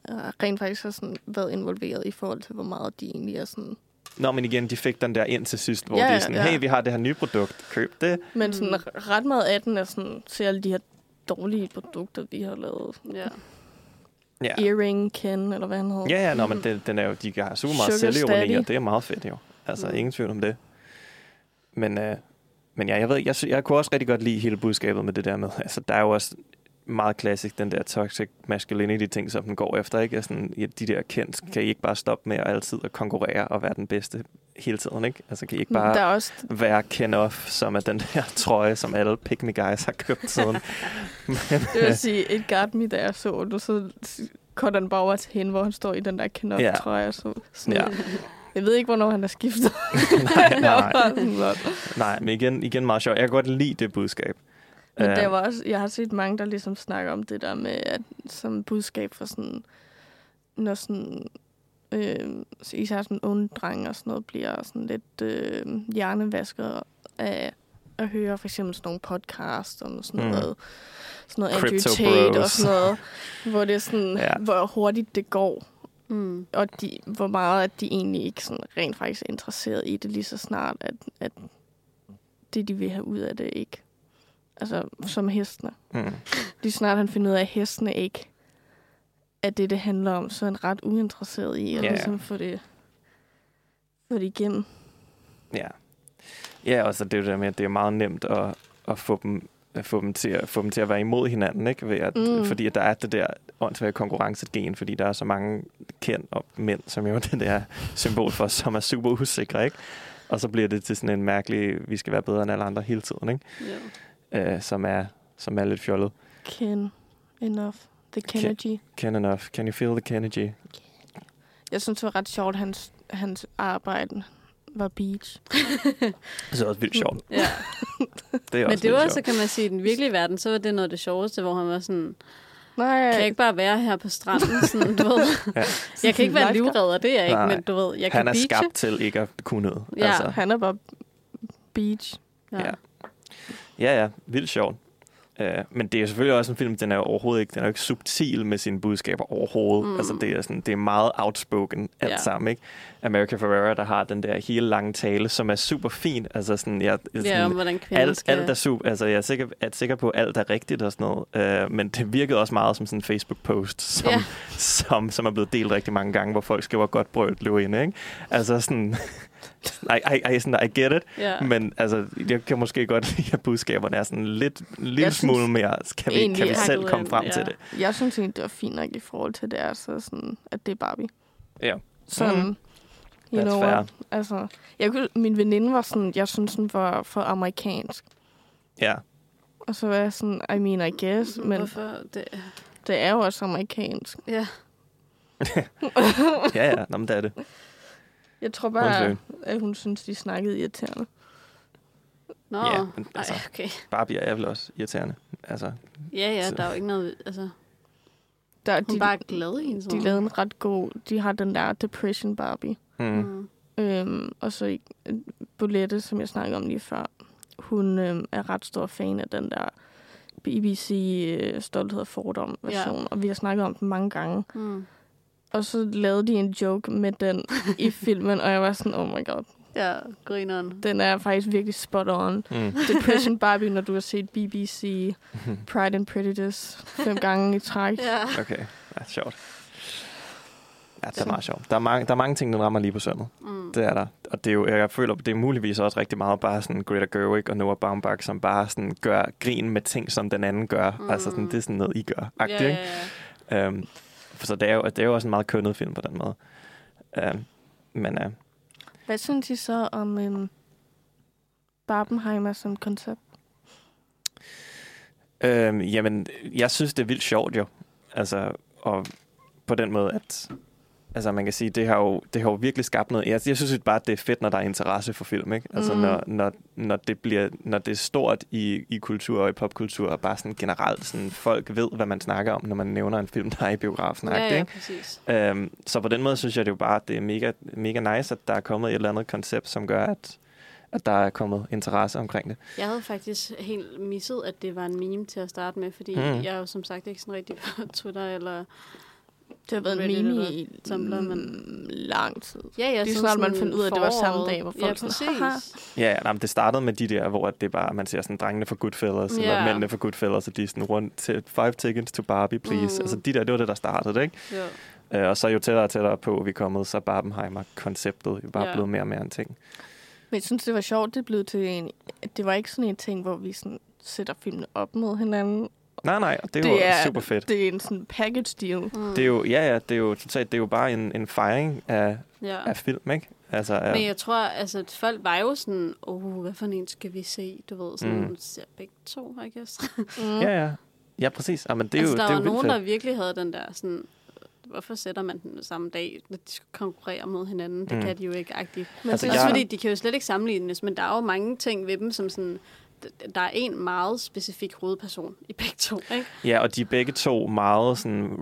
har- rent faktisk har sådan været involveret i forhold til, hvor meget de egentlig er sådan...
Nå, men igen, de fik den der ind til sidst, hvor
Ja,
ja, de er
ja,
sådan,
ja.
hey, vi har det her nye produkt, køb det.
Men
Mm.
sådan, ret meget af den er sådan til alle de her dårlige produkter, vi har lavet.
ja.
Ja,
Earring Ken, eller hvad han hedder.
ja, ja nå, men den, den er jo, de har super meget
Sugar
selvironi,
Daddy.
og det er meget fedt jo. Altså,
Mm.
ingen tvivl om det. Men, øh, men ja, jeg ved, ikke, jeg, sy- jeg kunne også rigtig godt lide hele budskabet med det der med, altså, der er jo også meget klassisk, den der toxic masculinity ting, som den går efter, ikke? Altså, sådan, ja, de der kendt, kan I ikke bare stoppe med at altid at konkurrere og være den bedste hele tiden, ikke? Altså, kan I ikke bare
Der er også
være Ken Off, som er den der trøje, som alle pick me guys har købt siden.
Det vil sige, et guard me, da jeg så den, så cutter den bare over til hende, hvor han står i den der knop,
Ja.
yeah. tror jeg. Så sådan,
Ja.
yeah. Jeg ved ikke, hvornår han er skiftet.
nej,
Jeg
nej,
var sådan, "Nå."
nej, men igen, igen meget sjovt. Jeg kan godt lide det budskab.
Men
Øh,
der var også, jeg har set mange, der ligesom snakker om det der med, at som budskab for sådan, når sådan, øh, især sådan unge drenge og sådan noget, bliver sådan lidt øh, hjernevasket af at høre for eksempel sådan nogle podcast om sådan
Mm.
noget, sådan noget Andrew
Crypto
Tate
bros.
og sådan noget, hvor det er sådan,
Ja.
ja. hvor hurtigt det går,
Mm.
og de, hvor meget at de egentlig ikke sådan rent faktisk er interesseret i det lige så snart, at, at det, de vil have ud af det, ikke. Altså, som hestene.
Mm.
Lige snart han finder ud af, at hestene ikke er det, det handler om, så er han ret uinteresseret i
Ja.
at yeah. ligesom få det, få det igennem.
Ja. Ja, og så det er jo det der med, at det er meget nemt at, at få dem at få dem, til at få dem til at være imod hinanden, ikke? Ved at, mm.
Mm.
fordi at der er det der åndssvage konkurrencegen, fordi der er så mange kendt og mænd, som jo er det der symbol for, som er super usikre, ikke? Og så bliver det til sådan en mærkelig, vi skal være bedre end alle andre hele tiden, ikke?
Ja.
øh, som, er, som er lidt fjollet.
Ken, enough. The Kennedy.
Can enough. Can you feel the Kennedy?
Jeg synes, det var ret sjovt, hans, hans arbejde var beach.
Det er også vildt sjovt.
Mm. ja.
Det er
Men
også
det var
vildt
så,
sjovt.
kan man sige, i den virkelige verden, så var det noget af det sjoveste, hvor han var sådan,
Nej,
kan jeg ikke bare være her på stranden? Sådan, du ved.
Ja.
Jeg kan ikke være
Lifeguard.
livredder, det er jeg ikke,
Nej.
men du ved, jeg
Han
kan
er
beache.
skabt til ikke at kunne noget.
Ja.
Altså,
Han er bare beach.
Ja. ja, ja. Vildt sjovt. Øh, men det er selvfølgelig også en film, den er jo overhovedet ikke, den er jo ikke subtil med sine budskaber overhovedet. Mm.
Mm.
Altså, det er, sådan, det er meget outspoken alt
Ja.
sammen, ikke? America Ferrera, der har den der hele lange tale, som er super fin. Altså, sådan, jeg, sådan,
Ja, om hvordan kvinder
alt,
skal...
alt er super, altså jeg er sikker, er sikker på, at alt er rigtigt og sådan noget, øh, men det virkede også meget som sådan en Facebook-post, som,
Ja.
som, som er blevet delt rigtig mange gange, hvor folk skriver godt brød, Løvinde, ikke? Altså sådan, I, I, I, sådan, I get it,
ja.
men altså, jeg kan måske godt lide, at budskaberne er sådan lidt, en lille
Jeg synes
smule mere, kan vi,
egentlig,
kan vi
at-
selv komme frem
øh, Ja.
til det.
Jeg synes egentlig, det var fint nok i forhold til det, altså sådan, at det er Barbie.
Ja.
Sådan,
Mhm.
mm. you
That's
know
fair.
what? Altså, jeg kunne, min veninde var sådan, jeg synes, den var for amerikansk.
Ja,
Og så var jeg sådan, I mean, I guess, men
Hvorfor det?
det er jo også amerikansk.
Ja.
ja, ja, Nå, men det er det.
Jeg tror bare,
Undskyld.
at hun synes, de snakkede irriterende.
Nå,
Ja,
ja,
men altså-
Ej, okay.
Barbie er vel også irriterende. Altså,
Ja, ja,
Så-
der er jo ikke noget... Altså,
Der,
hun
de,
de, bare er glad i hendes
de lavede en ret god, de har den der Depression Barbie.
mm, mm.
Mm.
Øhm, og så øh, Bolette, som jeg snakkede om lige før, hun øhm, er ret stor fan af den der BBC øh, Stolthed og Fordom version, ja. og vi har snakket om den mange gange.
Mm.
Og så lavede de en joke med den i filmen, og jeg var sådan, oh my god,
Ja, grineren.
Den er faktisk virkelig spot on.
Mm.
Depression Barbie, når du har set BBC, Pride and Prejudice fem gange i træk.
Ja.
Hmm. Okay, ja, sjovt. Ja, det er meget sjovt. Der er, mange, der er mange ting, den rammer lige på sømmet.
Mm.
Det er der. Og det er jo, jeg føler, det er muligvis også rigtig meget bare sådan Greta Gerwig og Noah Baumbach, som bare sådan gør grin med ting, som den anden gør. Mm. Altså sådan, det er sådan noget, I gør.
Ja, ja,
Agtigt, yeah.
ja.
ikke? Um, så det er, jo, det er jo også en meget kønnet film på den måde. Um, men uh,
Hvad synes I så om øhm, Barbenheimer som koncept?
Øhm, jamen, jeg synes, det er vildt sjovt jo. Altså, og på den måde, at altså, man kan sige, det har jo, det har jo virkelig skabt noget. Jeg, jeg synes bare, at det er fedt, når der er interesse for film, ikke? Altså,
Mm.
mm.
Mhm.
når, når, når, det bliver, når det er stort i, i kultur og i popkultur, og bare sådan generelt, sådan, folk ved, hvad man snakker om, når man nævner en film, der er i biografen.
ja,
agtigt,
ja,
ikke?
præcis.
Øhm, så på den måde synes jeg det er jo bare, at det er mega, mega nice, at der er kommet et eller andet koncept, som gør, at, at der er kommet interesse omkring det.
Jeg havde faktisk helt misset, at det var en meme til at starte med, fordi
Mm.
mm. jeg er jo som sagt ikke sådan rigtig på Twitter eller...
Det har været
Reddit
en meme
eller
i
Tumblr, men-
mm, lang tid.
Ja, ja,
Det er
siden
snart, man fandt ud af, at det var samme
foråret.
dag, hvor folk
ja,
sådan,
præcis.
"Haha."
Ja, ja nej, men det startede med de der, hvor det bare, man ser sådan drengene fra Goodfellas, yeah.
Ja.
eller mændene fra Goodfellas, og de er sådan rundt til five tickets to Barbie, please.
Mm.
Mm. Altså de der, det var det, der startede, ikke?
Jo.
Øh, og så jo tættere og tættere på, vi er kommet, så er Barbenheimer-konceptet jo bare
Ja.
yeah. blevet mere og mere en ting.
Men jeg synes, det var sjovt, det blev til en... at Det var ikke sådan en ting, hvor vi sådan sætter filmene op mod hinanden.
Nej, nej, og det, det
Det
var
er-
super fedt.
Det er en sådan package deal.
Mm.
Det er jo, ja, ja, det er jo totalt, det er jo bare en, en fejring af,
ja.
af film, ikke? Altså, af,
Men jeg tror, altså, at folk var jo sådan, oh, hvad for en skal vi se? Du ved, sådan, mm.
Mm.
ser begge to, I guess.
Mm.
ja, ja. Ja, præcis. Ja, men det er jo,
altså, der
det er
var
jo vildt
nogen, der
fedt.
virkelig havde den der sådan, hvorfor sætter man den samme dag, når de skal konkurrere mod hinanden? Det mm.
Mm.
kan de jo ikke agtigt.
Men
Altså,
altså,
Også
jeg-
fordi, de kan jo slet ikke sammenlignes, men der er jo mange ting ved dem, som sådan, d- der er en meget specifik hovedperson i begge to, ikke?
Ja, og de er begge to meget sådan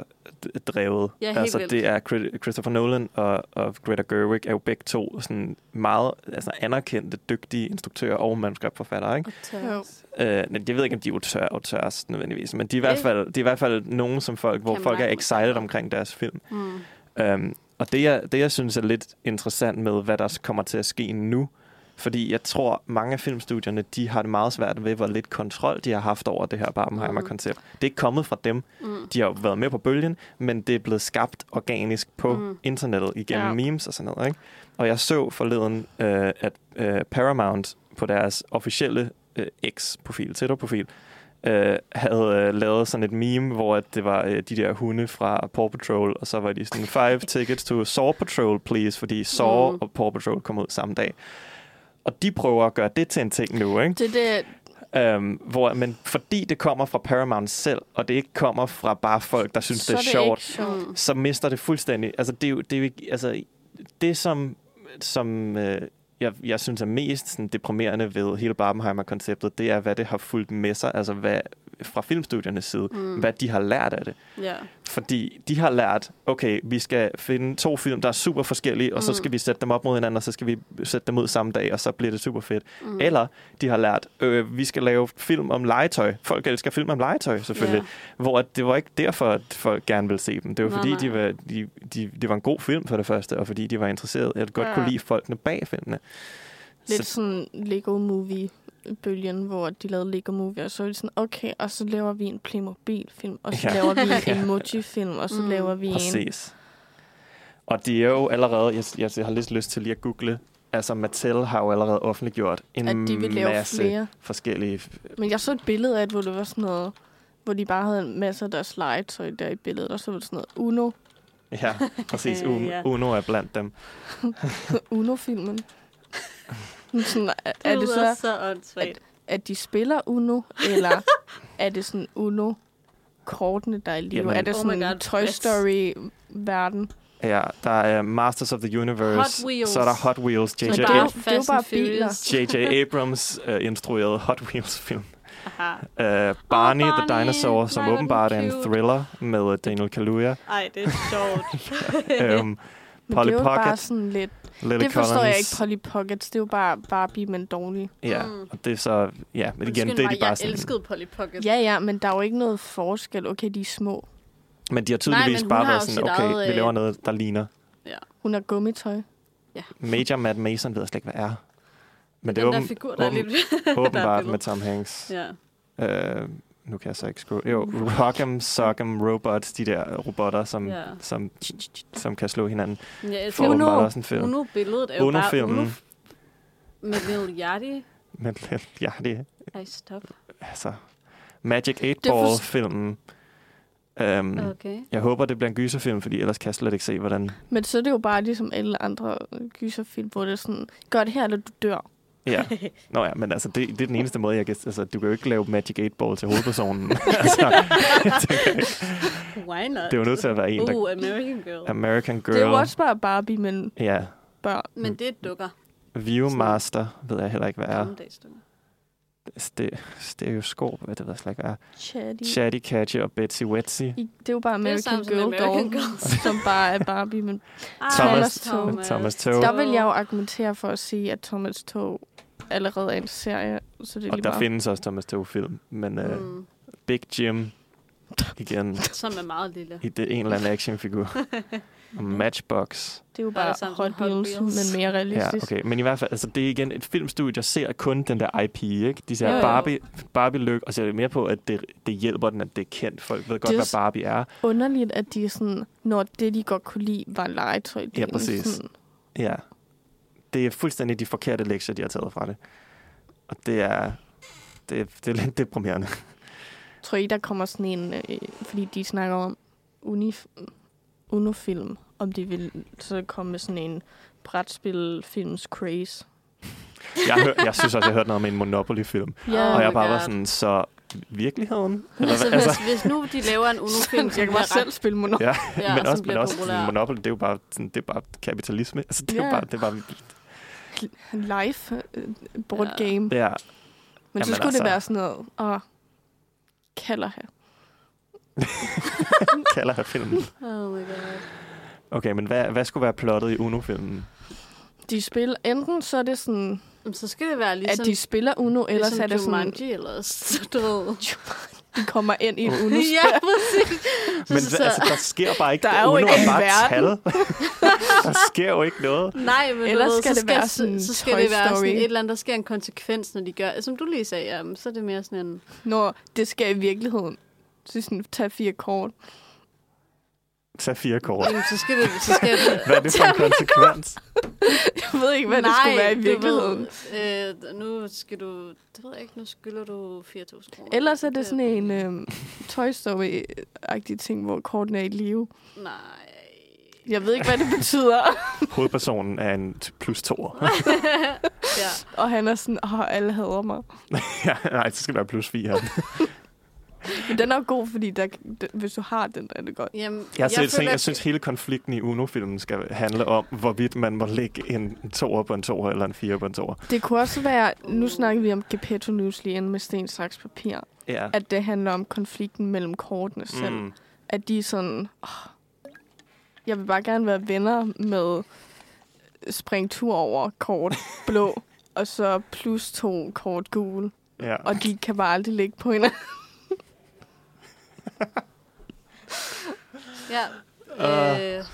writer-director-drevet.
Ja, helt
altså,
vildt.
det er Chri- Christopher Nolan og, og Greta Gerwig er jo begge to sådan meget altså, anerkendte, dygtige instruktører og manuskriptforfattere. Ikke?
Og
Jo.
Øh, men jeg ved ikke, om de er autør, autørs nødvendigvis, men de er, i hvert
Det-
fald, de er i hvert fald nogen, som folk, hvor
Kan
folk
man
er
ikke-
excited omkring deres film.
Mm.
Øhm, og det jeg, det, jeg synes er lidt interessant med, hvad der kommer til at ske nu, fordi jeg tror, mange af filmstudierne, de har det meget svært ved, hvor lidt kontrol de har haft over det her Barbenheimer-koncept. Det er ikke kommet fra dem.
Mm.
De har jo været med på bølgen, men det er blevet skabt organisk på
Mm.
mm. internettet igennem
Ja.
ja. memes og sådan noget. Ikke? Og jeg så forleden, øh, at øh, Paramount på deres officielle øh, X-profil, Twitter-profil, øh, havde øh, lavet sådan et meme, hvor at det var øh, de der hunde fra Paw Patrol, og så var de sådan, five tickets to Saw Patrol, please, fordi Saw
Mm.
mm. og Paw Patrol kom ud samme dag. Og de prøver at gøre det til en ting nu, ikke?
Det, det,
Øhm, hvor, men fordi det kommer fra Paramount selv, og det ikke kommer fra bare folk, der synes,
så
det er sjovt,
ikke sjovt.
Mm.
så mister det fuldstændig. Altså, det er jo, det er jo ikke, altså, det som, som øh, jeg, jeg synes er mest sådan, deprimerende ved hele Barbenheimer-konceptet, det er, hvad det har fulgt med sig, altså hvad, fra filmstudiernes side, mm. hvad de har lært af det.
Ja.
Fordi de har lært, okay, vi skal finde to film, der er super forskellige, og mm. så
Mm.
skal vi sætte dem op mod hinanden, og så skal vi sætte dem ud samme dag, og så bliver det super fedt. Mm. Eller de har lært, øh, vi skal lave film om legetøj. Folk elsker film om legetøj, selvfølgelig.
Ja.
Hvor at det var ikke derfor, at folk gerne ville se dem. Det var
Nej,
fordi,
nej.
De var, de, de, det var en god film for det første, og fordi de var interesseret. Jeg godt
Ja.
ja. kunne lide folkene bag filmene.
Lidt
Så,
sådan Lego Movie bølgen, hvor de lavede Lego Movie, og så var de sådan, okay, og så laver vi en Playmobil-film, og så ja.
Ja.
laver vi en
Ja.
emoji-film, og så
Mm.
mm. laver vi en...
præcis. Og de er jo allerede, jeg, jeg, jeg har lidt lyst til lige at google, altså Mattel har jo allerede offentliggjort en
At de vil lave
masse
flere.
forskellige
Men jeg så et billede af, det, hvor det var sådan noget, hvor de bare havde en masse af deres legetøj der i billedet, og så var det sådan noget Uno,
Ja, præcis.
Øh,
Uno,
ja.
Uno er blandt dem.
Uno-filmen. sådan, er,
Det
er det så,
så åndssvagt.
at de spiller Uno, eller er det sådan Uno kortene, der er i live?
Jamen,
Er det
Oh
sådan
my
en
God,
Toy
Brits.
Story-verden?
Ja, der er Masters of the Universe.
Hot Wheels.
Så er der Hot Wheels.
Men
J.J.
det er jo-
Ab-
det er jo bare biler.
J.J. Abrams uh, instruerede Hot Wheels-film.
Aha.
Uh, Barney, oh, the
Barney.
Dinosaur, som
Nej, hvor er den
åbenbart er en
cute.
thriller med øh, Daniel Kaluuya.
Ej, det er sjovt.
um,
Men
Polly
det er jo bare
Pocket,
sådan lidt...
Lily
Det forstår
Collins.
jeg ikke, Polly Pockets. Det er jo bare Barbie, men dårlig.
Ja,
Mm.
og det er så... Ja, men igen,
Undskyld
det er de
mig,
bare
jeg
sådan...
elskede Polly Pocket.
Ja, ja, men der er jo ikke noget forskel. Okay, de er små.
Men de har
Nej, men
tydeligvis
hun
bare
har
været
jo
sådan,
sit
okay,
eget,
vi
øh,
laver noget, der ligner.
Hun har gummitøj.
Ja.
Major Matt Mason ved jeg slet ikke, hvad er. Men det er
den
åben,
der figur, der er
åben-
lidt... der er et
åbenbart
billede.
med Tom Hanks.
Ja.
Øh, nu kan jeg så ikke skrive. Jo, Rock'em Sock'em Robots, de der robotter, som,
Ja.
som, som kan slå hinanden.
ja jeg
For
tænker,
åbenbart også en film.
Uno-billedet er jo bare
Uno-filmen.
Uno med Liliardi.
Men ja, det er
Ej, stop.
altså... Magic
Det er
8-Ball-filmen. Øhm,
Okay.
Jeg håber, det bliver en gyserfilm, fordi ellers kan jeg slet ikke se, hvordan...
Men så er det jo bare ligesom alle andre gyserfilm, hvor det er sådan, gør det her, eller du dør.
Ja. Nå ja, men altså, det, det er den eneste måde, jeg kan... Altså, du kan jo ikke lave Magic 8-Ball til hovedpersonen. altså,
Why not?
det er jo nødt til at være en, der...
Uh, American Girl.
American
Det er jo
Girl.
også bare Barbie, men
Ja.
børn.
Mm.
Men det er dukker.
Viewmaster ved jeg heller ikke, hvad er.
Gammeldags dukker.
Ste- Stereoskop, hvad det ved jeg slet ikke, hvad er.
Chatty.
Chatty Catchy og Betsy Wetsy.
I- Det er jo
Det
bare
er jo
American
samme som
Girl,
American Ah,
dog,
Girl.
som bare er Barbie. Men
Ej,
Thomas-
Thomas.
Thomas Tove.
der vil jeg jo argumentere for at sige, at Thomas Tog allerede er en serie, så det er lige
Og der
bare...
findes også Thomas Tove film, men øh,
Mm,
Big Jim igen
som er meget lille.
i det en eller anden actionfigur. Og Matchbox.
Det er jo
Der er
bare
det samme
Hot
som Hot
Wheels,
Wheels.
men mere
Ja,
realistisk.
okay. Men i hvert fald, altså, det er igen et filmstudie, der ser kun den der IP, ikke? De ser
Jo, jo.
Barbie, Barbie lykke, og ser mere på, at det, det hjælper den, at det er kendt. Folk ved godt,
Det er
hvad
s-
Barbie er.
Underligt, at de er sådan, når det, de godt kunne lide, var legetøj. Det
Ja,
er en
præcis.
Sådan,
Ja. Det er fuldstændig de forkerte lektier, de har taget fra det. Og det er, det, er- det er lidt deprimerende.
tror I, der kommer sådan en... Øh, fordi de snakker om unif, Unofilm, om de vil så komme med sådan en brætspilfilms craze.
Jeg, hør, jeg synes også, jeg hørte noget om en Monopoly-film.
Ja.
Og
Oh
jeg
my
bare var sådan, så virkeligheden? Eller,
Altså,
hvad?
hvis, hvis nu de laver en Uno-film,
jeg kan bare selv spille monop.
Ja, ja, men
som
også, men
bliver
også
populær.
sådan, Monopoly, det er jo bare, sådan, det er bare kapitalisme. Altså, det er
Ja.
jo bare, det er bare,
Live øh, board
Ja.
game.
det er,
Men så
Jamen
skulle
altså.
det være sådan noget, og kalder her.
kalder jeg filmen.
Oh my god.
Okay, men hvad, hvad skulle være plottet i Uno-filmen?
De spiller, enten så er det sådan,
Jamen, så skal det være
at
ligesom...
de spiller Uno, eller så er det sådan,
Jumanji, eller sådan noget.
de kommer ind i et Uno.
ja, præcis.
Men så,
så-
altså, der sker bare ikke
Der er jo
Uno
ikke en
er bare
verden.
tal. der sker jo ikke noget.
Nej, men
Ellers
du ved,
skal
så
det være
så-
sådan
så skal
Toy
det være
Story.
sådan et eller andet, der sker en konsekvens, når de gør... Som du lige sagde, jamen, så er det mere sådan en...
Når det sker i virkeligheden. Så sådan, tag fire kort.
Tag fire kort.
Jamen, så skal det... Så skal det
Hvad er det for en konsekvens?
Jeg ved ikke, hvad Nej, det skulle være i virkeligheden. Ved.
Ved, øh, nu skal du... Det ved jeg ikke, nu skylder du 4.000 kroner.
Ellers er det sådan en øh, Toy Story-agtig ting, hvor kortene er i live.
Nej.
Jeg ved ikke, hvad det betyder.
Hovedpersonen er en t- plus to.
Ja.
og han er sådan, åh, alle hader mig.
ja, nej, så skal det være plus fire.
Men den er jo god, fordi der, den, hvis du har den, der er det godt.
Jamen,
Jeg, jeg,
føler,
synes, jeg synes, hele konflikten i Uno-filmen skal handle om, hvorvidt man må lægge en toer på en toer eller en fire på en toer.
Det kunne også være, nu snakker vi om Gepetto News lige inden med sten, saks, papir.
Ja.
At det handler om konflikten mellem kortene selv. Mm.
Mm.
At de er sådan, åh, jeg vil bare gerne være venner med springtur over kort blå, og så plus to kort gule.
Ja.
Og de kan bare aldrig ligge på hinanden.
Ja. Øh,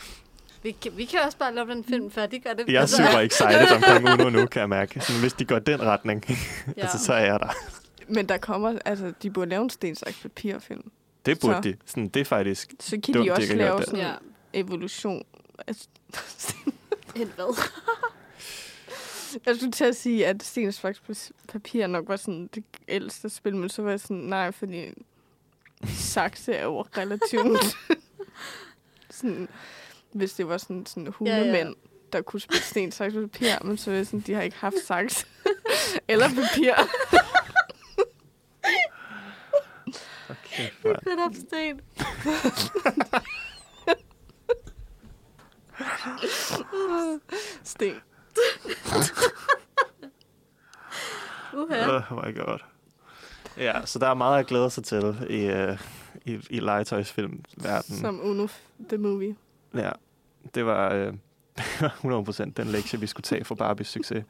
vi, kan, vi kan også bare lave den film færdig, gør det.
Jeg er
Altså-
super excited omkring Uno nu, kan jeg mærke. Sådan, hvis de går den retning, ja.
Ja.
altså, så er jeg der.
Men der kommer, altså, de burde lave en stensaks papirfilm.
Det burde
Så.
de. Sådan, det er faktisk...
Så kan
Dumt,
de
det
også
kan
lave
godt
sådan
Ja.
ja. evolution. Altså,
Et hvad?
jeg skulle til at sige, at stensaks papir nok var sådan det ældste spil, men så var jeg sådan, nej, fordi sakse er jo relativt. sådan, hvis det var sådan, sådan hulemænd, ja, ja. der kunne spille stensaks papir, men så var jeg sådan, de har ikke haft saks eller papir.
Okay,
Fedt op, Sten.
Sten.
Uha.
oh my god. Ja, så der er meget at glæde sig til i, øh, i, i legetøjsfilmverdenen.
Som Uno f- The Movie.
Ja, det var øh, 100% den lektie, vi skulle tage for Barbies succes.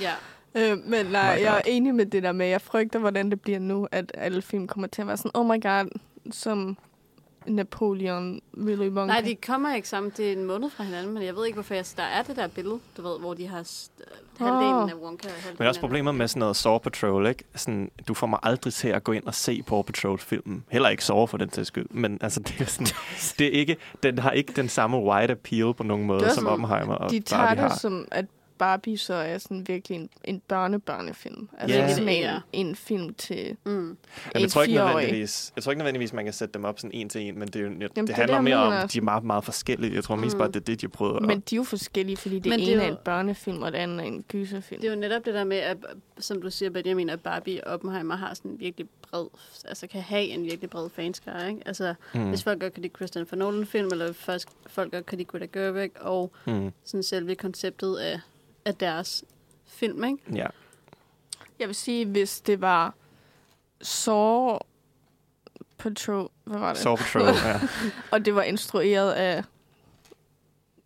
Ja.
Øh, men nej,
My
jeg er
God.
enig med det der med, jeg frygter, hvordan det bliver nu, at alle film kommer til at være sådan, oh my god, som Napoleon Willy Wonka.
Nej, de kommer ikke sammen. Det er en måned fra hinanden, men jeg ved ikke, hvorfor jeg... Der er det der billede, du ved, hvor de har st- halvdelen
Åh.
af Wonka og halvdelen
Men også
af-
problemet med sådan noget Saw Patrol, ikke? Sådan, du får mig aldrig til at gå ind og se Paw Patrol-filmen. Heller ikke Saw for den til skyld, men altså, det er sådan, det er ikke, den har ikke den samme wide appeal på nogen
Det
måde,
er
som
sådan,
Oppenheimer og
de tager
Barbie
det
har.
som, at Barbie så er sådan virkelig en, en børnebørnefilm. Altså
Ja.
ikke sådan
Ja.
en, en film til...
Mm.
Jamen, jeg,
en
tror ikke
fireårig.
nødvendigvis, jeg tror ikke nødvendigvis, man kan sætte dem op sådan en til en, men det, er jo- det,
det
det
er
handler
det, jeg
mere om,
mener.
at de er meget, meget forskellige. Jeg tror mest
Mm.
bare, det er det, de prøver.
Men de er jo forskellige, fordi det
Men det
ene
er
er,
jo-
en børnefilm, og det andet er en gyserfilm.
Det er jo netop det der med, at, som du siger, Benjamin, at Barbie og Oppenheimer har sådan en virkelig bred, altså kan have en virkelig bred fanskare, ikke? Altså, mm. hvis folk godt kan lide Christopher Nolan-film, eller hvis folk, folk godt kan lide Greta Gerwig, og
mm.
sådan selve konceptet af, af deres film, ikke?
Ja.
Jeg vil sige, hvis det var Saw Patrol, hvad var det?
Saw Patrol, ja.
Og det var instrueret af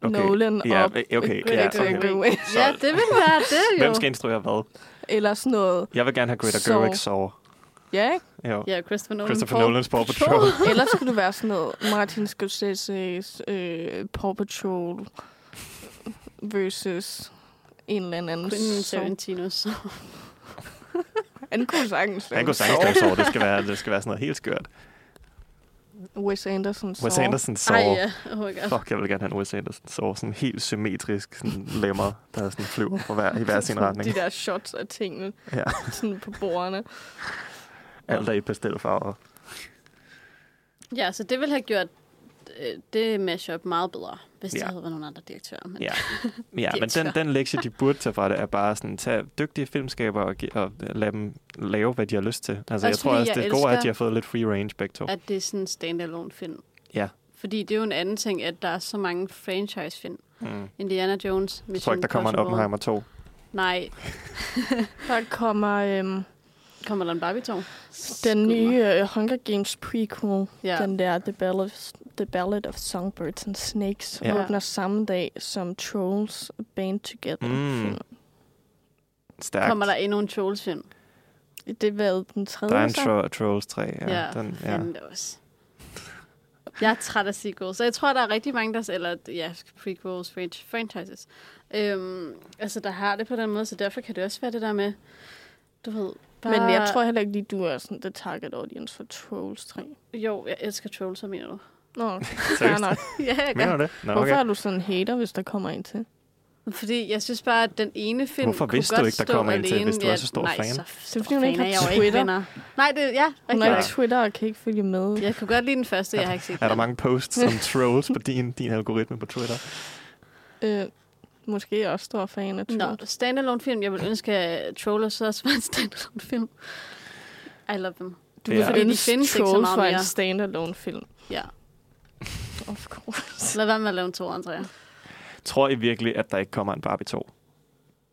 Okay.
Nolan
Ja,
og
okay, okay.
Greta
Ja,
Gerwig.
okay.
Gerwig.
Så-
Ja, det vil være det, jo.
Hvem skal instruere hvad?
Eller sådan noget.
Jeg vil gerne have Greta
Saw.
Gerwig Saw.
Ja, ikke?
Jo.
Ja, Christopher Nolan.
Christopher
Paw
Nolans Paw Patrol.
Ellers skulle du være sådan noget Martin Scorsese's øh, Paw Patrol versus en eller anden.
Quentin
Saw.
Tarantinos.
Han kunne sagtens lave
Han kunne sagtens lave Saw. Det skal være, det skal være sådan noget helt skørt.
Wes Anderson Saw.
Wes Anderson Saw.
Ej, ja. Oh my God.
Fuck, jeg vil gerne have en Wes Anderson Saw. Sådan helt symmetrisk sådan lemmer, der sådan flyver på hver, i hver sin retning.
De der shots af tingene
Ja.
sådan på bordene.
Alt er i pastelfarver.
Ja, så det ville have gjort øh, det mashup meget bedre, hvis det
Ja.
havde været nogle andre direktører. Men
Ja, ja
Det er
men den,
svært.
den lektie, de burde tage fra det, er bare sådan, tage dygtige filmskaber og, gi- og lade dem lave, hvad de har lyst til. Altså, jeg
Også
tror
fordi
også,
jeg
det gode er, at de
elsker-
har fået lidt free range begge to.
at det er sådan en standalone film.
Ja.
Fordi det er jo en anden ting, at der er så mange franchise-film.
Mm.
Indiana Jones, Mission
Jeg tror ikke, der kommer en
Impossible.
Oppenheimer 2.
Nej,
Der kommer øhm,
kommer der en Barbie 2?
den nye øh, Hunger Games prequel.
Ja.
Den der The Ballad, of, The Ballad of Songbirds and Snakes
Ja.
ja. åbner samme dag som Trolls Band Together.
Mm.
Mm.
Stærkt.
Kommer der endnu en Trolls-film?
Det var den tredje
der er en
så.
tro- Trolls 3. Ja, ja. Den,
ja.
ja.
fanden da også. Jeg er træt af sequels, så jeg tror, der er rigtig mange, der... Eller, ja, prequels, fran- franchises. Øhm, altså, der har det på den måde, så derfor kan det også være det der med... Du ved, bare...
Men jeg tror heller ikke lige, du er sådan the target audience for Trolls 3.
Jo, jeg elsker Trolls, så mener du.
Nå, okay. fair
Seriøst?
nok.
ja, jeg
Mener
gør.
du det? Nå,
Hvorfor
okay.
er du sådan en hater, hvis der kommer en til?
Fordi jeg synes bare, at den ene film
Hvorfor
kunne
vidste
godt
du ikke, der
stå
kommer en til,
alene.
hvis du
ja,
er så stor
nej,
fan?
Så
Det er fordi, hun ikke
fan
har
er jeg jo
Twitter.
venner. Nej, det ja,
Hun
rigtig
er
Nej.
ikke
nok.
Twitter og kan ikke følge med.
Jeg kunne godt lide den første, jeg har ikke set
Er der
den.
mange posts om trolls på din, din algoritme på Twitter?
Øh, måske jeg også stor fan af
Nå,
Trolls.
standalone film. Jeg vil ønske, at Trollers også var en standalone film. I love them.
Du
Ja.
vil
Fordi
de
ønske
findes ikke så
Trolls
meget
var
mere.
en standalone film.
Ja.
Of course.
Lad være med at lave en to, Andrea.
Tror I virkelig, at der ikke kommer en Barbie 2?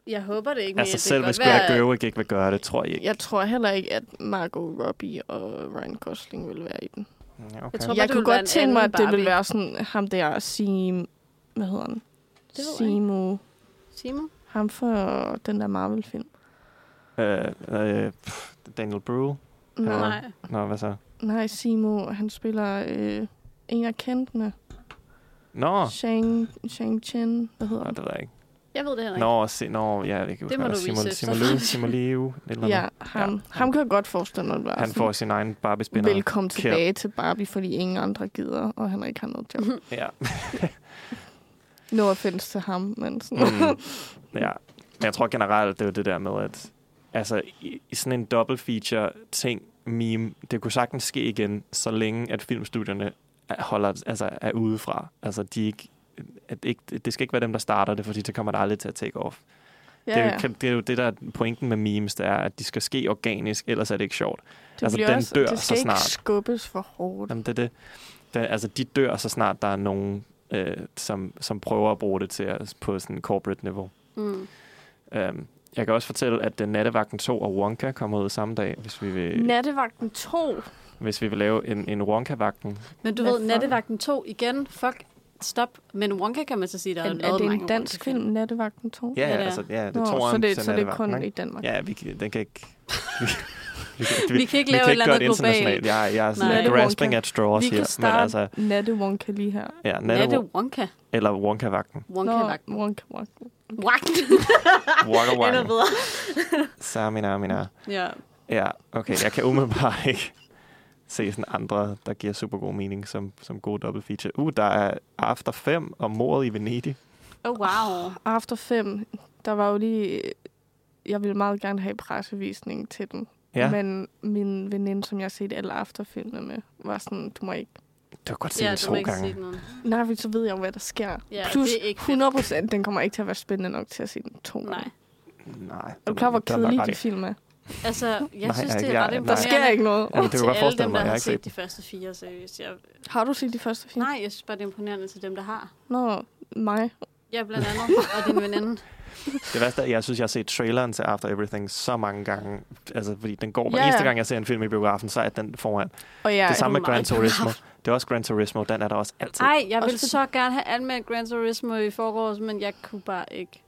Jeg håber det ikke, men
Altså
det
selv
kan
hvis
godt være-
Greta Gerwig ikke vil gøre det, tror I ikke?
Jeg tror heller ikke, at Margot Robbie og Ryan Gosling vil være i den.
Ja, okay.
Jeg tror bare,
jeg
det
kunne
ville være
godt
en
tænke mig,
anden
at det
Barbie.
ville være sådan ham der, Sim... Hvad hedder han?
ved jeg
Simo.
Simon?
Ham for den der Marvel-film.
Øh, øh, pff, Daniel Brühl? Ja.
Nej,
Nej.
Nå, hvad så?
nej Simo. Han spiller øh, en af kendtene.
Nå,
Oh. Shang, Shang Chen. Hvad hedder
Nå
han?
det ved jeg ikke.
Jeg ved det heller ikke.
Nå, se, nå ja, jeg kan
Det må du
Simon,
researche
Simon
dig
Liu,
frem til.
Simon Liu, et eller
Ja,
ja.
ham.
Ja.
Ja. Ham kan jeg godt forestille mig, at være
Han
sådan,
får sin egen Barbie-spinner.
Velkommen
Kjær.
tilbage til Barbie, fordi ingen andre gider, og han ikke har noget job.
Ja.
No offense til ham, men sådan.
Mm. ja. Men jeg tror generelt, det er jo det der med, at altså, i, i sådan en double feature ting, meme, det kunne sagtens ske igen, så længe at filmstudierne er- holder, altså, er udefra. Altså, de er ikke, at ikke, det skal ikke være dem, der starter det, fordi så kommer det aldrig til at take off.
ja,
det, er
ja.
jo, kan- det er jo det, der er pointen med memes, det er, at de skal ske organisk, ellers er det ikke sjovt.
Det
altså,
bliver
den
også,
dør
det
så
skal ikke
snart.
skubbes for hårdt.
Jamen, det er det. det er- altså, de dør, så snart der er nogen, øh, som, som prøver at bruge det til at, på sådan corporate niveau.
Mm.
Um, jeg kan også fortælle, at øh, Nattevagten 2 og Wonka kommer ud samme dag, hvis vi vil,
Nattevagten 2.
hvis vi vil lave en, en Wonka-vagten.
Men du
Hvad
ved,
for?
Nattevagten 2 igen. Fuck, stop. Men Wonka kan man så sige, der er,
Er,
lavet
er det
mange
en dansk
Wonka-film.
film, Nattevagten 2?
Ja, ja,
det er.
altså, ja, det er
Nå,
toeren
så det,
til
så det er
Nattevagten,
kun
ikke?
i Danmark.
Ja, vi, kan- den kan ikke...
Vi kan ikke lave et eller
gøre det
andet globalt.
internationalt. Jeg, jeg er
Nej.
sådan
Natte
grasping
Wonka.
at straws
Vi kan
her. Men
starte
altså,
Natte Wonka lige her.
ja,
Natte
Natte,
Wonka.
eller Wonka-vagten.
Wonka vagten.
Wonka, Wonka.
Wagt.
Wonka
Endnu
Wonka.
bedre.
Samina, mina.
Ja.
Ja, okay. Jeg kan umiddelbart ikke se sådan andre, der giver super god mening som, som gode dobbelt feature. Uh, der er After 5 og mordet i Venedig.
Oh, wow.
After 5, der var jo lige... Jeg ville meget gerne have pressevisning til den.
Ja, Men,
Men min veninde, som jeg har set alle afterfilmene med, var sådan, du må ikke...
du har godt set ja,
du
to
må ikke
gange.
sige noget.
Nej, fordi så ved jeg jo, hvad der sker.
Ja,
Plus
det er ikke fedt.
100 procent, den kommer ikke til at være spændende nok til at se den to
Nej.
gange.
Nej.
Er du klar, hvor
det er nok
kedelige
ret
de
i.
film er?
Altså, jeg
Nej,
synes,
jeg-
det er
jeg-
ret
nej.
imponerende.
Der sker ikke noget.
Jamen, det kan
Til
jeg godt
alle
forestille
dem,
mig,
der
jeg har
har
ikke set
set de første fire, seriøst. Jeg,
Har du set de første film?
nej, jeg synes bare, det er imponerende til dem, der har.
Nå, mig.
Ja, blandt andet. og din veninde.
Det værste er, jeg synes, jeg har set traileren til After Everything så mange gange. Altså, fordi den går hver
Ja,
eneste
ja.
gang, jeg ser en film i biografen, så er den foran.
Og jeg,
det samme med
meget
Gran Turismo.
biograf.
Det er også Gran Turismo, den er der også altid.
Nej, jeg
Også
ville
fordi-
så gerne have anmeldt Gran Turismo i forgårs, men jeg kunne bare ikke.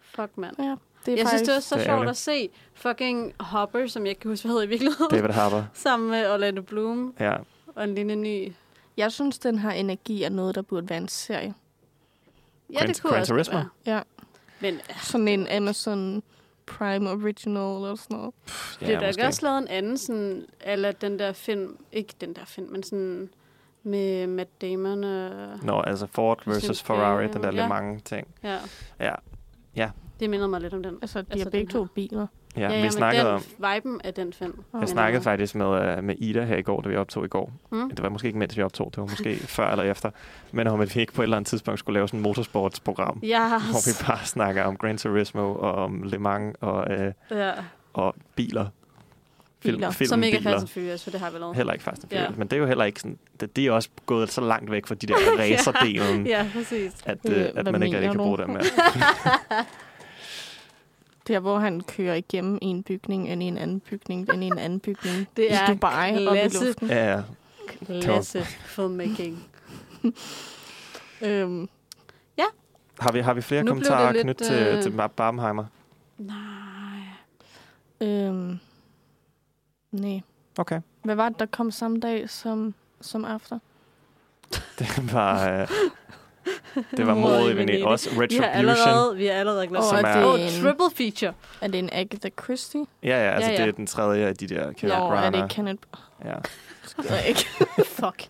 Fuck, mand.
ja, det er
Jeg synes,
faktisk...
det var så
Det er
sjovt
ærgerligt.
at se fucking Hopper, som jeg ikke kan huske, hvad hedder i virkeligheden,
David Harbour.
sammen med Orlando Bloom
Ja.
og en lille ny.
Jeg synes, den her energi er noget, der burde være en serie.
Ja,
Gran-
det kunne
Gran
også godt
Turismo?
være.
Ja.
Men øh,
Sådan en Amazon Prime Original eller sådan noget.
det er da
måske.
ikke også lavet en anden, sådan, eller den der film, ikke den der film, men sådan med Matt Damon og...
Nå, altså Ford versus
Christian
Ferrari,
Bale,
den der
ja.
ja. mange ting.
Ja,
Ja,
det mindede mig lidt om den.
Altså, de altså,
Altså,
har begge
den her.
to biler.
ja, ja,
men
vi snakkede
den,
om...
viben af den film.
Jeg
Jeg
Men,
snakkede
øh,
faktisk med, øh, med Ida her i går, da vi optog i går.
Mm?
Det var måske ikke, mens vi optog, det var måske før eller efter. Men om at vi ikke på et eller andet tidspunkt skulle lave sådan et motorsportsprogram, hvor vi
Yes.
bare snakker om Gran Turismo og om Le Mans og, øh,
Ja.
og biler.
Biler.
film,
Som ikke er
biler.
Fast and Furious, for det har vi lavet.
Heller ikke Fast and Furious.
Ja.
Men det er jo heller ikke sådan... Det, det er også gået så langt væk fra de der racerdelen,
Ja, præcis.
at,
Øh,
øh, at
hvad
man ikke rigtig
mener
kan
du?
bruge dem mere.
Der, hvor han kører igennem en bygning, ind i en anden bygning, ind i en anden bygning.
Det
i
er
Dubai og i
klasse.
luften.
Ja, ja.
Klasse filmmaking.
Øhm,
Har vi, har vi flere
Nu
nu
blev
kommentarer
det lidt,
knyttet til,
øh,
til Mar- Barbenheimer?
Nej.
øhm, nej.
Okay.
Hvad var det, der kom samme dag som, som after?
Det var, øh, det var
Mordet i
mordet i Venedig.
Venedig.
Også
Vi har
Retribution.
allerede, vi har allerede glemt.
Og
Som
er
er-
Åh,
det
oh,
en,
triple feature.
er det en Agatha Christie?
Ja, ja, altså ja,
Ja, ja.
ja. det er den tredje af de der Kenneth
Nå, er det
Branagh.
ikke Kenneth?
Ja.
Det ved jeg ikke.
Fuck.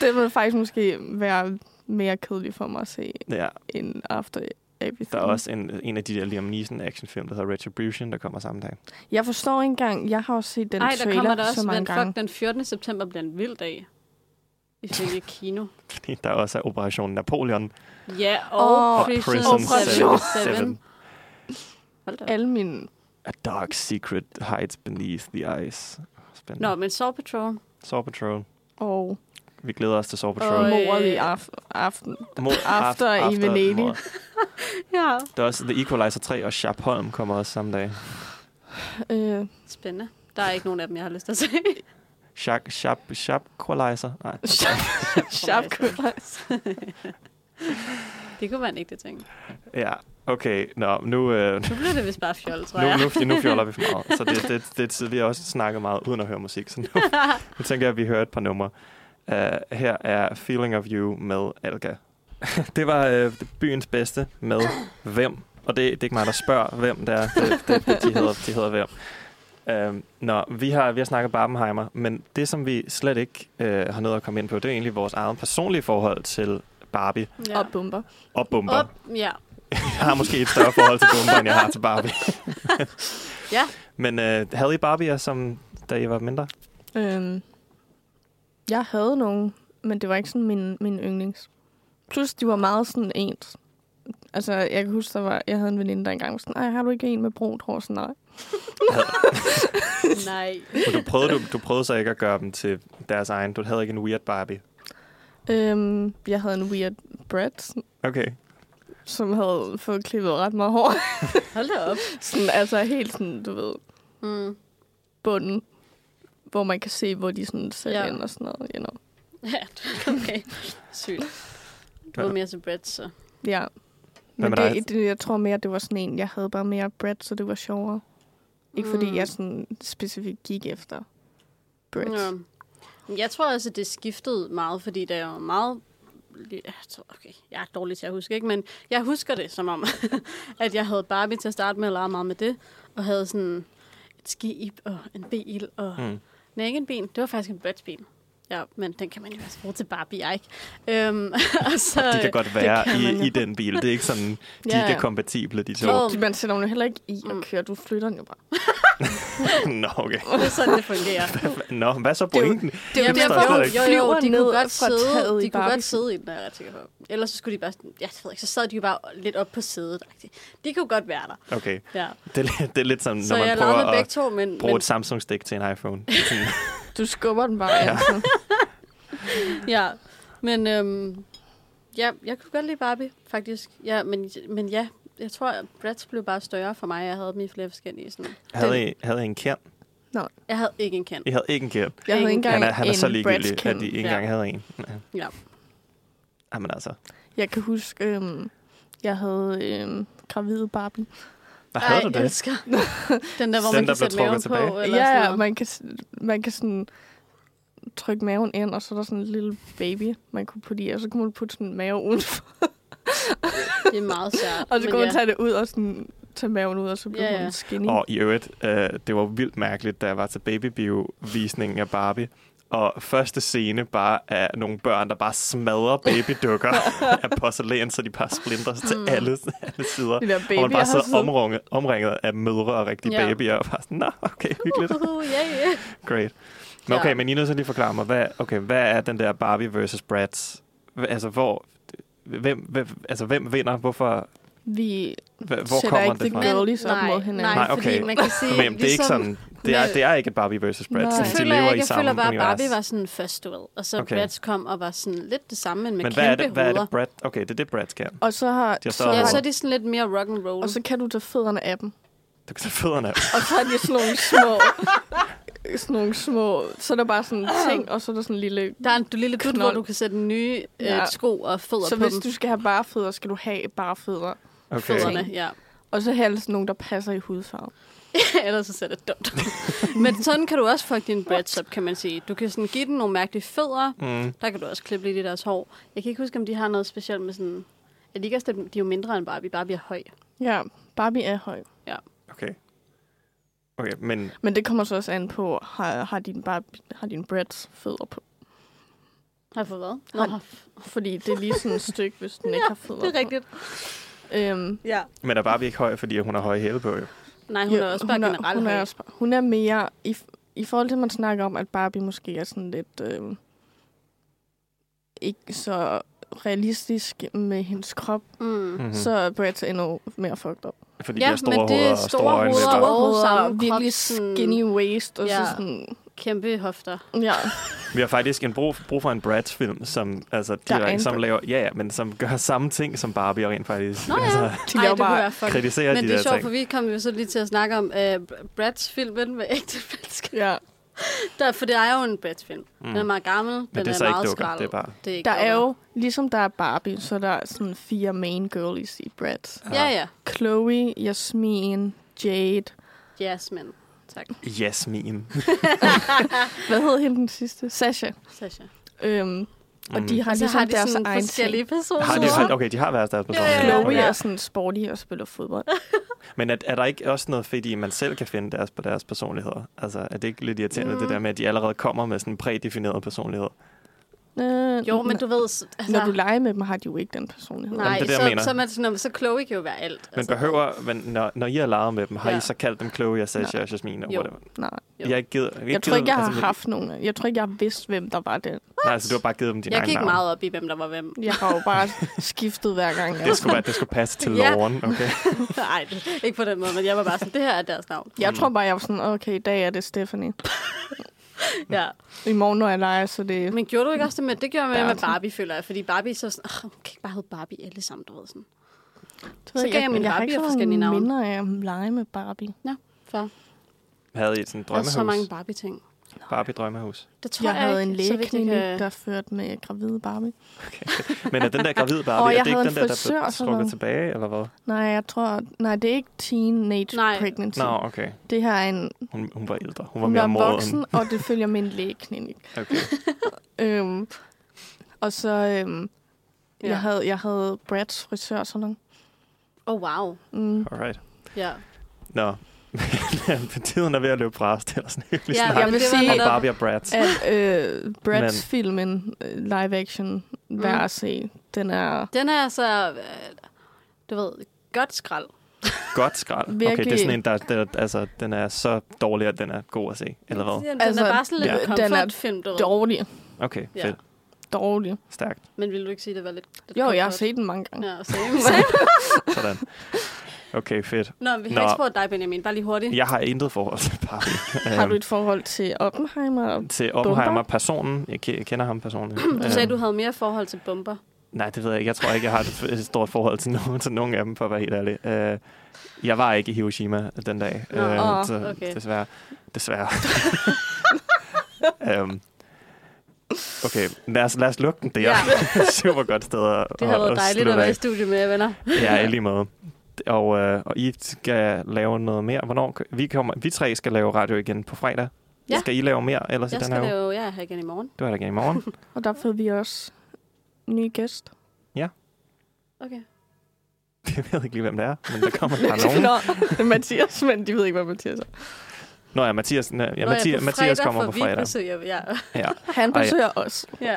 det vil faktisk måske være mere kedeligt for mig at se
ja,
end After Everything.
der er også en, en af de der Liam Neeson actionfilm, der hedder Retribution, der kommer samme dag.
Jeg forstår ikke engang, jeg har også set den
Nej, der
trailer
kommer der
så
også,
mange
men
gange.
fuck, den 14. september bliver en vild dag. I fik et kino.
Fordi der også er Operation Napoleon
Ja, og
Og
oh,
Prison,
Prison,
Prison
Operation
77.
77. Hold da. op.
Alle mine...
A dark secret hides beneath the ice. Spændende.
Nå, men Saw Patrol.
Saw Patrol.
Og
Vi glæder os til Saw Patrol.
Og, øh,
mordet i af, aften.
Mor-
After i Venedig.
mor.
Ja.
Der er også The Equalizer 3 og Sharpholm kommer også samme dag.
Øh,
Spændende. Der er ikke nogen af dem, jeg har lyst til at se.
Sharp, Sharp, Sharp Equalizer. Nej.
Sharp
det kunne være en ægte ting.
Ja, okay. Nå, nu, øh,
Nu bliver det vist bare fjol, tror jeg.
nu, nu, nu fjoller vi for meget. Så det, det, det, det, vi har også snakket meget uden at høre musik. Så nu, nu tænker jeg, at vi hører et par numre. Uh, her er Feeling of You med Alga. det var uh, byens bedste med hvem. Og det, det er ikke mig, der spørger, hvem det er. Det, det, det, de, hedder, de hedder hvem. Uh, nå, vi har, vi har snakket Barbenheimer, men det, som vi slet ikke uh, har noget at komme ind på, det er egentlig vores eget personlige forhold til Barbie
Ja.
og bomber.
og bomber.
Op, ja.
Jeg har måske et større forhold til bomber, end jeg har til Barbie.
Ja.
Men øh, havde I Barbier, som, da I var mindre?
Øhm, jeg havde nogen, men det var ikke sådan min, min yndlings. Plus, de var meget sådan ens. Altså, jeg kan huske, der var, jeg havde en veninde, der engang var sådan, nej, har du ikke en med brunt hår? Sådan, nej.
Nej.
Men du prøvede, du, du prøvede så ikke at gøre dem til deres egen. Du havde ikke en weird Barbie.
Øhm, jeg havde en weird brat,
Okay.
som havde fået klippet ret meget hår.
Hold da op.
sådan, altså helt sådan, du ved,
Mm.
bunden, hvor man kan se, hvor de sådan sætter
Ja.
ind og sådan noget. You know.
Ja, okay. Sygt. Du var mere til bread, så.
Ja.
Hvad
Men
med
det, det, jeg tror mere, det var sådan en, jeg havde bare mere bread, så det var sjovere. Ikke fordi
Mm.
jeg sådan specifikt gik efter Brits.
Ja. Men Jeg tror også, at det skiftede meget, fordi det er jo meget... Jeg tror, okay, jeg er dårlig til at huske, ikke? men jeg husker det som om, at jeg havde Barbie til at starte med, og legede meget med det, og havde sådan et skib og en bil, og
Mm.
Nej, ikke en ben. Det var faktisk en brætsben. Ja, men den kan man jo også bruge til Barbie, ikke? Øhm, og så,
De kan godt være
kan man
i,
jo.
i den bil. Det er ikke sådan, de
Ja,
ikke er
ja.
kompatible, de to.
Nå.
De man sætter hun jo heller ikke i
Mm.
at køre. Du flytter den jo bare.
Nå, okay.
Det er sådan, det fungerer.
Nå, hvad så
er jo-
pointen?
Det er jo
Jamen,
derfor,
forstår
hun
jeg ikke.
jo,
flyver
jo, de
ned
kunne godt
fra taget
sidde,
i
de kunne
Barbie.
godt sidde i den, er jeg ret sikker på. Ellers så skulle de bare, sådan- ja, jeg ved ikke, så sad de jo bare lidt op på sædet. De kunne godt være der.
Okay,
Ja.
det, er lidt- det er lidt som,
Så
når man
jeg lavede med
prøver
begge
at
to, men,
bruge
men
et Samsung-stik til en iPhone. Sådan,
Du skubber den bare. Altså.
ja, men øhm, ja, jeg kunne godt lide Barbie, faktisk. Ja, men, men ja, jeg tror, at Bratz blev bare større for mig. Jeg havde dem i flere forskellige sådan.
havde, I, havde I en kern?
Jeg havde ikke en kendt.
I havde ikke en kern.
Jeg havde ikke
Ingen.
engang
Han er, han er
en
så
Bratz
ligegyldig, at
kendt.
de ikke
Ja.
engang havde en. Ja.
Ja.
Jamen altså,
Jeg kan huske, øhm, jeg havde øhm, gravide Barbie.
hvad havde
Ej,
du
Jeg
det?
elsker. Den der, hvor
Den,
man
der
kan
blev
sætte
trukket
maven
tilbage.
på. Eller
Ja,
sådan
ja,
noget.
man kan, s- man kan sådan trykke maven ind, og så er der sådan en lille baby, man kunne putte i, og så kunne man putte sådan en mave udenfor.
Det er meget svært.
Og så
men
kunne man
ja.
tage det ud og sådan tage maven ud, og så blev
Ja,
ja,
ja.
ja. hun skinny.
Og i øvrigt, øh, det var vildt mærkeligt, da jeg var til babybio-visningen af Barbie. Og første scene bare af nogle børn, der bare smadrer babydukker af porcelæn, så de bare splinter til
Mm.
alle, alle sider.
Det der baby,
Baby, og man bare
jeg har
sidder
siddet-
omringet, omringet af mødre og rigtige
Ja.
ja. babyer, og bare sådan, nå, okay, hyggeligt,
Uh, ja, ja.
great. Men
Ja.
okay, men I er nødt til at lige forklare mig, hvad, okay, hvad er den der Barbie versus Bratz? Hva- Altså, hvor, hvem, hvem, altså, hvem vinder? Hvorfor,
Vi
hva, hvor
sætter
kommer
ikke
det
the
fra?
girl- girlies op
nej,
mod hinanden.
Nej,
Nej,
okay.
okay.
fordi man kan sige...
Men det er ikke sådan, det er,
ligesom med-
det er ikke et Barbie versus Bratz.
Nej.
De
Det føler
lever
jeg
i
ikke. Jeg
samme
føler bare, at
univers.
Barbie var sådan først, du ved. Og så
Okay.
okay. Bratz kom og var sådan lidt det samme, men
Men
med men
hvad er
kæmpe
det, hvad er
hoveder.
det Brad? Okay, det er det, Brad kan.
Og så har...
De har
så
større
Ja, så
har
er de sådan lidt mere rock and roll.
og så kan du tage fødderne af dem.
Du kan tage fødderne af.
Og så er de sådan nogle små... sådan nogle små... Så er der bare sådan en ting, og så er der sådan en lille...
der er en lille gut,
Knold.
hvor du kan sætte nye øh,
Ja.
sko og fødder
Så
på
hvis
dem.
du skal have bare fødder, skal du have bare fødder.
Okay.
Fødderne, ja.
Og så helst nogen, der passer i hudfarve.
Ellers så ser det dumt. ud. men sådan kan du også fuck din Bratz op, kan man sige. Du kan sådan give den nogle mærkelige fødder,
Mm.
Der kan du også klippe lidt i deres hår. Jeg kan ikke huske, om de har noget specielt med sådan... Jeg ligger også, at de er jo mindre end Barbie. Barbie er høj.
Ja, Barbie er høj.
Okay. Okay, men
Men det kommer så også an på, har, har din, Barbie, har din Brads fødder på?
Har jeg fået hvad?
Har- Fordi det er lige sådan et stykke, hvis den ikke har fødder
det er rigtigt.
På. Øhm,
Ja.
men er Barbie ikke høj, fordi hun har høje hæle på, jo?
Mm-hmm. Nej, hun
jo,
er også bare
hun
generelt
hun
høj.
er, også, bare- hun er mere... I, I forhold til, at man snakker om, at Barbie måske er sådan lidt... Øhm, ikke så realistisk med hendes krop, mm.
Mm.
Mm-hmm.
så er Brads endnu mere fucked up.
fordi
Ja,
de har store
men det er
hoveder og
store
store øjne.
hoveder
Store
og- samme
virkelig
krop, sådan-
skinny waist, og
Ja.
så sådan...
Kæmpe hofter.
Ja,
Vi har faktisk en brug, brug for en Bratz-film, som, altså,
Der er en
direkte, som
Bratz.
laver, ja, ja, men som gør samme ting, som Barbie rent faktisk.
Nå ja.
altså,
de
Ej,
laver
det kunne
bare...
være fucking...
kritiserer
Men
de
det er
der
sjovt,
ting.
for vi kom jo så lige til at snakke om uh, Bratz-filmen med ægte mennesker.
Ja.
Der, for det er jo en Bratz-film. Mm. Den er
Mm.
meget gammel, den
Men det er
er,
så
meget
ikke dukker,
skrald.
det er bare...
Det er ikke
Der er
dukker.
jo, ligesom der er Barbie, så er der er sådan fire main girlies i Brad.
Ja, ja.
Chloe, Jasmine, Jade.
Jasmine. Tak.
Jasmin.
Hvad hed hende den sidste? Sasha.
Sasha.
Øhm, og de har
Og så
ligesom
har de
deres
sådan
egen
forskellige
ting.
personer.
Mm. Har de, hold- okay, de har været deres person.
ja, ja.
Chloe
Okay.
er sådan sporty og spiller fodbold.
Men er, er der ikke også noget fedt i, at man selv kan finde deres på deres personligheder? Altså, er det ikke lidt irriterende,
Mm.
mm. det der med, at de allerede kommer med sådan en prædefineret personlighed?
Øh,
Jo, men du ved... s- Altså,
Når du leger med dem, har de jo ikke den personlighed.
Nej,
Jamen, det er det, jeg
så,
mener.
så, man, sådan, så Chloe kan jo være alt.
Altså,
Altså,
Men behøver, men når, når I har leget med dem, har
Ja.
ja. I så kaldt dem Chloe og Sasha og Jasmine og
Jo.
whatever?
Nej.
Jo.
Jeg, har ikke givet, jeg, har ikke
Jeg tror
givet
ikke, jeg
dem-
har
altså,
haft nogen. af- Jeg tror ikke, jeg har vidst, hvem der var den.
Nej, altså, du har bare givet dem dine
Jeg
egne
gik
navne.
meget op i, hvem der var hvem.
Jeg har jo bare skiftet hver gang. Jeg,
Det skulle, være, det skulle passe til
Ja.
loven, okay?
Nej, ikke på den måde, men jeg var bare sådan, det her er deres navn.
jeg tror bare, jeg var sådan, okay, i dag er det Stephanie.
Ja.
I morgen, når jeg leger, så er det...
Men gjorde du ikke også det med, det gjorde jeg med
Bertel.
Barbie, føler jeg. Fordi Barbie er så sådan, "Åh, hun kan ikke bare hedde Barbie alle sammen, du ved sådan.
Det ved
Så
jeg
gav
ikke.
min
har
Barbie
ikke
jo
sådan
forskellige navne.
minder af at lege med Barbie.
Nå, for
Havde I sådan et
der er
drømmehus?
så mange Barbie-ting.
Barbie-drømmehus?
Det tror
Jeg
jeg,
havde
ikke,
en
så vidt jeg
lægeklinik,
kan-
der førte med gravide Barbie.
Men er den der gravide Barbie,
Åh, jeg
er det ikke
havde
den
en
der, der
frisør
blev
og sådan
trukket
noget.
tilbage, eller hvad?
Nej, jeg tror... Nej, det er ikke teenage
Nej.
pregnancy.
Nå, okay.
Det her er en...
Hun, hun var ældre. Hun var
Hun
mere
er
moden.
voksen, og det følger med en lægeklinik.
Okay.
Øhm, og så... Øhm, ja.
Ja.
jeg, havde, jeg havde Brads frisør og sådan noget.
Åh, oh, wow.
Mm.
Alright.
Ja.
Nå. Men Tiden er ved at løbe fra os. Det er sådan en hyggelig
Ja,
ja, snak.
jeg
Ja,
vil
men det var
sige-
om
netop-
Barbie og Brad.
At øh, Brads
Men-
filmen, øh, live action, værd
Mm.
at se. Den er
Den er altså, øh, du ved, godt skrald.
Godt skrald. Okay, det er
Virkelig.
sådan en, der, der, altså, den er så dårlig, at den er god at se. Eller hvad?
Den,
Altså,
altså, er bare sådan lidt
ja.
ja.
den er
komfortfilm, du ved.
dårlig.
Okay,
Ja.
fedt.
Dårlig.
Stærkt.
Men ville du ikke sige, det var lidt... lidt
Jo, jeg har
comfort?
set den mange gange.
Ja, same. same.
Sådan. Okay, fedt.
Nå, men vi
Nå.
har ikke spurgt dig, Benjamin. Bare lige hurtigt.
Jeg har intet forhold til Barbie.
Har du
Øhm,
et forhold til Oppenheimer? og-
til Oppenheimer, personen. Jeg ke- kender ham personligt. Øhm,
Du sagde,
øh.
du havde mere forhold til bomber.
Nej, det ved jeg ikke. Jeg tror ikke, jeg har et et stort forhold til nogen, til nogen af dem, for at være helt ærlig. Øh, jeg var ikke i Hiroshima den dag, øh,
Nå,
åh,
så
okay.
desværre. desværre. øhm, okay, lad os, lad os lukke den der.
Ja.
Ja. Super godt sted at
Det har
at-
været
at
dejligt
slutte
at være
af. Altså,
i studiet med jer, venner.
Ja, i lige måde. Og, øh, og I skal lave noget mere. Hvornår? k- Vi, kommer, vi tre skal lave radio igen på fredag.
Ja.
Skal I lave mere? Ellers i
Jeg
den
skal
her uge?
lave jer her igen i morgen.
Du er der igen i morgen.
Og der får vi også nye gæst.
Okay.
Jeg ved ikke lige, hvem det er, men der kommer der nogen.
det er Mathias, men de ved ikke, hvad Mathias er.
Nå ja, Mathias, ja,
Nå,
Mathias,
på
Mathias
fredag
kommer
får
på
vi
fredag.
besøg af- Ja.
Ja.
Han
Ej.
besøger os.
ja.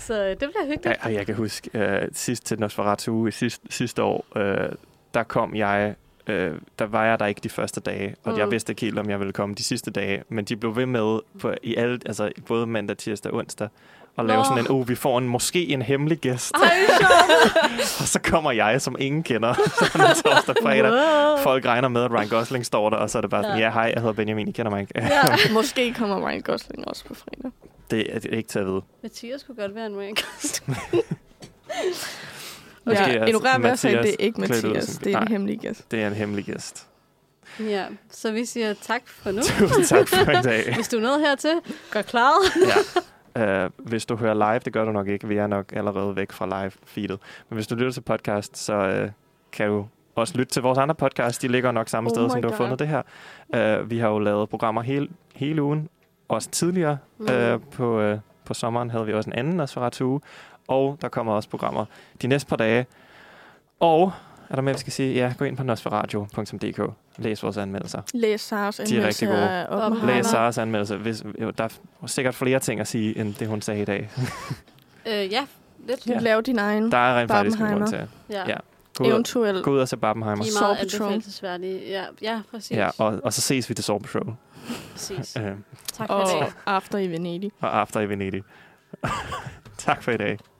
Så øh, det bliver hyggeligt.
Ja, og jeg kan huske, øh, sidst til Nosferatu uge sidst, sidste år, øh, der kom jeg, øh, der var jeg der ikke de første dage, og mm. jeg
Mm.
vidste ikke helt, om jeg ville komme de sidste dage, men de blev ved med på, i alle, altså både mandag, tirsdag og onsdag, og lave
Nå.
sådan en, oh, vi får en, måske en hemmelig gæst,
Ej, hvor Ah.
og så kommer jeg, som ingen kender, sådan en torsdag fredag.
sjovt.
Folk regner med, at Ryan Gosling står der, og så er det bare sådan,
Ja.
ja, hej, jeg hedder Benjamin, I kender mig ikke.
Ja.
Måske kommer Ryan Gosling også på fredag.
det er det er ikke til at vide.
Mathias kunne godt være en Ryan Gosling.
Måske
Ja,
er
ignorer i hvert fald,
Mathias
det er ikke
klædt ud som-
Mathias. Det er
Nej.
en hemmelig gæst.
Det er en hemmelig gæst.
Ja, så vi siger tak for nu.
Tusind tak for i dag. Øh,
Hvis du er nået hertil, gør klar.
ja. uh, hvis du hører live, det gør du nok ikke. Vi er nok allerede væk fra live-feedet. Men hvis du lytter til podcast, så uh, kan du også lytte til vores andre podcast. De ligger nok samme
Oh
oh sted,
my
som du har
God.
fundet det her. Uh, vi har jo lavet programmer hele, hele ugen. Også tidligere mm. uh, på, uh, på sommeren havde vi også en anden Nosferatu uge. Og der kommer også programmer de næste par dage. Og er der mere, vi skal sige? Ja, gå ind på nosferadio.dk. Læs vores anmeldelser.
Læs Saras
rigtig
anmeldelse
gode.
af
Oppenheimer.
Læs
Oppenheimer.
Saras anmeldelse. Hvis, jo, der er sikkert flere ting at sige, end det, hun sagde i dag.
Øh, ja, lidt.
Du laver din egen.
Der er rent faktisk en grund
Barbenheimer.
til.
Ja.
Ja. Gå ud,
Eventuelt.
gå ud og se Barbenheimer.
De
Saw
er meget
Patrol.
anbefalesværdige. Ja, ja, præcis.
Ja, og, og så ses vi til Saw Patrol.
præcis.
Øh,
Tak for
Og
i dag.
after i Venedig.
og After i Venedig. tak for i dag.